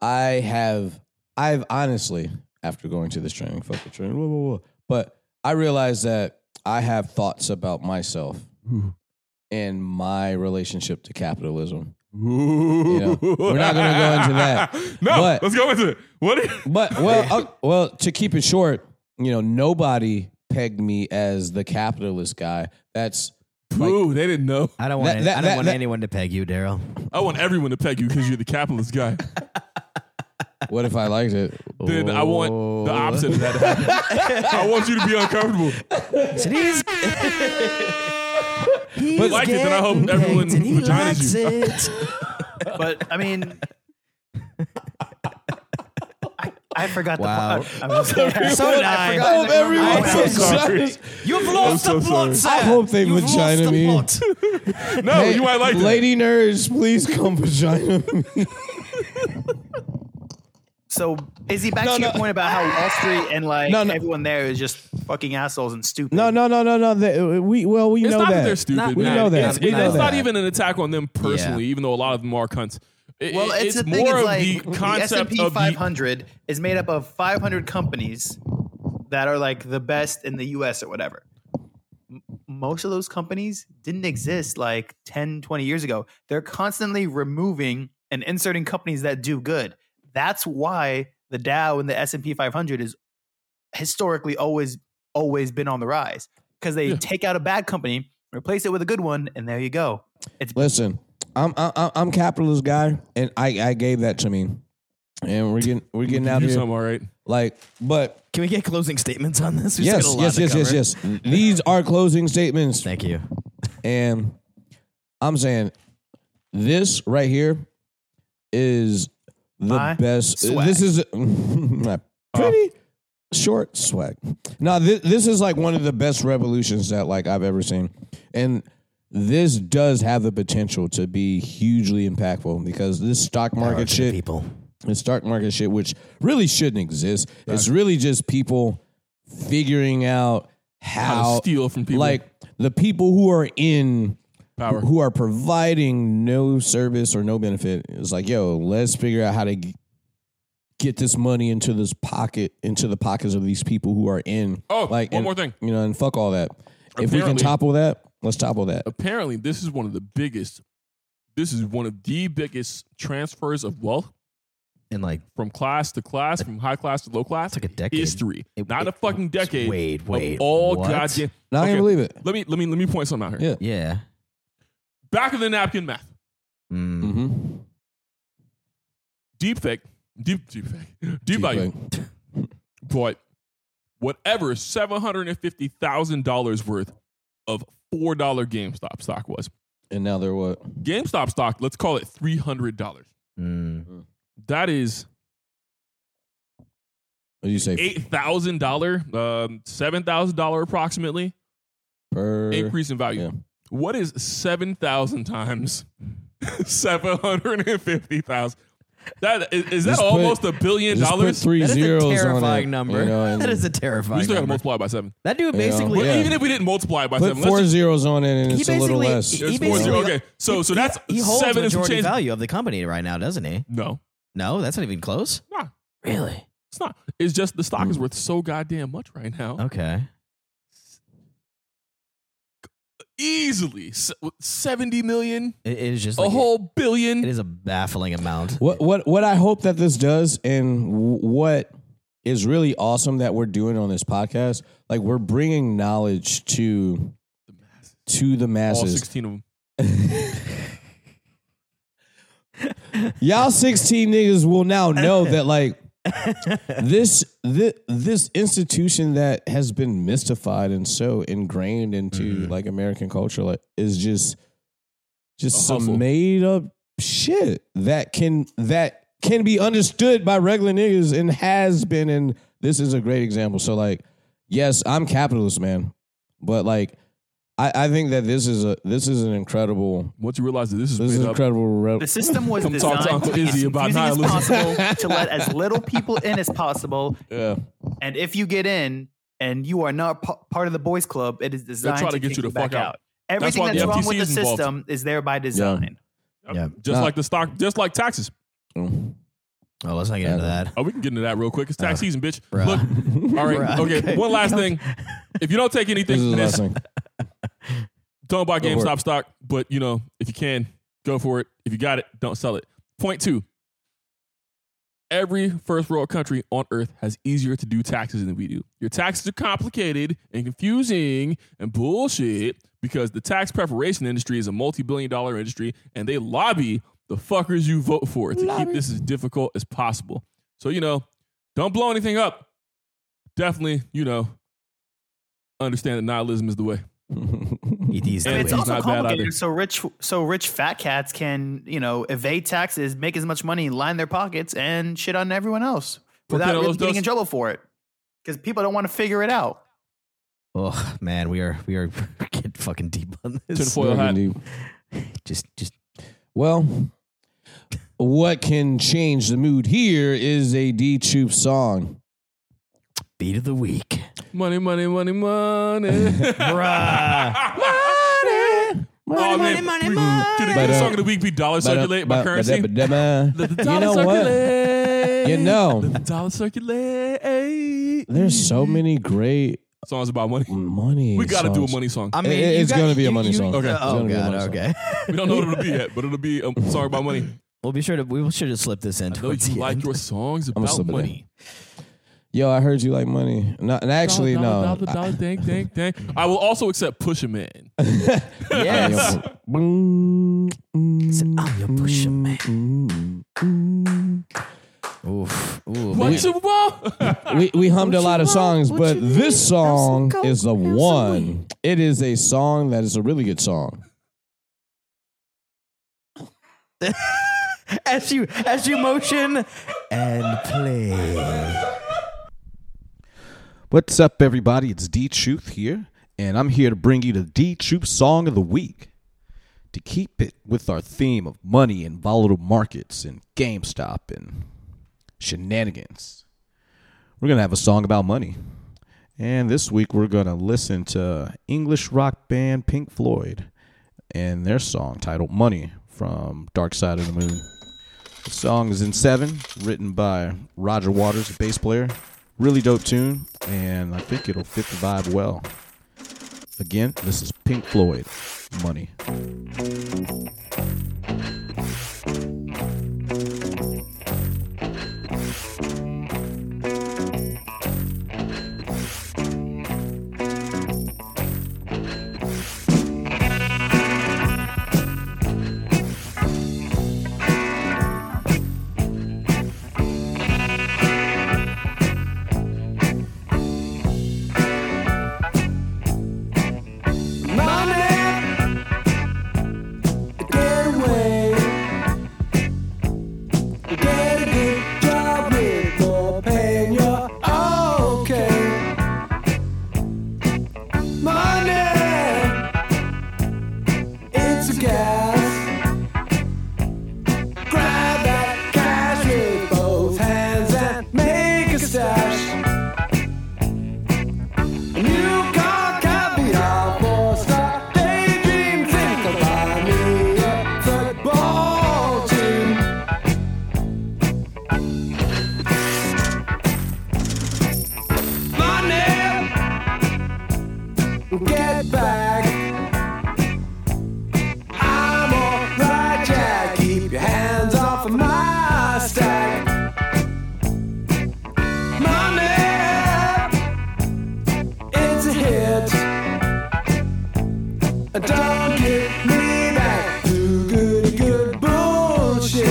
S2: I have, I've honestly, after going to this training, fuck the training, whoa, whoa, whoa. But I realized that I have thoughts about myself and my relationship to capitalism. know, we're not gonna go into that.
S4: [LAUGHS] no,
S2: But-
S4: let's go into it. What? Is,
S2: But well, uh, well, to keep it short, you know, nobody pegged me as the capitalist guy. That's
S4: Ooh, they didn't know.
S1: I don't want.
S2: That-
S1: any-
S2: that-
S1: I don't
S2: that-
S1: want
S2: that-
S1: anyone to peg
S2: [LAUGHS]
S1: you, Daryl.
S4: I want everyone to peg you because you're the capitalist guy.
S2: what if I liked it?
S4: Then I want
S2: Oh.
S4: the opposite of that to happen. I want you to
S2: [LAUGHS]
S4: be uncomfortable.
S1: He's,
S4: But like it, then I hope
S1: getting
S4: everyone
S1: pegged and he
S4: vaginas
S1: likes
S4: you.
S2: [LAUGHS]
S1: it.
S3: But I mean, I, I forgot
S1: Wow.
S3: the part. I'm sorry.
S1: So did I.
S3: I
S1: I hope
S3: forgot the-
S1: everyone-
S3: I-
S4: I'm so sorry.
S1: You've lost
S4: I'm
S1: the
S4: so
S1: plot, sir.
S2: sorry. I hope they
S1: You've lost
S2: vagina
S1: the
S2: me.
S1: plot.
S4: No, Oh, you might like that.
S2: lady nerds, please come [LAUGHS] vagina me.
S3: So Izzy, back
S2: No,
S3: to your
S2: no.
S3: point about how Wall Street and like
S2: No, no.
S3: everyone there is just fucking assholes and stupid.
S2: No, no, no, no, no. They, we well, we
S4: It's
S2: know
S4: not that.
S2: that.
S4: they're stupid.
S1: Not-
S2: we
S4: man.
S2: know that.
S4: It's,
S1: We
S4: it's
S1: know
S4: not
S1: that.
S4: even an attack on them personally, even though a lot of them are cunts. It-
S3: Well,
S4: it-
S3: it's, the thing. It's
S4: more of
S3: like
S4: the concept
S3: S&P
S4: of the
S3: 500 is made up of 500 companies that are like the best in the U.S. or whatever. M- Most of those companies didn't exist like 10, 20 years ago. They're constantly removing and inserting companies that do good. That's why the Dow and the S&P 500 is historically always always been on the rise because they
S4: Yeah.
S3: take out a bad company, replace it with a good one, and there you go. It's
S2: Listen, I'm I'm I'm capitalist guy, and I I gave that to me, and we're getting we're getting out
S4: you
S2: here
S4: something, all right.
S2: like, but
S1: Can we get closing statements on this? We've got
S2: yes,
S1: a lot
S2: yes,
S1: to
S2: yes, yes,
S1: cover.
S2: yes. These are closing statements.
S1: Thank you.
S2: And I'm saying this right here is the
S3: My
S2: best.
S3: swag.
S2: This is [LAUGHS] my pretty short swag. Now this this is like one of the best revolutions that like I've ever seen, and this does have the potential to be hugely impactful because this stock
S1: Power
S2: market
S1: to the
S2: shit
S1: people.
S2: and stock market shit, which really shouldn't exist. It's really just people figuring out how,
S4: How to steal from people.
S2: Like the people who are in
S4: Power.
S2: who are providing no service or no benefit. It's like, yo, let's figure out how to g- get this money into this pocket, into the pockets of these people who are in.
S4: Oh,
S2: like
S4: one
S2: and-
S4: more thing.
S2: you know, and fuck all that. if we can
S4: Apparently-
S2: topple that, let's topple that.
S4: apparently this is one of the biggest this is one of the biggest transfers of wealth
S1: In like
S4: from class to class from high class to low class
S1: It's like a decade.
S4: history
S1: It-
S4: not
S1: it-
S4: a fucking decade
S1: wait,
S4: of
S1: wait,
S4: all
S1: what?
S4: goddamn
S2: Now I
S4: Okay,
S2: can believe it.
S4: let me let me let me point something out here
S2: Yeah.
S1: yeah.
S4: back of the napkin math
S1: Mm.
S2: Mm-hmm.
S4: deep fake deep deep fake deep value but whatever $750000 worth of $4 gamestop stock was
S2: And now they're what?
S4: gamestop stock let's call it $300
S1: Mm.
S4: that is
S2: What do you say?
S4: eight thousand dollar, um, seven thousand dollar approximately
S2: per
S4: increase in value.
S2: yeah.
S4: What is seven thousand times [LAUGHS] seven hundred and fifty thousand? That is, is that
S2: Just put-
S4: almost a billion
S2: Just put
S4: dollars?
S2: three
S1: That is
S2: zeros
S1: a
S2: on it,
S1: terrifying
S2: you
S1: number.
S2: know, and
S1: [LAUGHS] that is a
S4: We
S1: terrifying
S4: still got to
S1: number.
S4: multiply by seven.
S1: That dude
S2: You know,
S1: basically.
S4: But
S2: Yeah.
S4: even if we didn't multiply by
S2: put
S4: seven,
S2: four
S4: let's
S2: zeros on it, and
S1: He
S2: it's a little
S1: basically-
S2: less.
S1: he-
S4: just,
S1: he
S4: there's four zero.
S1: basically-
S4: Okay, so so that's
S1: he holds
S4: seven and some
S1: majority
S4: change.
S1: value of the company right now, doesn't he?
S4: No,
S1: No, that's not even close.
S4: Nah.
S1: Really?
S4: it's not. It's just the stock is worth so goddamn much right now.
S1: Okay.
S4: Easily se- seventy million,
S1: It, it is just
S4: a
S1: like
S4: whole billion.
S1: it is a baffling amount.
S2: What what what I hope that this does, and wh- what is really awesome that we're doing on this podcast. Like we're bringing knowledge to to the
S4: All
S2: masses.
S4: 16 of them. [LAUGHS]
S2: Y'all sixteen niggas will now know that like this this this institution that has been mystified and so ingrained into
S4: Mm-hmm.
S1: Mhm.
S2: like American culture like is just just
S4: A hustle.
S2: some made up shit that can that can be understood by regular niggas and has been and this is a great example. So like yes, I'm capitalist man, but like I, I think that this is a this is an incredible
S4: Once you realize that this is
S2: this is
S4: made up,
S2: incredible re-
S3: The system was
S4: Come
S3: designed
S4: talk to
S3: to,
S4: Uncle
S3: be as
S4: Izzy about
S3: confusing as
S4: nihilism. [LAUGHS]
S3: possible, to let as little people in as possible.
S2: yeah.
S3: And if you get in and you are not p- part of the boys club, it is designed
S4: try to get
S3: kick
S4: you the
S3: back
S4: fuck out.
S3: out. Everything
S4: why
S3: that's,
S4: the
S3: wrong
S4: FTC
S3: with the
S4: is involved.
S3: system is there by design.
S1: Yeah.
S4: just
S2: Nah.
S4: like the stock, just like taxes.
S2: Mm.
S1: Oh, let's not get into that.
S4: Oh, we can get into that real quick. It's tax season, bitch.
S1: bruh.
S4: Look, all right,
S1: Bruh.
S4: okay.
S1: Okay.
S4: One last thing. If you don't take
S2: This
S4: anything
S2: is
S4: from
S2: the
S4: this,
S2: last thing.
S4: don't buy
S2: Go for
S4: GameStop stock, but you know, if you can, go for it. If you got it, don't sell it. Point two. Every first world country on earth has easier to do taxes than we do. Your taxes are complicated and confusing and bullshit because the tax preparation industry is a multi billion dollar industry and they lobby the fuckers you vote for to keep this as difficult as possible. So, you know, don't blow anything up. Definitely, you know, understand that nihilism is the way. [LAUGHS]
S1: It is
S2: [LAUGHS]
S3: I mean,
S1: the way.
S3: it's
S4: It's
S3: also
S4: not bad either.
S3: complicated. So rich, so rich fat cats can you know evade taxes, make as much money, line their pockets, and shit on everyone else without
S4: Portillo's
S3: really getting
S4: does-
S3: in trouble for it because people don't want to figure it out.
S1: Oh man, we are we are [LAUGHS] getting fucking deep on this.
S4: Tinfoil hat.
S1: Just just
S2: Well, what can change the mood here is a D Troop song.
S1: beat of
S2: [LAUGHS]
S1: the week.
S4: Money, money, money, money. oh,
S1: money,
S4: man.
S1: money,
S4: We-
S1: money.
S4: Could the
S2: But, uh,
S4: song of the week be Dollar Circulate by Currency?
S2: You
S4: [LAUGHS]
S2: know what?
S4: Circulate.
S2: You know,
S4: The Dollar Circulate.
S2: there's so many great
S4: Songs about money.
S2: money.
S4: We got to do a
S2: songs.
S4: money song.
S1: I mean,
S2: It-
S1: you
S2: it's
S1: got-
S2: gonna be a
S1: you-
S2: money
S1: you-
S2: song.
S4: Okay.
S1: uh,
S4: It's
S1: Oh
S2: gonna be a
S1: god.
S2: money song.
S1: Okay. [LAUGHS]
S4: We don't know
S2: [LAUGHS]
S4: what it'll be yet, but it'll be a song about money.
S1: We'll be sure to we will sure to slip this in
S4: No,
S1: towards
S4: you
S1: the
S4: like
S1: end.
S4: your songs
S2: I'ma
S4: about
S2: slip it in.
S4: money.
S2: Yo, I heard you like money. No, and actually,
S4: dollar,
S2: no.
S4: Dollar, dollar, dollar, dang,
S2: [LAUGHS]
S4: dang, dang. I will also accept Push a Man.
S1: Yes. Said, I'm your pusher man.
S2: mm,
S1: Oof. Ooh,
S4: What
S1: man.
S4: you want?
S2: we, we hummed a lot of songs,
S1: what
S2: but
S1: you
S2: this song is the
S1: some
S2: one. It is a song that is a really good song.
S1: as you as you motion and play.
S5: What's up, everybody? It's D Truth here, and I'm here to bring you the D Truth Song of the Week. To keep it with our theme of money and volatile markets and GameStop and shenanigans, we're going to have a song about money. And this week, we're going to listen to English rock band Pink Floyd and their song titled Money from Dark Side of the Moon. The song is in seven, written by Roger Waters, a bass player. Really dope tune, and I think it'll fit the vibe well. Again, this is Pink Floyd, Money.
S6: hands off of my stack. My Don't give me that too good, good bullshit.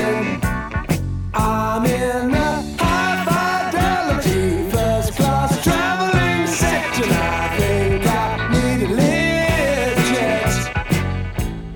S6: I'm in the high fidelity, first class traveling section. I think I need a lift jet.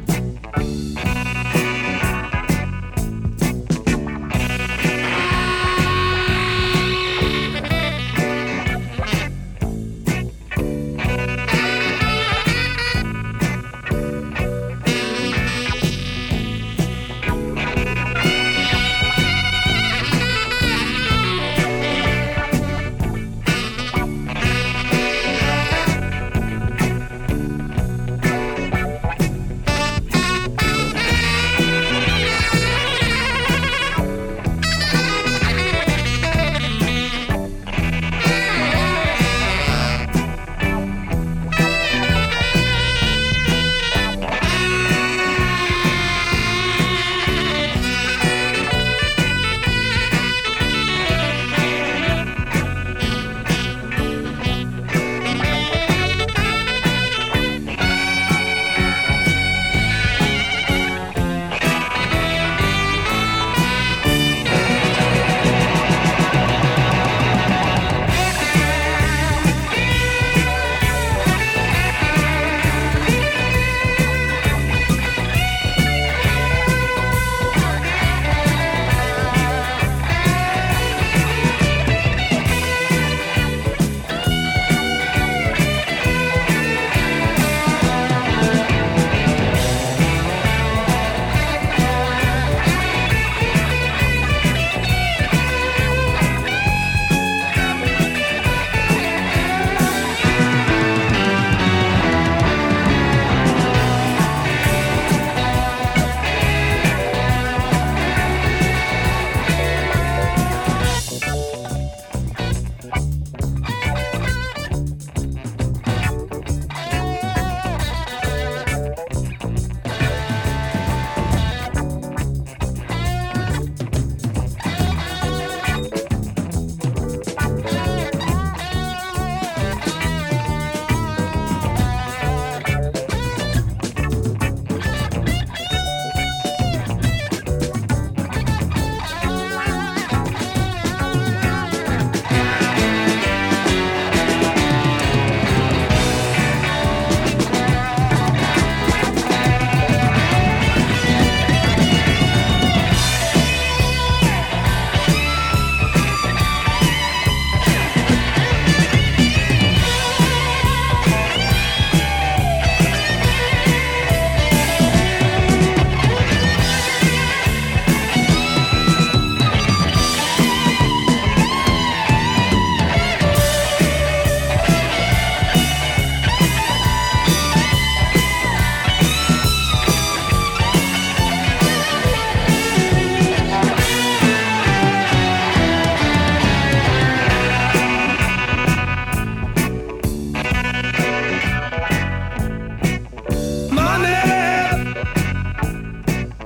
S6: Money,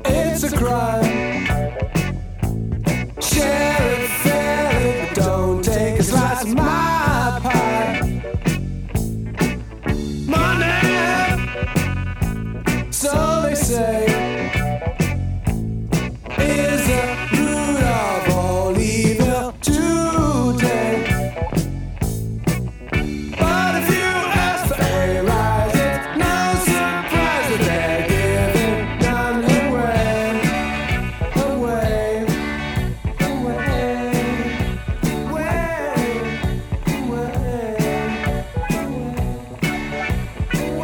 S6: it's a crime. Share it fairly, don't take a slice of my pie. Money, so they say, is the root of all evil today. But if you ask for a rise, it's no surprise that they're giving none away, away,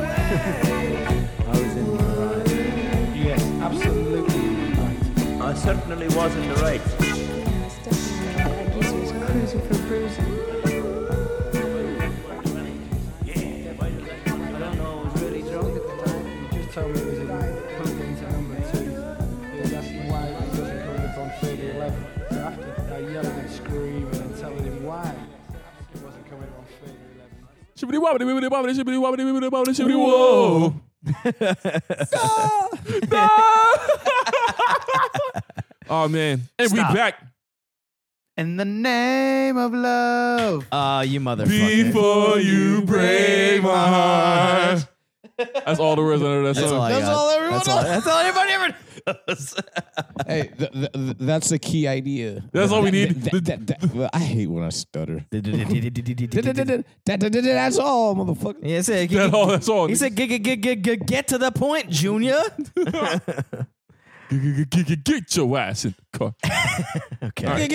S6: away, away, away, away.
S7: Yes, absolutely right. I certainly was in the right.
S8: Cruising for bruising.
S7: I don't know, I was really drunk at the time. He just told me it was a codeine to number two. He was asking why he doesn't come up on 3011. So after I yelled and screamed and telling him why it wasn't coming up on 3011.
S4: Shibbity wobbity wibbity wobbity shibbity wobbity wibbity wobbity shibbity whoa. oh man, and
S3: Stop.
S4: we back
S3: In the name of love.
S1: Uh, you Ah, motherfucker.
S4: before you break my heart. That's all the words under that
S1: That's all,
S4: song.
S1: I
S2: That's
S1: got.
S2: all everyone
S1: that's all, that's all everybody ever knows.
S2: Hey, th- th- th- that's a key idea.
S4: That's all we
S2: That-
S4: need.
S2: that- that- that- that- I hate when I stutter.
S1: yes,
S2: That's all, motherfucker.
S1: sir.
S4: That's all. That's all.
S1: He said, "Get, get, get, get, get, get to the point, Junior." [LAUGHS]
S4: "Get your ass in the car."
S1: Okay.
S2: Hey, hey,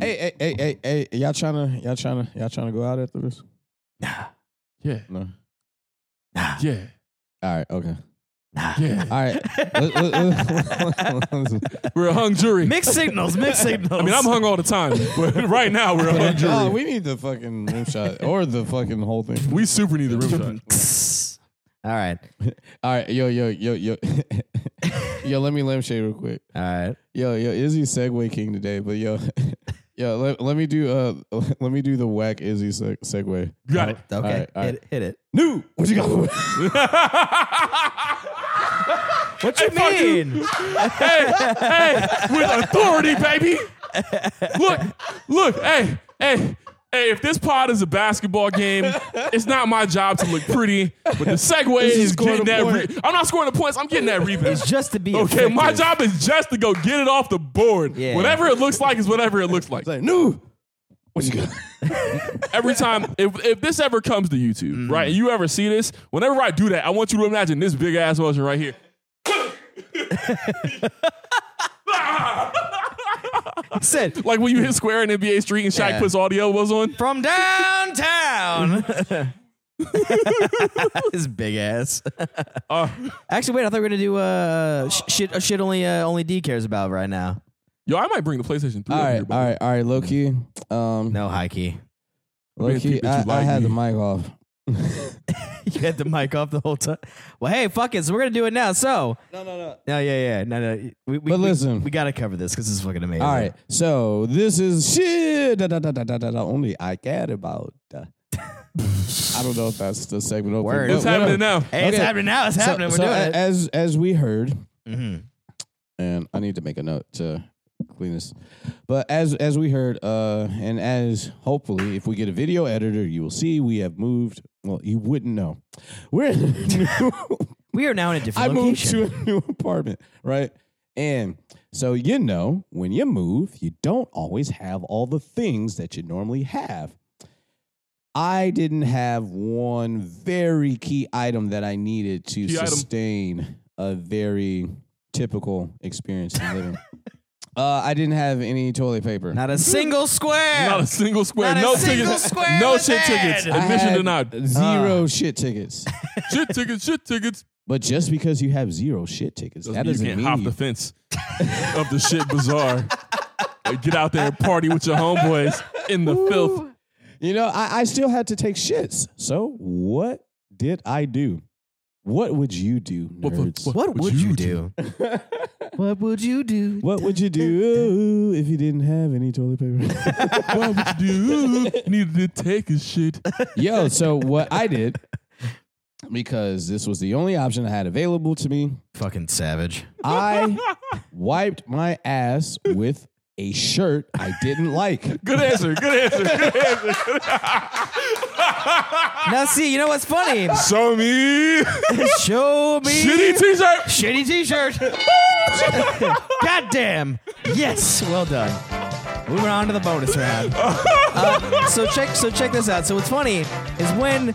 S2: hey, hey, hey, hey, y'all trying to, y'all trying to, y'all trying to go out after this?
S4: Yeah,
S2: No.
S4: yeah,
S2: All right. Okay.
S4: yeah.
S2: All right. Let- let- let-
S4: We're a hung jury.
S1: Mixed signals. Mixed
S4: I
S1: signals.
S4: mean,
S1: [LAUGHS]
S4: I'm hung all the time, but right now we're a hung jury.
S2: Oh, we need the fucking rim shot or the fucking whole thing.
S4: we super need the rim shot.
S1: All right.
S2: All right, yo, yo, yo, yo, [LAUGHS] yo. Let me lampshade real quick.
S1: All right.
S2: Yo, yo, Izzy Segway King today, but yo, [LAUGHS] yo, let, let me do uh, [LAUGHS] let me do the whack Izzy seg- Segway.
S4: You Got it.
S1: Okay.
S2: right, all
S1: Hit, hit it.
S2: New, what you got? [LAUGHS]
S1: What you
S4: fuck you.
S1: mean?
S4: hey, hey, [LAUGHS] with authority, baby. Look, look, hey, hey, hey, if this pod is a basketball game, it's not my job to look pretty, but the segue
S2: This is
S4: is
S2: scoring
S4: getting
S2: a
S4: that.
S2: point.
S4: Re- I'm not scoring the points, I'm getting that rebound.
S1: It's just to be
S4: Okay, my
S1: effective.
S4: job is just to go get it off the board.
S1: Yeah.
S4: Whatever it looks like is whatever it looks like.
S2: Say, new, what you got?
S4: [LAUGHS] Every time, if, if this ever comes to YouTube, right, and you ever see this, whenever I do that, I want you to imagine this big ass motion right here.
S1: said
S4: Like when you hit square in NBA Street and Shaq
S1: Yeah.
S4: puts all the elbows on.
S1: from downtown. [LAUGHS] His big [LAUGHS] ass. Oh.
S4: Uh,
S1: Actually, wait. I thought we were gonna do uh sh- shit. Uh, shit only uh, only D cares about right now.
S4: yo, I might bring the PlayStation 3
S2: all
S4: over
S2: right,
S4: here, bro.
S2: all right, all right. Low key, um,
S1: No, high key. [LAUGHS]
S2: low
S4: Man,
S2: key.
S4: people
S2: I,
S4: too
S2: I had the
S4: like
S2: mic off.
S1: You had the mic off the whole time. Well, hey, fuck it. So we're gonna do it now. So no, no, no, no, yeah, yeah, no, no. We, we,
S2: But
S1: we-
S2: listen.
S1: we, gotta cover this because this is fucking amazing.
S2: All right, so this is shit. Da, da, da, da, da, da, da, only I cared about. [LAUGHS] I don't know if that's the segment. open,
S1: Word.
S2: but
S4: What's happening
S2: whatever.
S4: now?
S1: Hey, it's
S2: Okay.
S1: happening now. It's
S2: So-
S1: happening.
S2: so uh,
S1: we're doing
S2: a-
S1: it.
S2: As as we heard,
S1: Mhm.
S2: and I need to make a note to clean this. But as as we heard, uh, and as hopefully, if we get a video editor, you will see we have moved. Well, you wouldn't know. We're in a [LAUGHS] new,
S1: We are now in a different
S2: I moved
S1: location.
S2: to a new [LAUGHS] apartment, right? And so you know, when you move, you don't always have all the things that you normally have. I didn't have one very key item that I needed to
S4: Key item.
S2: sustain a very typical experience in living. [LAUGHS] uh, I didn't have any toilet paper.
S1: Not a
S2: [LAUGHS]
S1: single square.
S4: Not a single square.
S1: Not a
S4: no
S1: single
S4: tickets.
S1: square
S4: no
S1: was
S4: shit
S1: had.
S4: tickets.
S2: I
S4: Admission
S2: had
S4: denied.
S2: Zero shit tickets.
S4: [LAUGHS] Shit tickets. Shit tickets.
S2: But just because you have zero shit tickets, [LAUGHS] that doesn't
S4: you can't
S2: mean
S4: hop
S2: you
S4: the fence of the shit bazaar. Like, Get out there and party with your homeboys in the filth.
S2: You know, I, I still had to take shits. So what did I do? What would you do,
S4: What- what-
S2: nerds?
S1: What would you do? What would you do?
S2: What would [LAUGHS] you do if you didn't have any toilet [LAUGHS] paper?
S4: What would
S2: [LAUGHS]
S4: you do? Needed to take a shit.
S2: Yo, so what I did, because this was the only option I had available to me,
S1: Fucking [LAUGHS] savage.
S2: [LAUGHS] I wiped my ass with a shirt I didn't like.
S4: Good answer. Good answer. Good answer.
S1: Now, see, you know what's funny?
S4: Show me
S1: Show me
S4: shitty t-shirt.
S1: shitty
S4: [LAUGHS]
S1: t-shirt. Goddamn. Yes. Well done. Moving on to the bonus round. Uh, so check. So check this out. So what's funny is when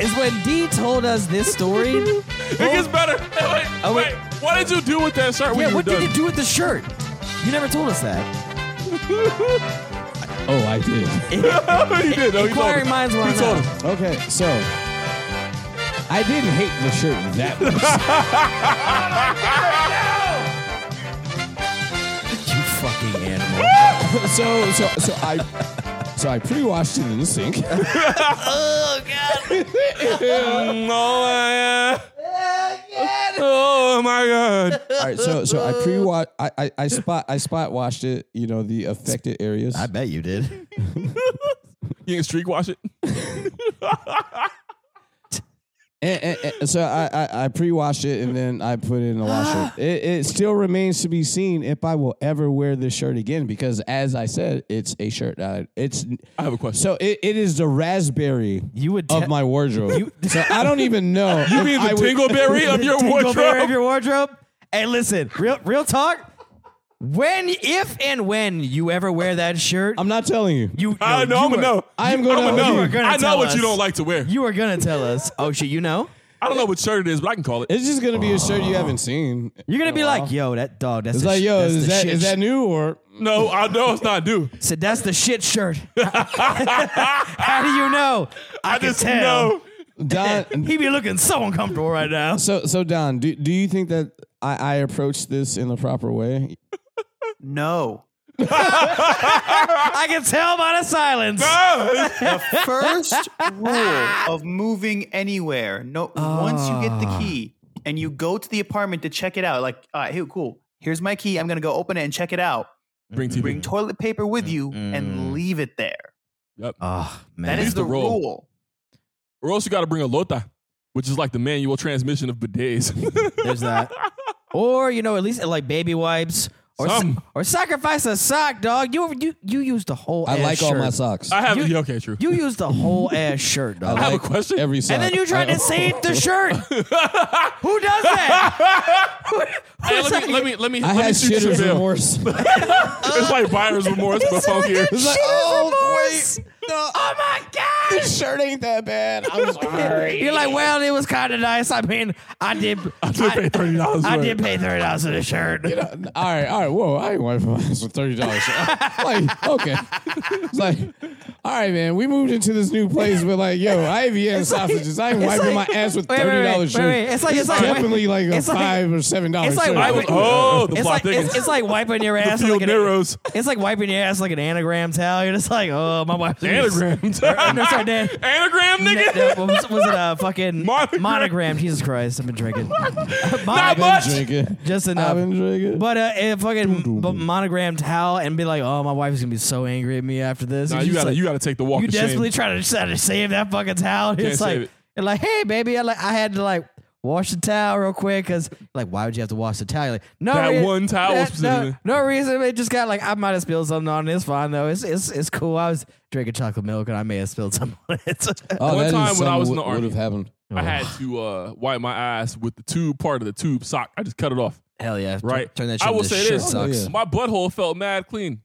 S1: is when D told us this story.
S4: It gets better. Hey, wait,
S1: Oh, wait.
S4: wait. What did you do with that shirt when
S1: yeah.
S4: you were
S1: What did
S4: done?
S1: you do with the shirt? You never told us that.
S2: Oh, I did.
S4: Oh, he did. Oh, he told
S1: Inquiring
S4: us.
S1: minds want
S4: He
S1: to
S4: told
S1: know.
S4: us.
S2: Okay, so I didn't hate the shirt that much. [LAUGHS]
S1: You fucking animal.
S2: so so so I so I pre-washed it in the sink.
S4: No. eh. Oh my god.
S2: All right, so so I pre-wash I, I I spot I spot washed it. You know the affected areas.
S1: I bet you did.
S4: You didn't streak wash it?
S2: And, and- and so I, I, I pre-washed it and then I put it in the washer. It, it still remains to be seen if I will ever wear this shirt again because, as I said, it's a shirt. That I, it's
S4: I have a question.
S2: so it, it is the raspberry
S1: You would te-
S2: of my wardrobe. so I don't even know. You
S4: Be the tingleberry of
S1: [LAUGHS]
S4: your
S1: Tingle Bear of
S4: wardrobe.
S1: your wardrobe. Hey, listen, real real talk. When, if, and when you ever wear that shirt,
S2: [LAUGHS] I'm not telling you.
S1: you.
S4: I
S1: no,
S4: know. I'm
S1: you
S4: gonna
S1: are-
S4: know.
S2: [LAUGHS] I am going
S4: I'm
S2: to
S1: you are
S4: gonna know.
S1: gonna
S4: I know
S1: tell
S4: what
S1: us.
S4: you don't like to wear.
S1: You are gonna tell us. Oh shit, you know.
S4: I don't know what shirt it is, but I can call it.
S2: It's just gonna be a shirt you haven't seen.
S1: You're gonna
S2: in a
S1: be
S2: while.
S1: like, yo, that dog. That's
S2: Oh, it's
S1: the
S2: like,
S1: sh-
S2: yo,
S1: that's
S2: is
S1: the
S2: that
S1: shit
S2: is that new or
S4: No, I know it's not due.
S1: Said that's the
S2: [LAUGHS]
S1: shit shirt. [LAUGHS] How do you know? I,
S4: I
S1: can
S4: just
S1: tell.
S4: know.
S2: Don?
S1: He be looking so uncomfortable
S2: [LAUGHS]
S1: right now.
S2: so so Don, do do you think that I, I approached this in the proper way?
S3: No.
S1: I can tell by the silence.
S3: First rule of moving anywhere. No, once you get the key
S2: Ah.
S3: and you go to the apartment to check it out, like, all right, here, cool. Here's my key. I'm gonna go open it and check it out.
S4: Bring TV.
S3: Bring toilet paper with you and leave it there.
S1: Oh man.
S3: That is
S4: Use the
S3: the
S4: roll.
S3: rule.
S4: or else you got to bring a lota, which is like the manual transmission of bidets. [LAUGHS]
S1: There's that. Or you know, at least like baby wipes. Or, sa-
S4: Some.
S1: or sacrifice a sock, dog. You you you use the whole.
S2: I
S1: ass
S2: like all
S1: shirt.
S2: my socks.
S4: I have
S1: You-
S4: yeah, okay, true.
S1: You use the whole ass
S2: [LAUGHS]
S1: shirt, dog.
S4: I have
S2: like
S4: a question.
S2: Every sock.
S1: and then you try
S2: I- [LAUGHS]
S1: to save the shirt. Who does that?
S2: [LAUGHS]
S1: Who-
S4: Hey,
S1: who's
S4: let
S1: like-
S4: me let me let me.
S2: I
S4: let me
S2: had
S4: shoot you
S2: shitter's
S4: some mail.
S2: remorse. It's like,
S4: It's like buyer's remorse, but funkier.
S2: [LAUGHS]
S4: [LAUGHS]
S2: oh
S1: remorse.
S2: wait, no,
S1: Oh my god!
S2: this shirt ain't that bad. I'm sorry.
S1: You're like, well, it was kind of nice. I mean, I did. I
S4: did pay $30
S1: I
S4: for it.
S1: did pay thirty dollars for the
S2: [LAUGHS]
S1: shirt.
S2: all right, all right, whoa, I ain't wiping my ass for thirty dollars.
S1: [LAUGHS]
S2: [LAUGHS] like, okay, it's like, all right, man, we moved into this new place, but like, yo, I have Vienna sausages. I ain't
S1: it's
S2: wiping
S1: like-
S2: my ass with
S1: wait, wait,
S2: thirty dollars.
S1: wait, wait, wait. It's like- it's like-
S2: definitely like a
S1: it's like-
S2: five or seven dollars.
S1: it's like
S4: I was,
S1: Wait, wait,
S4: oh, the
S1: It's
S4: plot
S1: like
S4: thickens.
S1: it's, it's like wiping
S2: [LAUGHS]
S1: your ass.
S4: Field
S1: Like an,
S4: narrows.
S1: it's like wiping your ass like an anagram towel. You're just like, oh, my wife's [LAUGHS]
S4: Anagram. [LAUGHS]
S1: no, sorry, Dan.
S4: Anagram, nigga.
S1: That- what was, was it a fucking
S4: Monogram.
S1: monogram. Jesus Christ, I've been
S4: [LAUGHS]
S1: drinking.
S4: Not
S1: Monogram.
S4: much.
S2: drinking.
S1: Just enough.
S2: I've been drinking.
S1: But uh, if fucking b- monogram towel and be like, oh, my wife's gonna be so angry at me after this.
S4: Nah,
S1: And
S4: you
S1: just
S4: gotta
S1: like-
S4: you gotta take the walk
S1: you
S4: of shame.
S1: desperately trying to try to save that fucking towel. And it's
S4: save
S1: like,
S4: it.
S1: and like, hey, baby, I like I had to like wash the towel real quick because like, why would you have to wash the towel? You're Like, no,
S4: That
S1: rea-
S4: one towel
S1: no,
S4: specifically.
S1: no reason. It just got like I might have spilled something on it. It's fine though. It's it's it's cool. I was drinking chocolate milk and I may have spilled something on it. [LAUGHS]
S2: Oh,
S4: One
S2: that is
S4: time when I was
S2: something
S4: in the
S2: would- would
S4: army.
S2: have happened.
S4: I had to uh, wipe my eyes with the tube part of the tube sock. I just cut it off.
S1: Hell yeah, Tur-
S4: Right.
S1: Turn that. Shit
S4: I will
S1: into
S4: say
S1: shirt
S4: this.
S1: Socks.
S2: Yeah.
S4: My butthole felt mad clean.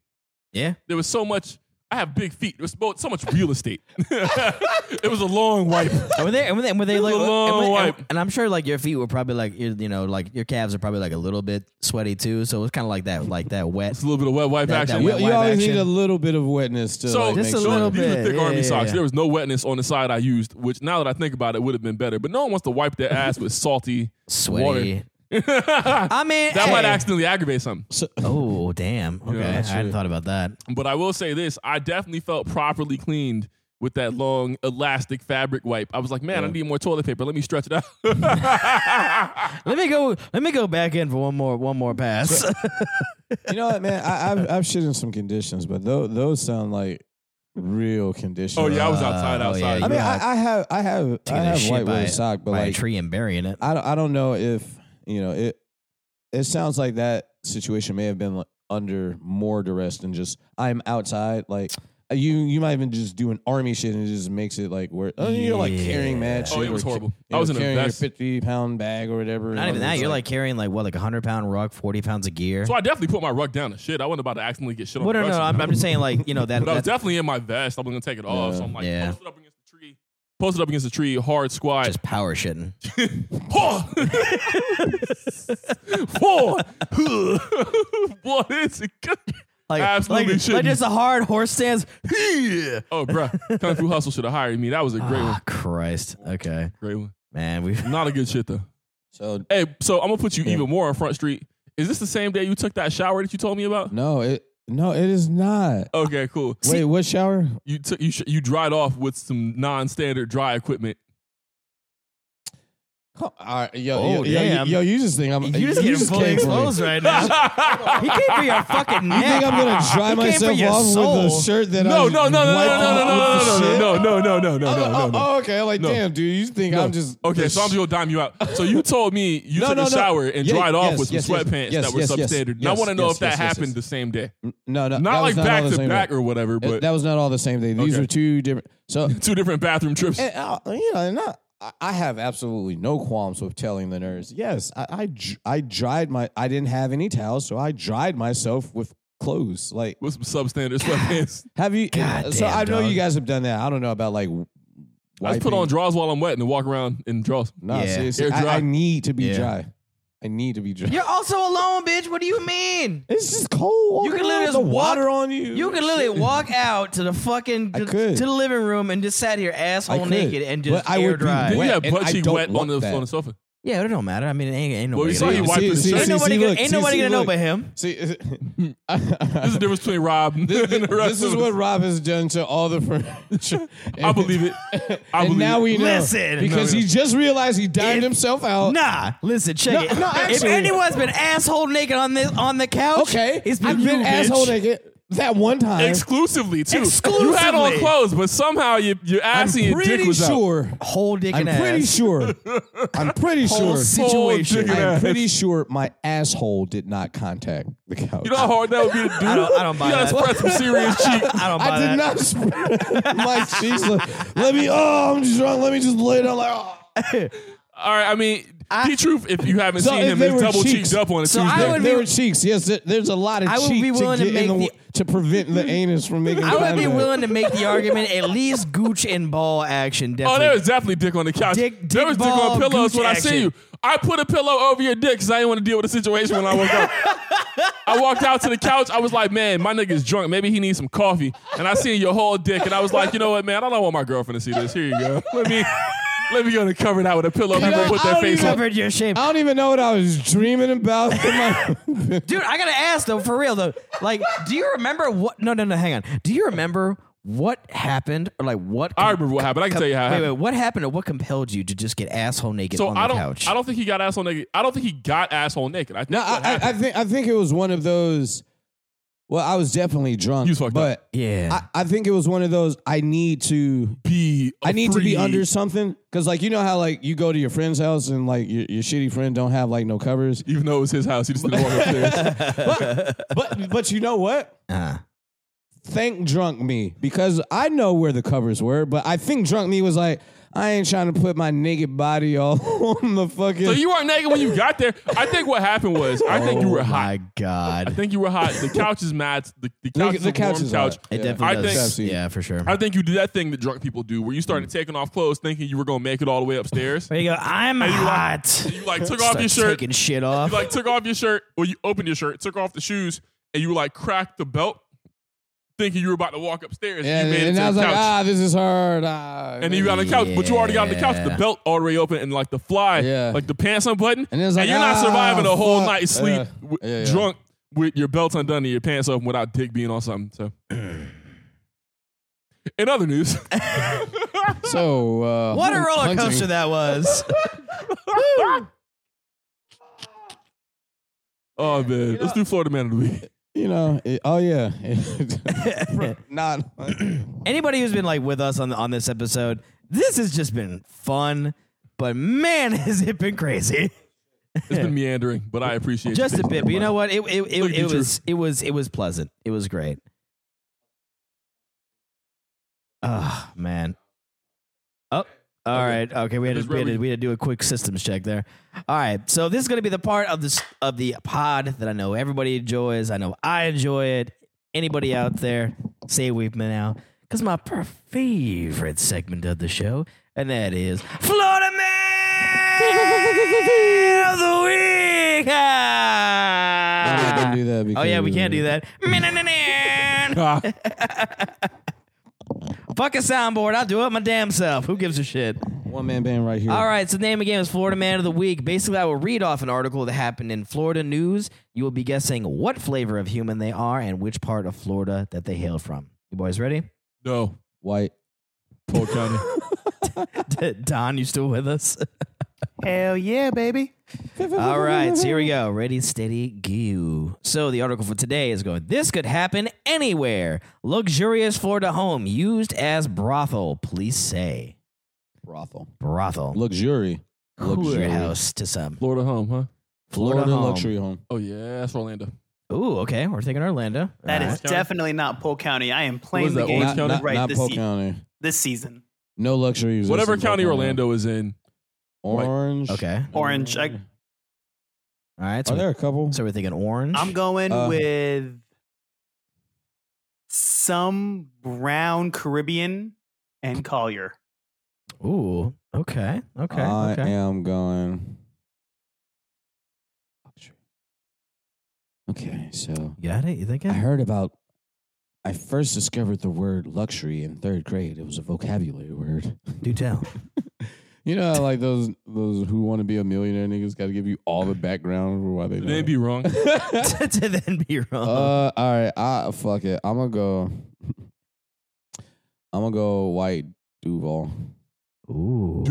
S1: Yeah.
S4: There was so much. I have big feet. There was so- so much real estate. [LAUGHS] it was a long wipe.
S1: And when they, and when they, and when they like,
S4: a long
S1: and, when-
S4: wipe.
S1: and I'm sure like your feet were probably like, your, you know, like your calves are probably like a little bit sweaty too. So it's kind of like that, like that wet.
S4: It's a little bit of wet wipe
S1: That- that
S4: action.
S1: wet
S2: You,
S1: Wet
S2: you
S1: wipe
S2: always
S1: action.
S2: need a little bit of wetness to
S4: So
S2: like,
S1: Just
S2: make
S1: a
S2: sure.
S1: little
S4: these are
S1: bit.
S4: thick
S1: Yeah,
S4: army
S1: yeah,
S4: socks.
S1: yeah.
S4: There was no wetness on the side I used, which now that I think about it, would have been better. But no one wants to wipe their ass with salty
S1: Sweaty.
S4: water.
S1: [LAUGHS]
S4: [LAUGHS]
S1: I mean,
S4: That
S1: hey.
S4: might accidentally aggravate something.
S1: Oh damn! Okay, I
S4: that's
S1: hadn't thought about that.
S4: But I will say this I definitely felt properly cleaned with that long elastic fabric wipe. I was like, man, I need more toilet paper. Let me stretch it out. [LAUGHS]
S1: Let me go. Let me go back in for one more one more pass.
S2: You know what, man? I, I've I've shit in some conditions, but those those sound like real conditions.
S4: oh, yeah, [LAUGHS] I was outside,
S1: Uh, oh, yeah,
S4: outside.
S1: you
S2: I mean,
S1: were out
S2: I, I have I have I
S1: Taking a
S2: have
S1: shit
S2: white
S1: by-
S2: wool sock, but
S1: By a
S2: like
S1: tree and burying it.
S2: I don't I don't know if you know it. It sounds like that situation may have been like, under more duress than just I'm outside. Like you you might even just do an army shit and it just makes it like where oh, you're like carrying mad
S4: Oh,
S2: shit.
S4: it was
S2: or ca-
S4: horrible.
S2: you
S4: I was
S2: know,
S4: in a
S2: carrying
S4: vest.
S2: your fifty pound bag or whatever.
S1: Not
S2: and
S1: even
S2: it's
S1: that. You're like carrying like what, like a hundred pound rug, forty pounds of gear.
S4: so I definitely put my rug down and shit. I wasn't about to accidentally get shit on
S1: Well,
S4: the
S1: no, no.
S4: rug.
S1: I'm, I'm just saying, like you know
S4: [LAUGHS]
S1: that.
S4: But I was
S1: that
S4: definitely in my vest. I was going to take it off. So I'm like,
S1: Yeah.
S4: posted up against the tree. Posted up against the tree, hard squat.
S1: just power shitting.
S4: [LAUGHS] Four. Four. [LAUGHS] Boy, it's a good.
S1: Like
S4: Absolutely
S1: like, like
S4: shitting.
S1: just a hard horse stance.
S4: Oh, bruh. Kung Fu Hustle should have hired me. That was a great one.
S1: Ah, Christ. Okay,
S4: Great one.
S1: man. We [LAUGHS]
S4: Not a good shit, though.
S2: so
S4: Hey, so I'm going to put you even more on Front Street. Is this the same day you took that shower that you told me about?
S2: no it no it is not.
S4: Okay, cool.
S2: Wait, what shower?
S4: You took you sh- you dried off with some non-standard dry equipment.
S2: All right, yo, yo,
S1: Oh,
S2: yo, yo,
S1: damn.
S2: yo, you just think I'm
S1: You just getting fully
S2: came for me.
S1: exposed
S2: [LAUGHS]
S1: right now. he came for your fucking neck.
S2: You think I'm gonna dry
S1: He came for
S2: myself
S1: your
S2: off with a
S1: soul.
S2: shirt that
S4: No,
S2: I'm
S4: no, no, no, no,
S2: wiped
S4: no, no,
S2: off with shit?
S4: no, no, no, no, no, no, no,
S2: Oh,
S4: no, no,
S2: oh,
S4: no.
S2: oh, okay. I'm like,
S4: No.
S2: damn, dude, you think I'm just
S4: Okay,
S2: the
S4: so I'm
S2: sh-
S4: just gonna
S2: [LAUGHS]
S4: dime you out. So you told me you
S2: No,
S4: took
S2: no,
S4: a
S2: no.
S4: shower and
S2: Yeah,
S4: dried off
S2: yes,
S4: with some
S2: yes, yes,
S4: sweatpants
S2: yes,
S4: that were
S2: yes, yes,
S4: substandard. and I
S2: yes,
S4: want to know
S2: yes,
S4: if that
S2: yes, yes,
S4: happened
S2: yes.
S4: the same day,
S2: no, no, that
S4: not
S2: was
S4: like back
S2: all the
S4: to
S2: same
S4: back
S2: day.
S4: or whatever,
S2: That-
S4: but
S2: that was not all the same day. These
S4: Okay.
S2: were two different.
S4: [LAUGHS]
S2: So
S4: two different bathroom trips.
S2: And, uh, you know, and I, I- I have absolutely no qualms with telling the nurse, yes, I, I, dr- I dried my, I didn't have any towels, so I dried myself with clothes. Like,
S4: With some substandard
S2: [LAUGHS]
S4: sweatpants.
S2: have you?
S1: God
S2: so
S1: damn,
S2: I know
S1: dog.
S2: you guys have done that. I don't know about like. w-
S4: I just put
S2: wiping.
S4: on drawers while I'm wet and walk around in drawers.
S2: No,
S1: Yeah.
S2: seriously,
S4: Air
S2: I- I,
S4: dry.
S2: need to be
S1: Yeah.
S2: dry. I need to be dry.
S1: You're also alone, bitch. What do you mean?
S2: It's just cold. walking
S1: You can
S2: around
S1: literally
S2: with
S1: just
S2: the
S1: walk-
S2: water on you.
S1: You could literally walk out to the fucking
S2: I
S1: to,
S2: could.
S1: to the living room and just sat here
S2: I
S1: asshole
S2: could,
S1: naked and just
S2: but I
S1: air
S2: would be
S1: dry.
S4: Then you
S2: Wet,
S4: have
S2: and
S4: butt
S2: I
S4: cheek
S2: don't
S4: wet on
S2: want
S4: the
S2: that.
S4: on
S2: [LAUGHS]
S4: the sofa.
S1: Yeah, it don't matter. I mean, it ain't, ain't
S4: Well,
S1: nobody.
S4: you saw
S1: gonna-
S4: he wiped his
S2: see,
S4: shirt.
S1: ain't
S2: see,
S1: nobody,
S2: see,
S1: gonna,
S2: look,
S1: ain't
S2: see,
S1: nobody
S2: see,
S1: gonna know
S2: look.
S1: but him.
S2: See, [LAUGHS]
S4: [LAUGHS]
S2: this,
S4: This is the difference between Rob and the rest
S2: this is
S4: of
S2: what
S4: us.
S2: Rob has done to all the furniture.
S4: [LAUGHS] I believe it.
S2: [LAUGHS] and
S4: I believe
S2: now
S4: it.
S2: we know.
S1: Listen.
S2: because
S4: No, we
S2: he just realized he dined
S1: If-
S2: himself out.
S1: Nah, listen, check
S2: No,
S1: it.
S2: no,
S1: if
S2: actually-
S1: anyone's been asshole naked on this on the couch,
S2: okay,
S1: it's been
S2: I've
S1: you,
S2: been
S1: bitch.
S2: asshole naked that one time.
S4: exclusively too. You had on
S1: Exclusively.
S4: clothes, but somehow you your
S2: I'm
S4: ass and your dick
S2: pretty
S4: was out.
S2: sure.
S1: Whole dick
S2: I'm
S1: and ass.
S2: pretty sure. I'm pretty
S1: Whole
S2: sure.
S1: situation.
S4: dick and
S2: I'm
S4: ass.
S2: pretty sure my asshole did not contact the couch.
S4: You know how hard that
S2: [LAUGHS]
S4: would be to do.
S1: I don't- I don't buy
S4: you gotta
S1: that.
S4: spread some serious cheek.
S1: I don't buy
S2: I did
S1: that.
S2: not spread [LAUGHS] my cheeks. Like, let me. Oh, I'm drunk. Let me just lay down. Like, oh.
S4: All right, I mean, the truth. If you haven't
S2: So
S4: seen
S2: if
S4: him,
S2: they
S4: he's
S2: were
S4: double
S2: cheeks-
S4: cheeked up on a
S1: So I
S4: Tuesday.
S2: There,
S1: would
S2: there
S1: be-
S2: were cheeks. Yes, there, there's a lot of
S1: I would
S2: cheek
S1: be willing
S2: to,
S1: to
S2: get in
S1: make
S2: the,
S1: the-
S2: to prevent
S1: [LAUGHS]
S2: the anus from making.
S1: I would be
S2: contact.
S1: willing to make the argument at least gooch and ball action. Definitely.
S4: Oh, there was definitely dick on the couch.
S1: Dick-
S4: there
S1: dick
S4: was dick
S1: ball,
S4: on pillows
S1: gooch
S4: when I see
S1: action.
S4: you. I put a pillow over your dick because I didn't want to deal with the situation when I woke up. I walked out to the couch. I was like, man, my nigga's drunk. Maybe he needs some coffee. And I seen your whole dick. And I was like, you know what, man? I don't want my girlfriend to see this. Here you go. [LAUGHS] Let me let me go and cover that with a pillow. People
S2: know,
S4: [LAUGHS] put
S2: I
S4: their
S2: don't
S4: face
S2: even-
S4: on.
S1: covered your shame.
S2: I don't even know what I was dreaming
S1: [LAUGHS]
S2: about.
S1: Dude, I gotta ask though, for real though. Like, do you remember what? No, no, no. Hang on. Do you remember what happened, or like what?
S4: I remember what happened. I can tell you how it
S1: wait,
S4: happened.
S1: wait. What happened, or what compelled you to just get asshole naked
S4: So
S1: on the
S4: I don't.
S1: couch?
S4: I don't think he got asshole naked. I don't think he got asshole naked. I think
S2: no,
S4: what
S2: I, I, I
S4: happened-
S2: think I think it was one of those. Well, I was definitely drunk,
S4: You was fucked
S2: but
S1: Yeah.
S2: I, I think it was one of those. I need to.
S4: be. a
S2: I need to be
S4: free-
S2: under something because, like, you know how like you go to your friend's house and like your, your shitty friend don't have like no covers,
S4: Even though it was his house, he just
S2: [LAUGHS]
S4: didn't walk upstairs.
S2: but but you know what?
S1: Uh,
S2: thank drunk me because I know where the covers were, but I think drunk me was like, I ain't trying to put my naked body [LAUGHS] all on the fucking.
S4: So you weren't naked when you got there. I think what happened was I think you were hot.
S1: Oh My God.
S4: [LAUGHS] I think you were hot. The couch is mad. The, the couch
S2: Nigga,
S4: is the couch is couch.
S2: hot.
S1: it
S2: Yeah.
S1: definitely
S4: I
S1: does.
S2: think-
S1: yeah, for sure.
S4: I think you did that thing that drunk people do, where you started taking off clothes, thinking you were gonna make it all the way upstairs.
S1: there you go. I'm hot.
S4: You like took off
S1: Start
S4: your shirt.
S1: Taking shit
S4: You
S1: off.
S4: like took off your shirt, or you opened your shirt, took off the shoes, and you like cracked the belt, thinking you were about to walk upstairs.
S2: Yeah,
S4: you made it
S2: and
S4: to
S2: I was
S4: the
S2: like,
S4: couch.
S2: ah, this is hard. Ah,
S4: And then you got on the couch, but you already got on the couch, with the
S1: Yeah.
S4: belt already open, and like the fly,
S2: Yeah.
S4: like the pants unbuttoned.
S2: And it was like,
S4: you're not
S2: ah,
S4: surviving a whole
S2: fuck.
S4: night's sleep
S2: Yeah.
S4: w-
S2: Yeah, yeah.
S4: drunk with your belts undone and your pants open without dick being on something. So, [CLEARS THROAT] in other news,
S2: so uh,
S1: what a
S2: hunting-
S1: roller coaster that was.
S4: oh man, let's do Florida Man of the Week.
S2: You know, it- oh yeah, [LAUGHS] not. hunting.
S1: Anybody who's been like with us on on this episode, this has just been fun. But man, [LAUGHS] has it been crazy.
S4: It's been meandering, but I appreciate
S1: just
S4: you.
S1: a bit
S4: [LAUGHS]
S1: but you know what it, it,
S4: Look at
S1: it,
S4: you,
S1: it was it was it was pleasant it was great oh man oh all
S4: Okay.
S1: right. okay we had, to,
S4: Just
S1: we, had
S4: where
S1: to,
S4: we-
S1: we had to do a quick systems check there all right so this is going to be the part of this of the pod that i know everybody enjoys i know i enjoy it anybody out there say with me now because my per- favorite segment of the show and that is florida man of the week
S2: I didn't do that
S1: Oh yeah, we
S2: because-
S1: can't do that.
S4: Ah,
S1: Fuck a soundboard. I'll do it my damn self. Who gives a shit?
S2: One man band right here.
S1: All right, so the name again is Florida Man of the Week. Basically, I will read off an article that happened in Florida news. You will be guessing what flavor of human they are and which part of Florida that they hail from. You boys ready? [LAUGHS]
S4: no,
S2: white.
S4: Polk County.
S3: [LAUGHS]
S1: Don, you still with us?
S3: Hell yeah, baby.
S1: All right, so here we go. Ready, steady, go. So the article for today is going. This could happen anywhere. Luxurious Florida home used as brothel. Police say
S2: Brothel.
S1: brothel.
S2: Luxury.
S1: Cooler house to some.
S4: Florida home, huh?
S1: Florida
S2: Florida,
S1: home.
S2: luxury home.
S4: Oh yeah, that's Orlando.
S1: Ooh, okay. We're thinking Orlando.
S3: That is
S1: All right.
S4: County?
S3: definitely not Polk County. I am
S4: What
S3: playing
S4: is
S3: the
S4: that,
S3: game
S4: Orange County?
S2: not,
S3: right
S2: not
S3: this,
S2: Polk
S3: se-
S2: County.
S3: this season.
S2: No luxury. exists
S4: Whatever
S2: in Polk
S4: county
S2: County.
S4: Orlando is in,
S2: Orange.
S1: okay.
S3: Orange. I,
S1: All right.
S2: Are
S1: So,
S2: there a couple?
S1: so we're thinking orange.
S3: I'm going
S2: Uh,
S3: with some brown Caribbean and Collier.
S1: Ooh. Okay. Okay.
S2: I
S1: okay.
S2: am going. Okay, so
S1: You Got it. You think
S2: I
S1: it?
S2: heard about. I first discovered the word luxury in third grade. It was a vocabulary word.
S1: Do [LAUGHS] tell.
S2: [LAUGHS] You know, how, like those those who want to be a millionaire niggas got to give you all the background for why they.
S4: they'd be wrong.
S2: know. [LAUGHS]
S1: to then be wrong.
S2: Uh, all right. I fuck it. I'm gonna go. [LAUGHS] I'm gonna go white Duval.
S1: Ooh.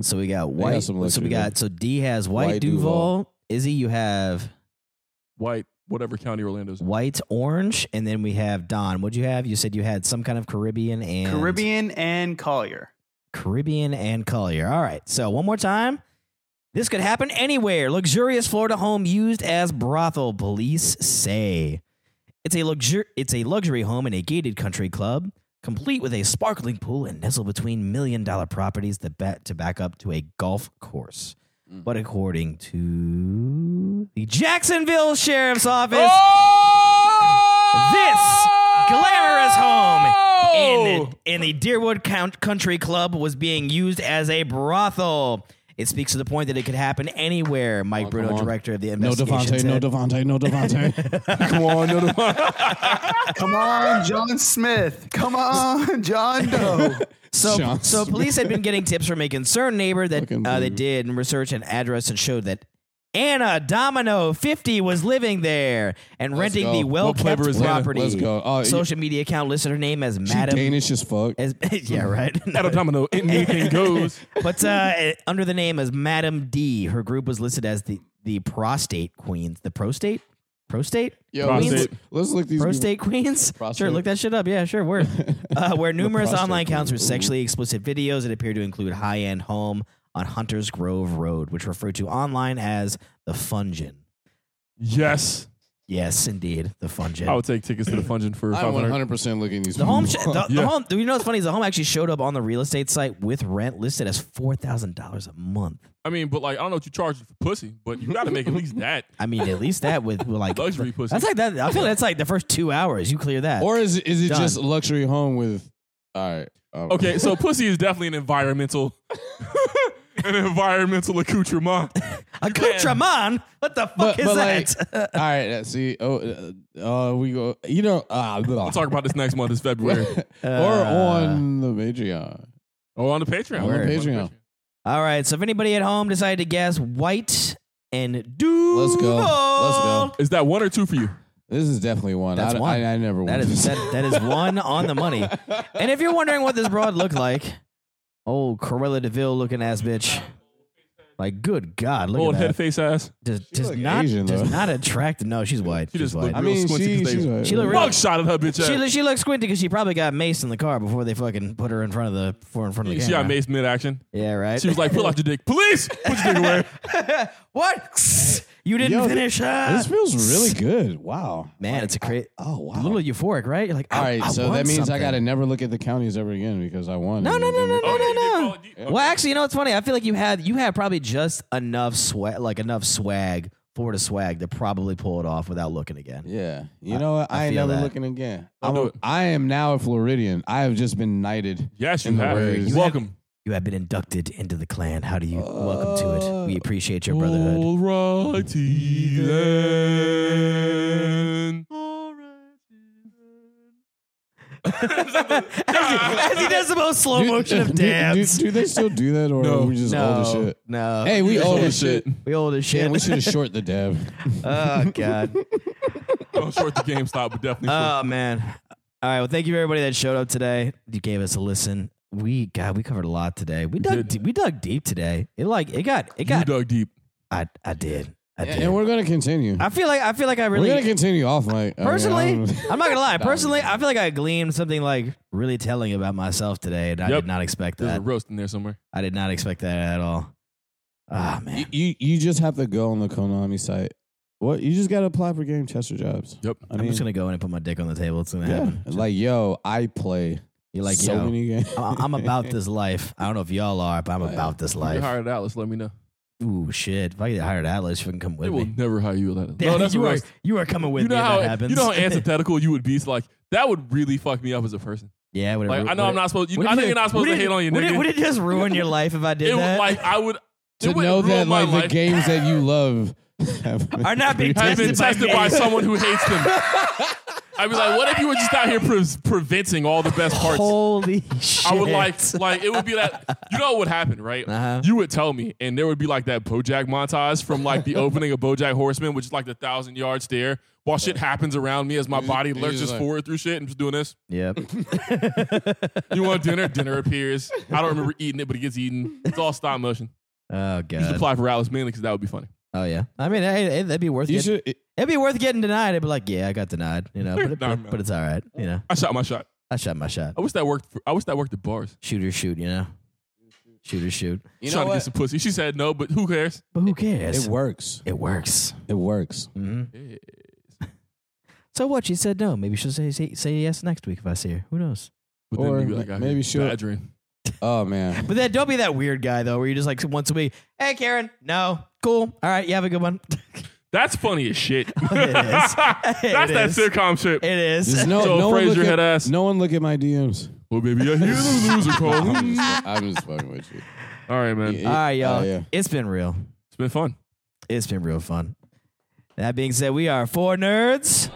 S2: [LAUGHS]
S1: So we got white.
S2: some
S1: so
S2: luxury
S1: we got so D has white,
S2: White
S1: Duval.
S2: Duval.
S1: Izzy, you have
S4: White, whatever county Orlando's in.
S1: white, orange, and then we have Don. What'd you have? You said you had some kind of Caribbean and
S3: Caribbean and Collier.
S1: Caribbean and Collier. All right. So one more time. This could happen anywhere. Luxurious Florida home used as brothel, police say. It's a luxur- it's a luxury home in a gated country club, complete with a sparkling pool and nestled between million dollar properties that bet to back up to a golf course.
S2: Mm.
S1: But according to the Jacksonville Sheriff's Office, this glamorous home in, in the Deerwood Count Country Club was being used as a brothel. It speaks to the point that it could happen anywhere. Mike
S2: Oh, come
S1: Bruno,
S2: on.
S1: director of the
S2: No
S1: investigation,
S2: Devante. No
S1: said.
S2: Devante. No Devante. Come on. No Devante.
S3: Come on, John Smith. Come on, John Doe.
S1: so,
S2: Johnson.
S1: so police had been getting tips from a concerned neighbor that
S2: Fucking
S1: uh, they
S2: dude.
S1: did and research and address and showed that Anna Domino, 50, was living there and
S2: Let's
S1: renting
S2: go.
S1: the
S2: What
S1: well-kept
S4: flavor is that?
S1: property.
S2: Let's go. Oh, you-
S1: Social media account listed her name as
S2: She
S1: Madam.
S2: Danish as fuck.
S1: as, [LAUGHS]
S2: [LAUGHS]
S1: yeah, right.
S4: At a domino, anything goes.
S1: [LAUGHS] but uh, under the name as Madam D, her group was listed as the the prostate queens, the prostate, prostate,
S2: Yo,
S1: Queens?
S2: let's, let's look these.
S1: prostate queens. Sure,
S2: [LAUGHS] Prostate?
S1: look that shit up. Yeah, sure,
S2: [LAUGHS]
S1: word. Uh, where numerous
S2: prostate
S1: online accounts with
S2: queen. Ooh.
S1: sexually explicit videos that appear to include high end home on Hunter's Grove Road, which referred to online as the Fungin.
S4: Yes,
S1: Yes, indeed, the Fungin.
S4: I would take tickets to the Fungin for
S2: I'm
S4: five hundred.
S2: 100 percent looking these. [LAUGHS]
S1: the home, sh-
S2: people
S1: the,
S2: up.
S1: the
S4: Yeah.
S1: home. Do you know what's funny? Is the home actually showed up on the real estate site with rent listed as four thousand dollars a month.
S4: I mean, but like, I don't know what you charge for pussy, but you got to make at least that.
S1: I mean, at least that with with,
S4: [LAUGHS]
S1: like
S4: Luxury pussy.
S1: That's like that. I feel that's like the first two hours. You clear that.
S2: or is is it
S1: Done.
S2: just luxury home with? All right. um,
S4: Okay, so pussy is definitely an environmental, [LAUGHS] an environmental accoutrement.
S1: accoutrement. What the fuck
S2: But,
S1: is
S2: but like,
S1: that? [LAUGHS]
S2: all right. uh, See, oh, uh, uh, we go. You know, uh,
S4: We'll talk about this next month. It's
S2: [LAUGHS]
S4: February.
S2: or
S1: Uh,
S2: on the Patreon.
S4: Oh, on the Patreon.
S2: On the Patreon.
S1: All right. So if anybody at home decided to guess white and do,
S2: Let's go. Let's go.
S4: Is that one or two for you?
S2: This is definitely one.
S1: That's
S2: I,
S1: one.
S2: I, I never won.
S1: That is
S2: this.
S1: that, that is one on the money. And if you're wondering what this broad looked like, old Corella Deville looking ass bitch. Like, good God, look
S4: Old
S1: at that.
S4: head, face, ass.
S1: does does
S2: look
S1: not
S2: Asian,
S1: does
S2: though.
S1: not attract. No, she's white.
S4: She
S1: she's
S4: just
S1: white.
S4: looked
S2: [LAUGHS] I
S4: real
S2: mean,
S4: squinty
S2: she,
S4: these days.
S2: she's right.
S1: She look real-
S4: Mug shot at her bitch ass.
S1: She, lo- she looks squinty because she probably got Mace in the car before they fucking put her in front of the for in front of the
S4: she
S1: camera.
S4: got maced mid action.
S1: Yeah, right.
S4: She was like, pull out your dick. Police! Put your dick
S2: [LAUGHS]
S4: away.
S1: "What? [LAUGHS] you didn't
S2: Yo,
S1: finish her."
S2: This feels really good. Wow.
S1: Man, it's a cra-
S2: Oh wow.
S1: a little euphoric, right? You're like, I,
S2: all right,
S1: I
S2: so
S1: won
S2: that means I
S1: something.
S2: gotta never look at the counties ever again because I won.
S1: No,
S2: and
S1: no,
S2: it
S1: no, no,
S2: didn't-
S1: no, no, no.
S4: Oh, you did call it-
S1: Well, actually, you know what's funny? I feel like you had you had probably just enough swag, like enough swag, Florida swag, to probably pull it off without looking again.
S2: Yeah, you know what?
S1: I
S2: I, ain't
S1: feel
S2: never
S1: that.
S2: looking again.
S4: I'll
S2: I'm
S4: do
S2: a,
S4: it.
S2: I am now a Floridian. I have just been knighted.
S4: Yes, you
S2: In the
S4: have.
S2: words.
S4: You Welcome.
S1: You have been inducted into the clan. How do you welcome to it? We appreciate your [LAUGHS] brotherhood.
S4: All righty then.
S1: As he does the most slow motion of
S2: [LAUGHS]
S1: dance.
S2: Do, do they still do that, or
S4: No.
S2: are we just old as shit?
S1: No.
S2: Hey, we old
S4: Holy
S2: as shit.
S4: shit.
S1: we old as shit.
S2: Damn, we
S1: [LAUGHS]
S2: should have short the dev.
S1: oh god.
S4: Don't short the
S1: Uh,
S4: GameStop, but definitely. short-
S1: Oh man. All right. Well, thank you everybody that showed up today. You gave us a listen. we God, we covered a lot today. We dug
S4: did.
S1: deep, we dug deep today. It like it got it
S4: You
S1: got
S4: dug deep.
S1: I I did. I did.
S2: And we're gonna continue.
S1: I feel like I feel like I
S2: we're gonna
S1: really
S2: continue off mic. I mean, I
S1: personally
S2: don't-
S1: [LAUGHS] I'm not gonna lie. Personally, I feel like I gleaned something like really telling about myself today and I
S4: Yep.
S1: did not expect
S4: There's
S1: that.
S4: a roast in there somewhere.
S1: I did not expect that at all. Ah man.
S2: You- you you just have to go on the Konami site. What you just gotta apply for game tester jobs.
S4: Yep.
S2: I
S1: I
S2: mean,
S1: am just gonna go in and put my dick on the table. It's gonna
S2: yeah.
S1: happen.
S2: Like yo, I play
S1: You're like,
S2: so
S1: yo,
S2: many games.
S1: I-
S2: [LAUGHS]
S1: I'm about this life. I don't know if y'all are, but I'm
S2: Yeah.
S1: about this
S4: You
S1: life.
S4: get hired at Atlas, let me know.
S1: Ooh, shit. If I get hired at Atlas, you can come
S4: They
S1: with
S4: will
S1: me.
S4: never hire you at
S1: [LAUGHS]
S4: Atlas.
S1: Yeah,
S4: No, that's
S1: you, are,
S4: roast.
S1: you are coming with
S4: you know
S1: me
S4: how
S1: if that happens. [LAUGHS]
S4: you know how antithetical you would be. It's like that would really fuck me up as a person.
S1: yeah, whatever.
S4: Like I know
S1: Would
S4: I'm
S1: it-
S4: not supposed. You,
S1: would
S4: I
S1: it-
S4: know you're not supposed to
S1: would it-
S4: hate on your
S1: would
S4: nigga.
S1: It, would it just ruin your life if I did
S4: It would,
S1: that?
S4: like I would
S2: to
S4: it would
S2: know
S4: ruin
S2: that
S4: my
S2: like the
S4: life.
S2: games that you love
S4: [LAUGHS]
S1: are not being
S4: have been
S1: tested,
S4: tested by,
S1: me.
S4: someone who hates them. I'd be like, what if you were just out here pre- preventing all the best parts?
S1: Holy shit!
S4: [LAUGHS] I would like, like it would be that. You know what would happen, right?
S1: Uh-huh.
S4: You would tell me, and there would be like that BoJack montage from
S2: [LAUGHS]
S4: like the opening of BoJack Horseman, which is like the thousand yard stare, while shit happens around me as my body
S2: he's
S4: lurches
S2: just like-
S4: forward through shit. and just doing this. [LAUGHS]
S1: Yep.
S4: You want dinner? dinner appears. I don't remember eating it, but it gets eaten. It's all stop motion.
S1: Oh
S4: You should
S1: god.
S4: apply for Alice mainly because that would be funny.
S1: Oh yeah. I mean, hey, it, that'd be
S2: [LAUGHS]
S1: worth.
S2: you
S1: Getting,
S2: should it-
S1: It'd be worth getting denied. I'd be like, yeah, I got denied.
S4: [LAUGHS]
S1: You know, but,
S4: Nah,
S1: but, but it's all right. You know,
S4: I shot my shot.
S1: I shot my shot.
S4: I wish that worked. For, I wish that worked at bars.
S1: Shooter shoot. You know, shooter shoot.
S2: you
S4: trying
S2: know
S4: to get
S2: what?
S4: some pussy. She said no, but who cares?
S1: But who cares?
S2: it works
S1: It works.
S2: it works
S1: hmm
S4: Yeah.
S1: So what? She said no. Maybe she'll say, say say yes next week if I see her. Who knows?
S4: But then
S2: Or
S4: you'd be like,
S2: ma-
S4: I
S2: maybe
S4: hear
S2: she'll-
S4: badgering.
S2: oh man
S1: But then don't be that weird guy though, where you just like once a week. Hey, Karen. No. Cool. All right. You have a good one. [LAUGHS]
S4: That's funny
S2: [LAUGHS]
S4: as shit.
S1: is.
S4: [LAUGHS] That's
S1: It
S4: that
S1: is.
S4: sitcom shit.
S1: it
S4: [LAUGHS]
S1: is.
S2: There's no,
S4: Joel
S2: no, one
S4: Frazier
S2: look
S4: had
S2: at,
S4: ass.
S2: no one look at my DMs
S4: Well, baby, I hear the
S2: [LAUGHS]
S4: loser
S2: I'm
S4: calling.
S2: just, I'm
S4: [LAUGHS]
S2: just fucking with you
S4: All right, man.
S2: It-
S1: All right, y'all.
S2: oh, yeah.
S1: It's been real.
S4: It's been fun.
S1: It's been real fun. That being said, we are four nerds.